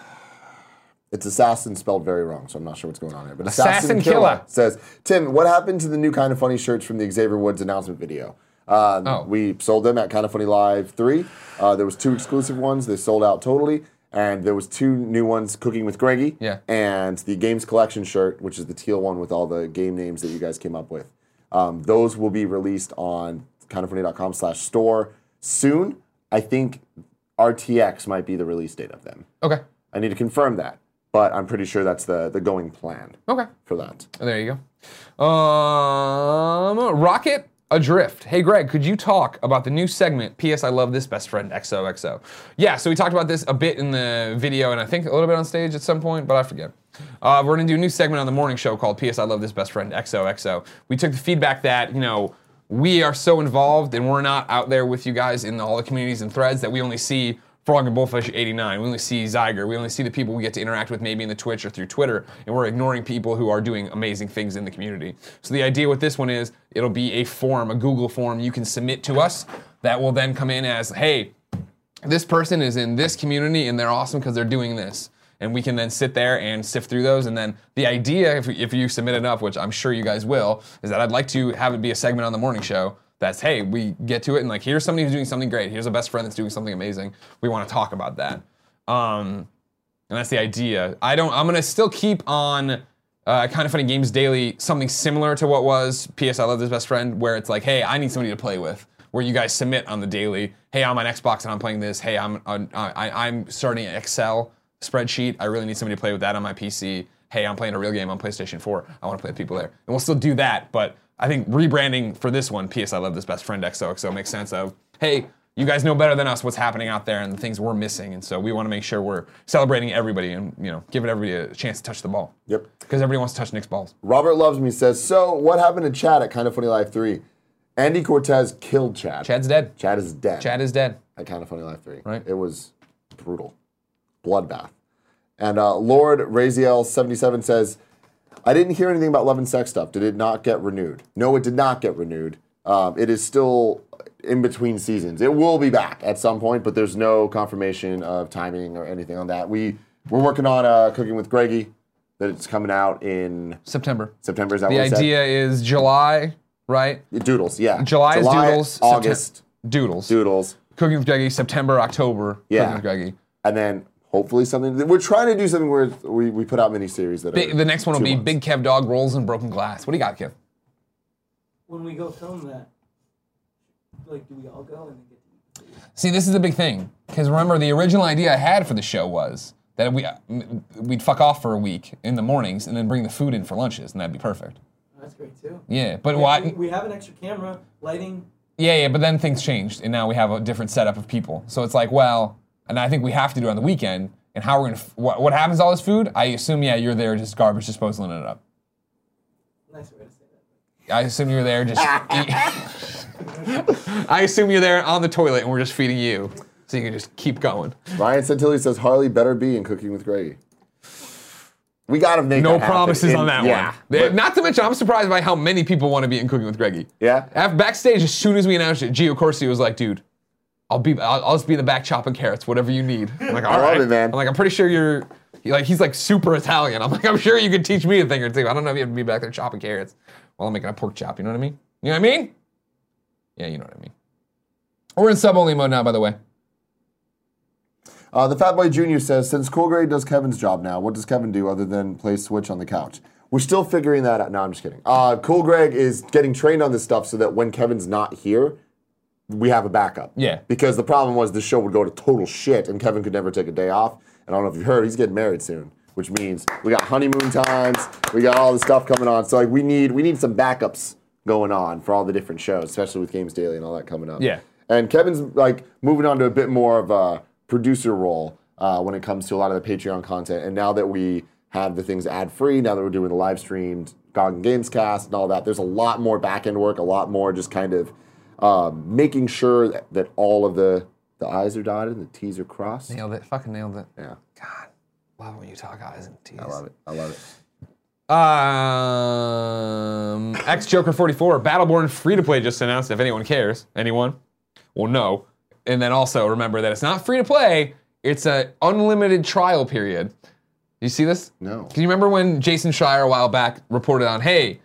Speaker 2: It's assassin spelled very wrong, so I'm not sure what's going on here. But assassin,
Speaker 1: Assassin
Speaker 2: killer,
Speaker 1: Killer.
Speaker 2: says Tim, what happened to the new kind of funny shirts from the Xavier Woods announcement video? Um,
Speaker 1: Oh.
Speaker 2: We sold them at Kind of Funny Live three. Uh, there was two exclusive ones; they sold out totally. And there was two new ones, Cooking with Greggy,
Speaker 1: Yeah.
Speaker 2: and the Games Collection shirt, which is the teal one with all the game names that you guys came up with. Um, those will be released on kindoffunny.com slash store soon. I think RTX might be the release date of them.
Speaker 1: Okay.
Speaker 2: I need to confirm that, but I'm pretty sure that's the, the going plan
Speaker 1: Okay.
Speaker 2: for that.
Speaker 1: There you go. Um, Rocket Adrift. Hey, Greg, could you talk about the new segment? P.S. I love this best friend XOXO. Yeah, so we talked about this a bit in the video, and I think a little bit on stage at some point, but I forget. Uh, we're gonna do a new segment on the morning show called P.S. I love this best friend XOXO. We took the feedback that you know we are so involved and we're not out there with you guys in all the communities and threads that we only see Frog and Bullfish 89. We only see Zyger. We only see the people we get to interact with maybe in the Twitch or through Twitter, and we're ignoring people who are doing amazing things in the community. So the idea with this one is it'll be a form, a Google form you can submit to us that will then come in as, hey, this person is in this community and they're awesome because they're doing this. And we can then sit there and sift through those. And then the idea, if, if you submit enough, which I'm sure you guys will, is that I'd like to have it be a segment on the morning show that's, hey, we get to it and like, here's somebody who's doing something great. Here's a best friend that's doing something amazing. We want to talk about that. Um, and that's the idea. I don't. I'm gonna still keep on uh, kind of funny games daily. Something similar to what was PS I love this best friend, where it's like, hey, I need somebody to play with. Where you guys submit on the daily. Hey, I'm on Xbox and I'm playing this. Hey, I'm on, I, I- I'm starting an Excel spreadsheet. I really need somebody to play with that on my PC. Hey, I'm playing a real game on PlayStation 4. I want to play with people there, and we'll still do that. But I think rebranding for this one, PS I love this best friend XOXO makes sense of. Hey, you guys know better than us what's happening out there and the things we're missing. And so we want to make sure we're celebrating everybody and you know giving everybody a chance to touch the ball.
Speaker 2: Yep.
Speaker 1: Because everybody wants to touch Nick's balls.
Speaker 2: Robert Loves Me says, So, what happened to Chad at Kind of Funny Life 3? Andy Cortez killed Chad.
Speaker 1: Chad's dead.
Speaker 2: Chad is dead.
Speaker 1: Chad is dead.
Speaker 2: at Kind of Funny Life 3.
Speaker 1: Right.
Speaker 2: It was brutal. Bloodbath. And uh, Lord Raziel77 says, I didn't hear anything about Love and Sex stuff. Did it not get renewed? No, it did not get renewed. Um, it is still in between seasons. It will be back at some point, but there's no confirmation of timing or anything on that. We, we're working on uh, Cooking with Greggy, that it's coming out in
Speaker 1: September.
Speaker 2: September. Is that
Speaker 1: The
Speaker 2: what we said?
Speaker 1: idea is July, right?
Speaker 2: Doodles, yeah.
Speaker 1: July, is doodles. Septem-
Speaker 2: August,
Speaker 1: doodles.
Speaker 2: doodles.
Speaker 1: Cooking with Greggy. September, October.
Speaker 2: Yeah.
Speaker 1: Cooking with Greggy.
Speaker 2: and then hopefully something. We're trying to do something where we, we put out miniseries that
Speaker 1: Big,
Speaker 2: are
Speaker 1: the next one will
Speaker 2: two
Speaker 1: be
Speaker 2: months.
Speaker 1: Big Kev Dog rolls and broken glass. What do you got, Kev?
Speaker 3: When we go film that, like, do we all go and then get to eat?
Speaker 1: See, this is the big thing. Because remember, the original idea I had for the show was that we m- we'd fuck off for a week in the mornings and then bring the food in for lunches, and that'd be perfect.
Speaker 3: That's great too.
Speaker 1: Yeah, but why?
Speaker 3: We, we have an extra camera, lighting.
Speaker 1: Yeah, yeah, but then things changed, and now we have a different setup of people. So it's like, well, and I think we have to do it on the weekend. And how we're gonna? F- what, what happens to all this food? I assume, yeah, you're there just garbage disposing it up.
Speaker 3: Nice way to say that.
Speaker 1: I assume you're there
Speaker 3: <laughs>
Speaker 1: just. eat- <laughs> I assume you're there on the toilet, and we're just feeding you, so you can just keep going.
Speaker 2: Ryan Santilli says Harley better be in Cooking with Greggy. We got to make
Speaker 1: No
Speaker 2: that happen.
Speaker 1: promises
Speaker 2: And-
Speaker 1: on that
Speaker 2: yeah,
Speaker 1: one. They-
Speaker 2: but-
Speaker 1: Not to mention, I'm surprised by how many people want to be in Cooking with Greggy.
Speaker 2: Yeah?
Speaker 1: Af- backstage, as soon as we announced it, Gio Corsi was like, "Dude, I'll be, I'll, I'll just be in the back chopping carrots, whatever you need." I'm like, "All
Speaker 2: love
Speaker 1: right,
Speaker 2: it, man.
Speaker 1: I'm like, "I'm pretty sure you're." he- Like he's like super Italian. I'm like, I'm sure you could teach me a thing or two. I don't know if you have to be back there chopping carrots while I'm making a pork chop. You know what I mean? You know what I mean? Yeah, you know what I mean. We're in sub only mode now, by the way.
Speaker 2: Uh, the Fat Boy Jr. says, since Cool Grade does Kevin's job now, what does Kevin do other than play Switch on the couch? We're still figuring that out. No, I'm just kidding. Uh, cool Greg is getting trained on this stuff so that when Kevin's not here, we have a backup.
Speaker 1: Yeah.
Speaker 2: Because the problem was the show would go to total shit and Kevin could never take a day off. And I don't know if you heard, he's getting married soon, which means we got honeymoon times, we got all the stuff coming on. So like we need we need some backups going on for all the different shows, especially with Games Daily and all that coming up.
Speaker 1: Yeah.
Speaker 2: And Kevin's like moving on to a bit more of a producer role uh, when it comes to a lot of the Patreon content. And now that we have the things ad free, now that we're doing the live streamed Gog and Games cast and all that, there's a lot more back end work, a lot more just kind of uh, making sure that, that all of the the I's are dotted and the T's are crossed.
Speaker 1: Nailed it. Fucking nailed it.
Speaker 2: Yeah.
Speaker 1: God, love it when you talk eyes and teeth.
Speaker 2: I love it. I love it.
Speaker 1: Um, X Joker 44, Battleborn free to play just announced. If anyone cares, anyone? Well, no. And then also remember that it's not free to play. It's a unlimited trial period. You see this?
Speaker 2: No.
Speaker 1: Can you remember when Jason Schreier a while back reported on, hey,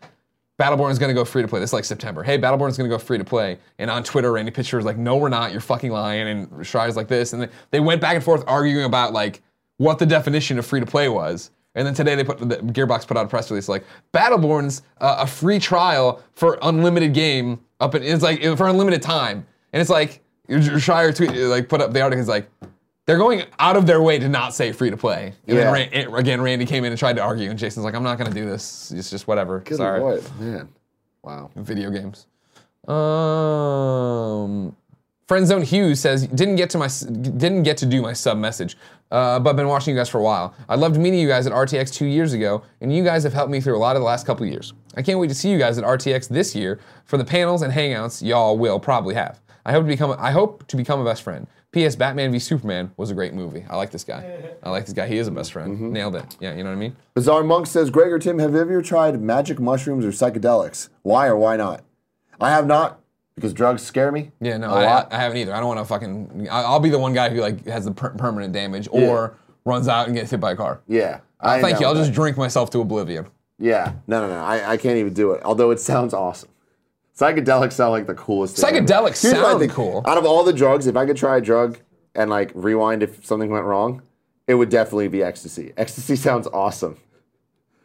Speaker 1: Battleborn's gonna go free to play. This is like September. Hey, Battleborn's gonna go free to play. And on Twitter, Randy Pitcher was like, no, we're not. You're fucking lying. And Schreier's like this. And they, they went back and forth arguing about like what the definition of free to play was. And then today they put the Gearbox put out a press release like Battleborn's uh, a free trial for unlimited game up in it's like for unlimited time. And it's like Schreier tweet like put up the article. It's like they're going out of their way to not say free to play. And
Speaker 2: Yeah.
Speaker 1: then Ran- it- again, Randy came in and tried to argue, and Jason's like, "I'm not gonna do this. It's just whatever.
Speaker 2: Good
Speaker 1: Sorry."
Speaker 2: lord, man. Wow.
Speaker 1: Video games. Um, Friendzone Hughes says, "Didn't get to my s- didn't get to do my sub message, uh, but been watching you guys for a while. I loved meeting you guys at RTX two years ago, and you guys have helped me through a lot of the last couple of years. I can't wait to see you guys at RTX this year for the panels and hangouts y'all will probably have. I hope to become I hope to become a best friend." P.S. Batman v Superman was a great movie. I like this guy. I like this guy. He is a best friend. Nailed it. Yeah, you know what I mean?
Speaker 2: Bizarre Monk says, Greg or Tim, have you ever tried magic mushrooms or psychedelics? Why or why not? I have not because drugs scare me.
Speaker 1: Yeah, no,
Speaker 2: a
Speaker 1: I,
Speaker 2: lot.
Speaker 1: I haven't either. I don't want to fucking. I- I'll be the one guy who like has the per- permanent damage or runs out and gets hit by a car.
Speaker 2: yeah,
Speaker 1: I Oh, thank you.
Speaker 2: know
Speaker 1: I'll just
Speaker 2: that.
Speaker 1: drink myself to oblivion.
Speaker 2: yeah, no, no, no. I, I can't even do it. Although it sounds awesome. Psychedelics sound like the coolest. thing ever.
Speaker 1: Psychedelics
Speaker 2: Here's my
Speaker 1: sound
Speaker 2: thing.
Speaker 1: cool.
Speaker 2: Out of all the drugs, if I could try a drug and like rewind if something went wrong, it would definitely be ecstasy. Ecstasy sounds awesome.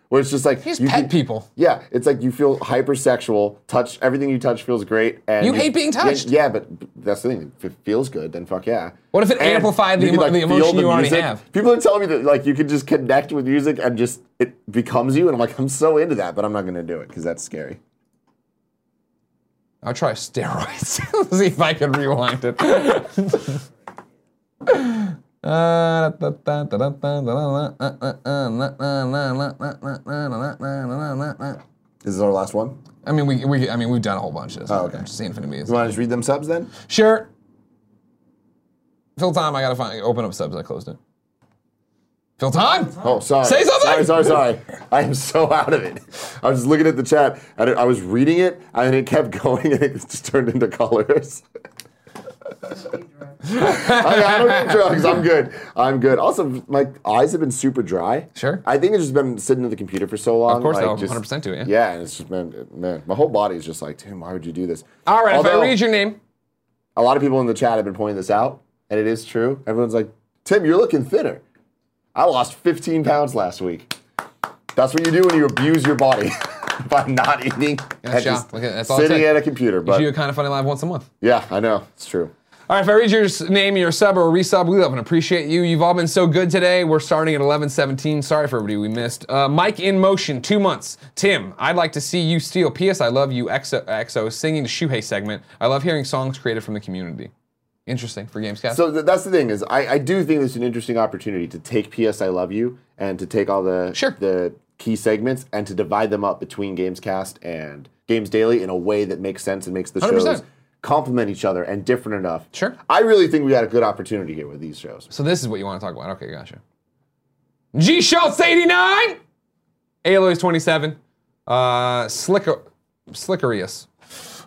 Speaker 2: Where it's just like
Speaker 1: You just
Speaker 2: you
Speaker 1: pet
Speaker 2: can-
Speaker 1: people.
Speaker 2: Yeah, it's like you feel hypersexual. Touch everything you touch feels great, and
Speaker 1: You hate being touched.
Speaker 2: Yeah, but that's the thing. If it feels good, then fuck yeah.
Speaker 1: What if it amplified
Speaker 2: you
Speaker 1: the
Speaker 2: can,
Speaker 1: emo- the
Speaker 2: feel
Speaker 1: emotion you already
Speaker 2: music.
Speaker 1: have?
Speaker 2: People are telling me that like you can just connect with music and just it becomes you, and I'm like, I'm so into that, but I'm not gonna do it because that's scary.
Speaker 1: I'll try steroids. <laughs> See if I can rewind it. <laughs> Uh,
Speaker 2: Is this our last one?
Speaker 1: I mean, we, we I mean we've done a whole bunch of this.
Speaker 2: Oh, okay.
Speaker 1: Just the infinite means.
Speaker 2: You want to just read them subs then?
Speaker 1: Sure. Fill time. I gotta find. Open up subs. I closed it. Fill time.
Speaker 2: Oh, sorry.
Speaker 1: Say something!
Speaker 2: Sorry, sorry, sorry. I am so <laughs> out of it. I was looking at the chat. I, did- I was reading it, and it kept <laughs> going, and it just turned into colors. <laughs> I, I don't do drugs. I'm good. I'm good. Also, my eyes have been super dry.
Speaker 1: Sure.
Speaker 2: I think it's just been sitting at the computer for so long.
Speaker 1: Of course,
Speaker 2: like,
Speaker 1: I'll
Speaker 2: just-
Speaker 1: 100% do it, yeah.
Speaker 2: Yeah, and it's just been, man, my whole body is just like, Tim, why would you do this?
Speaker 1: All right. if
Speaker 2: Although-
Speaker 1: I read your name,
Speaker 2: a lot of people in the chat have been pointing this out, and it is true. Everyone's like, Tim, you're looking thinner. I lost 15 pounds last week. That's what you do when you abuse your body <laughs> by not eating and
Speaker 1: Gotcha.
Speaker 2: just
Speaker 1: Look at- that's all it
Speaker 2: sitting
Speaker 1: takes.
Speaker 2: at a computer.
Speaker 1: you do a
Speaker 2: But
Speaker 1: kind of funny live once a month.
Speaker 2: yeah, I know it's true.
Speaker 1: All right, if I read your s- name, your sub or resub, we love and appreciate you. You've all been so good today. We're starting at 11:17. Sorry for everybody we missed. Uh, Mike in motion, two months. Tim, I'd like to see you steal. P.S. I love you. XO, XO singing the Shuhei segment. I love hearing songs created from the community. Interesting for Gamescast.
Speaker 2: So th- that's the thing is, I, I do think it's an interesting opportunity to take PS I Love You and to take all the
Speaker 1: Sure.
Speaker 2: the key segments and to divide them up between Gamescast and Games Daily in a way that makes sense and makes the
Speaker 1: 100%.
Speaker 2: shows complement each other and different enough.
Speaker 1: Sure.
Speaker 2: I really think we got a good opportunity here with these shows.
Speaker 1: So this is what you want to talk about. Okay, gotcha. G Schultz 89, Aloys 27, uh, Slicker, Slickerius,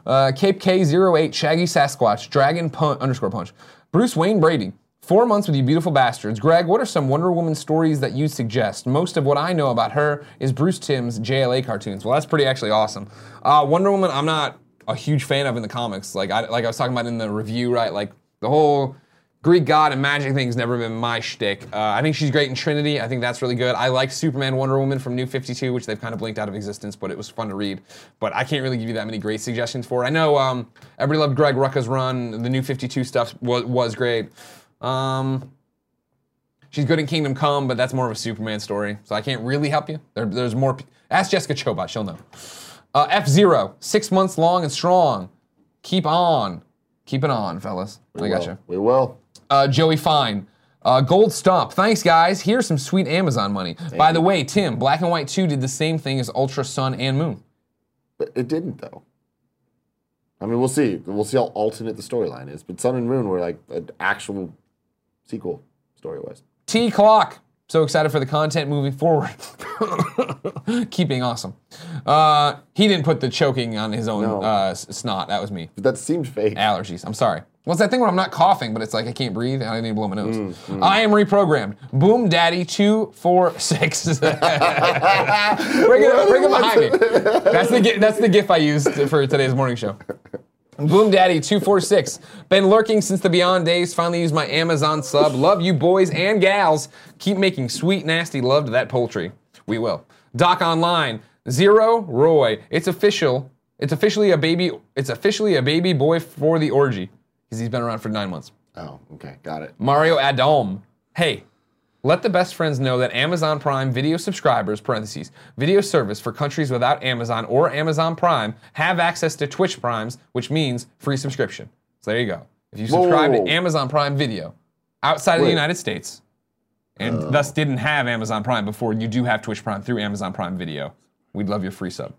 Speaker 1: uh, Cape K08, Shaggy Sasquatch, Dragon Punch, underscore Punch, Bruce Wayne Brady. Four months with you beautiful bastards. Greg, what are some Wonder Woman stories that you suggest? Most of what I know about her is Bruce Timm's JLA cartoons. Well, that's pretty actually awesome. Uh, Wonder Woman, I'm not a huge fan of in the comics. Like I, like I was talking about in the review, right? Like the whole Greek god and magic thing's never been my shtick. Uh, I think she's great in Trinity. I think that's really good. I like Superman, Wonder Woman from New 52, which they've kind of blinked out of existence, but it was fun to read. But I can't really give you that many great suggestions for. it. I know um, everybody loved Greg Rucka's run. The New 52 stuff was, was great. Um, she's good in Kingdom Come, but that's more of a Superman story, so I can't really help you. There, there's more. pe- Ask Jessica Chobot; she'll know. Uh, F Zero, six months long and strong. Keep on, keep it on, fellas. I got you
Speaker 2: We will.
Speaker 1: uh, Joey Fine. Uh, Gold Stomp. Thanks, guys. Here's some sweet Amazon money. By the way, Tim, Black and White 2 did the same thing as Ultra Sun and Moon.
Speaker 2: But it didn't though. I mean, we'll see. We'll see how alternate the storyline is. But Sun and Moon were like an actual sequel story wise.
Speaker 1: T Clock. So excited for the content moving forward. <laughs> Keep being awesome. Uh, he didn't put the choking on his own
Speaker 2: No.
Speaker 1: uh, s- snot. That was me.
Speaker 2: That seemed fake.
Speaker 1: Allergies. I'm sorry. What's that thing where I'm not coughing, but it's like I can't breathe and I need to blow my nose? I am reprogrammed. Boom Daddy 246. <laughs> bring it, bring it behind me. That's the, gi- that's the gif I used for today's morning show. Boom Daddy 246. Been lurking since the Beyond days. Finally used my Amazon sub. Love you boys and gals. Keep making sweet, nasty love to that poultry. We will. Doc Online. Zero Roy. It's official. It's officially a baby. It's officially a baby boy for the orgy. Because he's been around for nine months.
Speaker 2: Oh, okay, got it.
Speaker 1: Mario Adom. Hey, let the best friends know that Amazon Prime video subscribers, parentheses, video service for countries without Amazon or Amazon Prime have access to Twitch Primes, which means free subscription. So there you go. If you subscribe
Speaker 2: Whoa.
Speaker 1: to Amazon Prime Video outside of the
Speaker 2: Wait. Oh.
Speaker 1: United States and thus didn't have Amazon Prime before, you do have Twitch Prime through Amazon Prime Video. We'd love your free sub.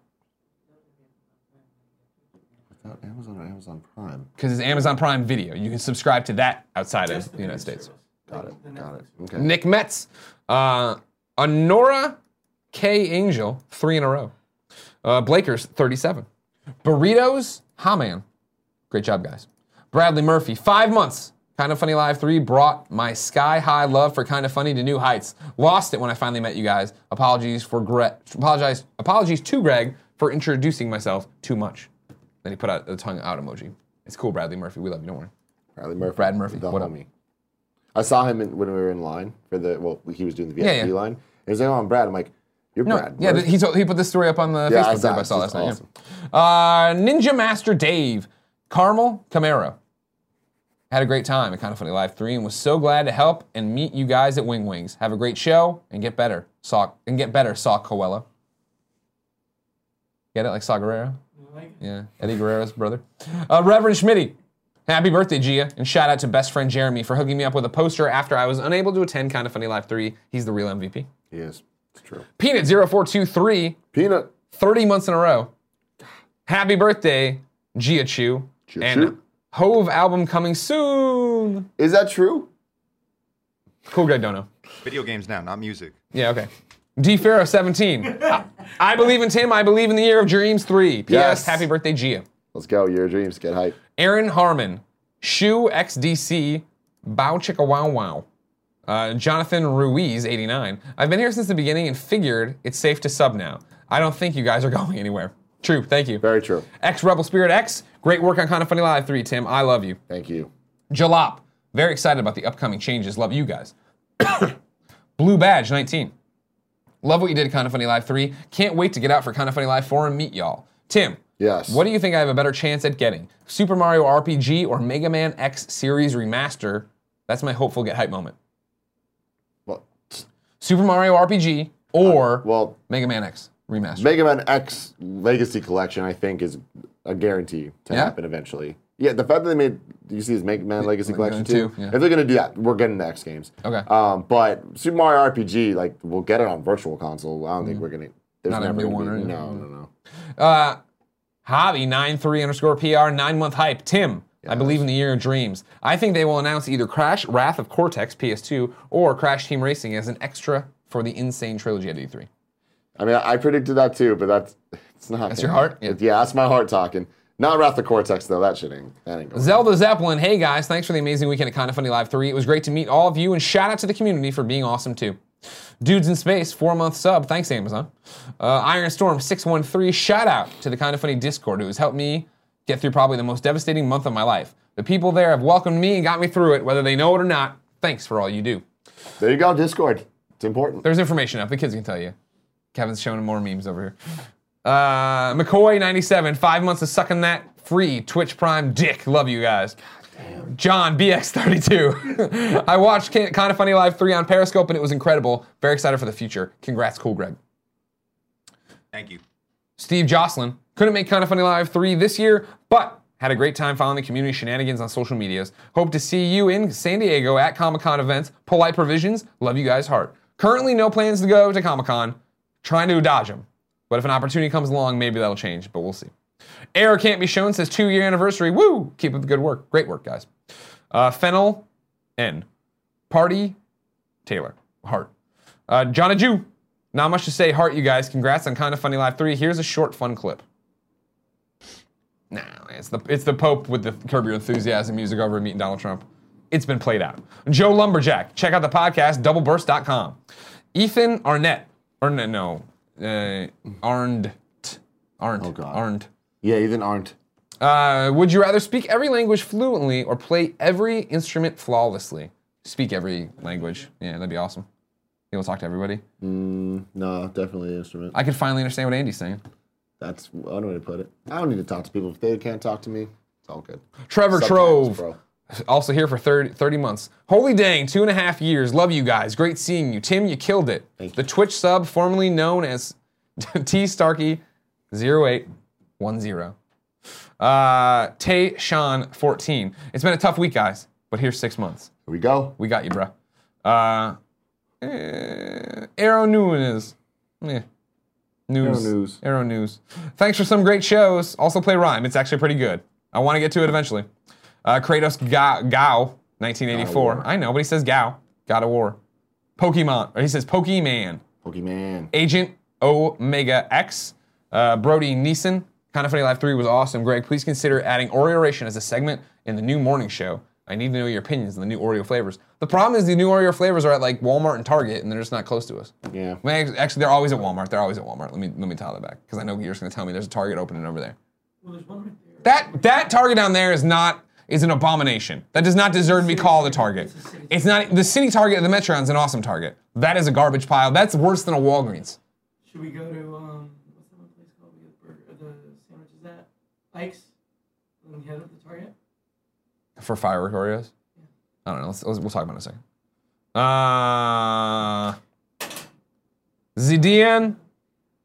Speaker 2: Not Oh, Amazon or Amazon Prime.
Speaker 1: Because it's Amazon Prime Video. You can subscribe to that outside
Speaker 3: That's
Speaker 1: of the United States.
Speaker 2: Got it. Got it. Okay.
Speaker 1: Nick Metz, uh, Honora K. Angel, three in a row. Uh, Blakers, 37. Burritos, Haman. Great job, guys. Bradley Murphy, five months. Kind of Funny Live 3 brought my sky high love for Kind of Funny to new heights. Lost it when I finally met you guys. Apologies for Greg. Apologize. Apologies to Greg for introducing myself too much. Then he put out a tongue out emoji. It's cool, Bradley Murphy. We love you. Don't worry.
Speaker 2: Bradley Murphy.
Speaker 1: Brad Murphy,
Speaker 2: The
Speaker 1: what up?
Speaker 2: homie. I saw him in, when we were in line for the, well, he was doing the VIP
Speaker 1: Yeah, yeah.
Speaker 2: line. And he was like, oh, I'm Brad. I'm like, you're
Speaker 1: No,
Speaker 2: Brad.
Speaker 1: yeah,
Speaker 2: Murphy."
Speaker 1: th- he, told, he put this story up on the
Speaker 2: Yeah, I
Speaker 1: Facebook
Speaker 2: saw
Speaker 1: group I
Speaker 2: it.
Speaker 1: saw last night.
Speaker 2: It's
Speaker 1: yeah. Uh, Ninja Master Dave, Carmel Camaro. Had a great time at Kind of Funny Live 3 and was so glad to help and meet you guys at Wing Wings. Have a great show and get better. Saw and get better, Saw Coelho. Get it? Like Saw Guerrero? Yeah, Eddie Guerrero's brother. Uh, Reverend Schmitty, happy birthday, Gia. And shout out to best friend Jeremy for hooking me up with a poster after I was unable to attend Kind of Funny Live 3. He's the real MVP.
Speaker 2: He is. It's true.
Speaker 1: Peanut0423
Speaker 2: Peanut.
Speaker 1: 30 months in a row. Happy birthday, Gia Chu.
Speaker 2: Gia
Speaker 1: and
Speaker 2: Chu.
Speaker 1: Hove album coming soon.
Speaker 2: Is that true?
Speaker 1: Cool Greg Dono.
Speaker 4: Video games now, not music.
Speaker 1: Yeah, okay. D Pharaoh 17.
Speaker 2: <laughs>
Speaker 1: I, I believe in Tim. I believe in the year of dreams 3. P.S.
Speaker 2: Yes.
Speaker 1: Happy birthday, Gia.
Speaker 2: Let's go. Your dreams. Get hype.
Speaker 1: Aaron Harmon, Shu XDC, Bow Chicka Wow Wow, uh, Jonathan Ruiz, 89. I've been here since the beginning and figured it's safe to sub now. I don't think you guys are <laughs> going anywhere. True, thank you.
Speaker 2: Very true.
Speaker 1: X Rebel Spirit X, great work on Kind of Funny Live 3, Tim. I love you.
Speaker 2: Thank you.
Speaker 1: Jalop, very excited about the upcoming changes. Love you guys. <coughs> Blue Badge 19. Love what you did, Kind of Funny Live 3. Can't wait to get out for Kind of Funny Live 4 and meet y'all. Tim.
Speaker 2: Yes.
Speaker 1: What do you think I have a better chance at getting? Super Mario RPG or Mega Man X Series Remaster? That's my hopeful get hype moment.
Speaker 2: Well,
Speaker 1: Super Mario RPG or
Speaker 2: well,
Speaker 1: Mega Man X Remaster.
Speaker 2: Mega Man X Legacy Collection, I think, is a guarantee to
Speaker 1: Yeah?
Speaker 2: happen eventually. Yeah, the fact that they made do you see this Mega Man Legacy Collection
Speaker 1: two,
Speaker 2: too.
Speaker 1: yeah.
Speaker 2: If they're gonna do that, we're getting the X games.
Speaker 1: Okay.
Speaker 2: Um, but Super Mario RPG, like, we'll get it on Virtual Console. I don't think we're gonna. There's
Speaker 1: Mm-hmm. Not a
Speaker 2: never
Speaker 1: new
Speaker 2: gonna
Speaker 1: one,
Speaker 2: be,
Speaker 1: right?
Speaker 2: No, no, no.
Speaker 1: Uh, Hobby 93 underscore PR, nine month hype. Tim, I believe in the year of dreams. I think they will announce either Crash, Wrath of Cortex, PS2, or Crash Team Racing as an extra for the insane trilogy at E E3.
Speaker 2: I mean, I, I predicted that too, but that's it's not. That's
Speaker 1: your heart?
Speaker 2: Yeah.
Speaker 1: Yeah.
Speaker 2: that's my heart talking. Not Wrath of Cortex though. That shit ain't. That ain't going.
Speaker 1: Zelda Zeppelin, hey guys, thanks for the amazing weekend at Kind of Funny Live 3. It was great to meet all of you, and shout out to the community for being awesome too. Dudes in Space, four month sub, thanks Amazon. Uh, Iron Storm 613, shout out to the Kind of Funny Discord, who has helped me get through probably the most devastating month of my life. The people there have welcomed me and got me through it, whether they know it or not. Thanks for all you do.
Speaker 2: there you go. Discord. It's important.
Speaker 1: There's information up. The kids can tell you. Kevin's showing more memes over here. Uh, McCoy97, five months of sucking that free Twitch Prime dick. Love you guys. John BX32. <laughs> I watched Kind of Funny Live 3 on Periscope and it was incredible. Very excited for the future. Congrats, cool Greg.
Speaker 4: Thank you.
Speaker 1: Steve Jocelyn couldn't make Kind of Funny Live 3 this year, but had a great time following the community shenanigans on social medias. Hope to see you in San Diego at Comic Con events. Polite provisions, love you guys heart. Currently, no plans to go to Comic Con, trying to dodge them. But if an opportunity comes along, maybe that'll change, but we'll see. Error Can't Be Shown says two year anniversary. Woo! Keep up the good work. Great work, guys. Uh, Fennel N. Party Taylor Hart. Uh, John and Jew. Not much to say. Heart, you guys. Congrats on Kind of Funny Live 3. Here's a short, fun clip. Nah, it's the it's the Pope with the Curb Your Enthusiasm music over meeting Donald Trump. It's been played out. Joe Lumberjack, check out the podcast doubleburst.com. Ethan Arnett, or no, no, uh, Arndt, Arndt, oh
Speaker 2: God.
Speaker 1: Arndt.
Speaker 2: Yeah, Ethan Arndt.
Speaker 1: Uh, would you rather speak every language fluently or play every instrument flawlessly? Speak every language. Yeah, that'd be awesome. Be able to talk to everybody.
Speaker 2: No, definitely an instrument.
Speaker 1: I could finally understand what Andy's saying.
Speaker 2: That's one way to put it. I don't need to talk to people if they can't talk to me. It's all good.
Speaker 1: Trevor
Speaker 2: Subtitles,
Speaker 1: Trove. also here for 30, 30 months. Holy dang, two and a half years. Love you guys. Great seeing you. Tim, you killed it.
Speaker 2: Thank
Speaker 1: the Twitch sub, formerly known as <laughs> T Starkey 0810. Uh, Tay Sean 14. It's been a tough week, guys, but here's six months.
Speaker 2: Here we go.
Speaker 1: We got you, bruh. Uh, eh, Arrow News. Eh. News.
Speaker 2: Arrow News.
Speaker 1: Arrow News. Thanks for some great shows. Also play Rhyme. It's actually pretty good. I want to get to it eventually. Uh, Kratos Ga- Gao, 1984. I know, but he says Gao. God of War. Pokemon. Or he says Pokemon.
Speaker 2: Pokemon.
Speaker 1: Agent Omega X, uh, Brody Neeson. Kind of Funny Live 3 was awesome. Greg, please consider adding Oreoration as a segment in the new morning show. I need to know your opinions on the new Oreo flavors. The problem is the new Oreo flavors are at like Walmart and Target, and they're just not close to us.
Speaker 2: Yeah.
Speaker 1: Well, ac- Actually, they're always at Walmart. They're always at Walmart. Let me let me tell that back because I know you're just going to tell me there's a Target opening over there.
Speaker 3: Well, there's one right there.
Speaker 1: That that Target down there is not is an abomination. That does not deserve to be called a Target. It's not the city Target of the Metron's an awesome Target. That is a garbage pile. That's worse than a Walgreens.
Speaker 3: Should we go to um what's that one place called? We get burger, or the sandwiches at Ike's. And then we head up to Target.
Speaker 1: for firework Oreos? I don't know. Let's, let's- we'll talk about it in a second. Uh, Zidian,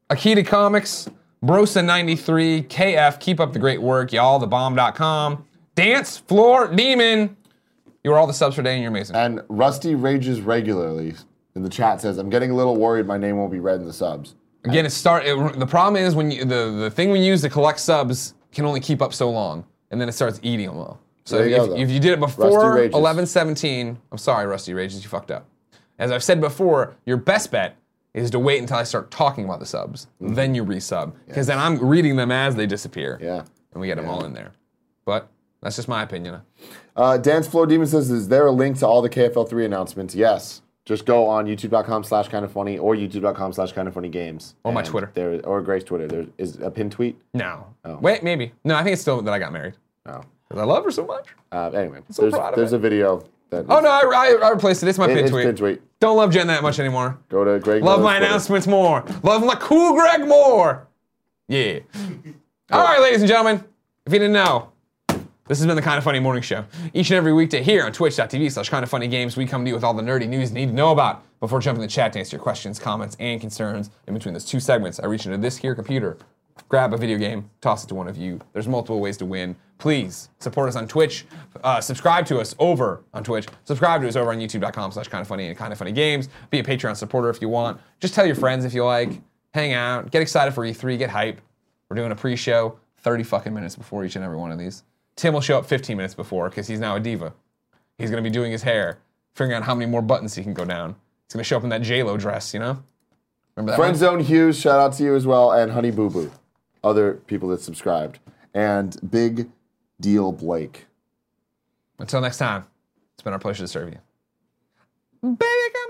Speaker 1: Akita Comics, Brosa93, KF, keep up the great work, y'all. TheBomb.com, Dance Floor Demon. You are all the subs for today and you're amazing.
Speaker 2: And Rusty rages regularly. And the chat says, I'm getting a little worried my name won't be read in the subs.
Speaker 1: Again, it start. It, the problem is when you, the the thing we use to collect subs can only keep up so long, and then it starts eating them all. So
Speaker 2: There
Speaker 1: if,
Speaker 2: you go, though.
Speaker 1: if you did it
Speaker 2: Rusty
Speaker 1: before
Speaker 2: Rages.
Speaker 1: 11:17, I'm sorry, Rusty Rages, you fucked up. As I've said before, your best bet is to wait until I start talking about the subs,
Speaker 2: Mm-hmm.
Speaker 1: then you resub, because then I'm reading them as they disappear,
Speaker 2: Yeah.
Speaker 1: and we get them all in there. But that's just my opinion.
Speaker 2: Uh, Dance Floor Demon says, is there a link to all the KFL3 announcements? Yes. Just go on youtube.com slash kind of funny or youtube.com slash kind of funny games. Or
Speaker 1: my Twitter.
Speaker 2: There, or Grace Twitter. There is a pin tweet.
Speaker 1: No,
Speaker 2: Oh.
Speaker 1: wait, maybe. No, I think it's still that I got married
Speaker 2: No.
Speaker 1: because I love her so much.
Speaker 2: Uh, anyway,
Speaker 1: so
Speaker 2: there's,
Speaker 1: proud of
Speaker 2: there's
Speaker 1: it.
Speaker 2: a video that.
Speaker 1: Oh no, I, I, I replaced it. It's my
Speaker 2: It-
Speaker 1: pin
Speaker 2: it's
Speaker 1: tweet.
Speaker 2: pin tweet.
Speaker 1: Don't love Jen that much anymore.
Speaker 2: Go to Greg.
Speaker 1: Love
Speaker 2: Miller's
Speaker 1: my
Speaker 2: Twitter.
Speaker 1: announcements more. Love my cool Greg more.
Speaker 2: <laughs>
Speaker 1: Yeah. All right, ladies and gentlemen, if you didn't know, this has been the Kind of Funny Morning Show. Each and every weekday here on twitch.tv slash kind of funny games, we come to you with all the nerdy news you need to know about before jumping in the chat to answer your questions, comments, and concerns. In between those two segments, I reach into this here computer, grab a video game, toss it to one of you. There's multiple ways to win. Please support us on Twitch. Uh, subscribe to us over on Twitch. Subscribe to us over on youtube.com slash kind of funny and kind of funny games. Be a Patreon supporter if you want. Just tell your friends if you like. Hang out. Get excited for E3. Get hype. We're doing a pre-show 30 fucking minutes before each and every one of these. Tim will show up 15 minutes before because he's now a diva. He's gonna be doing his hair, figuring out how many more buttons he can go down. He's gonna show up in that J-Lo dress, you know? Remember that
Speaker 2: Friend
Speaker 1: one?
Speaker 2: Zone Hughes, shout out to you as well, and Honey Boo Boo, other people that subscribed, and Big Deal Blake.
Speaker 1: Until next time, it's been our pleasure to serve you. Baby girl!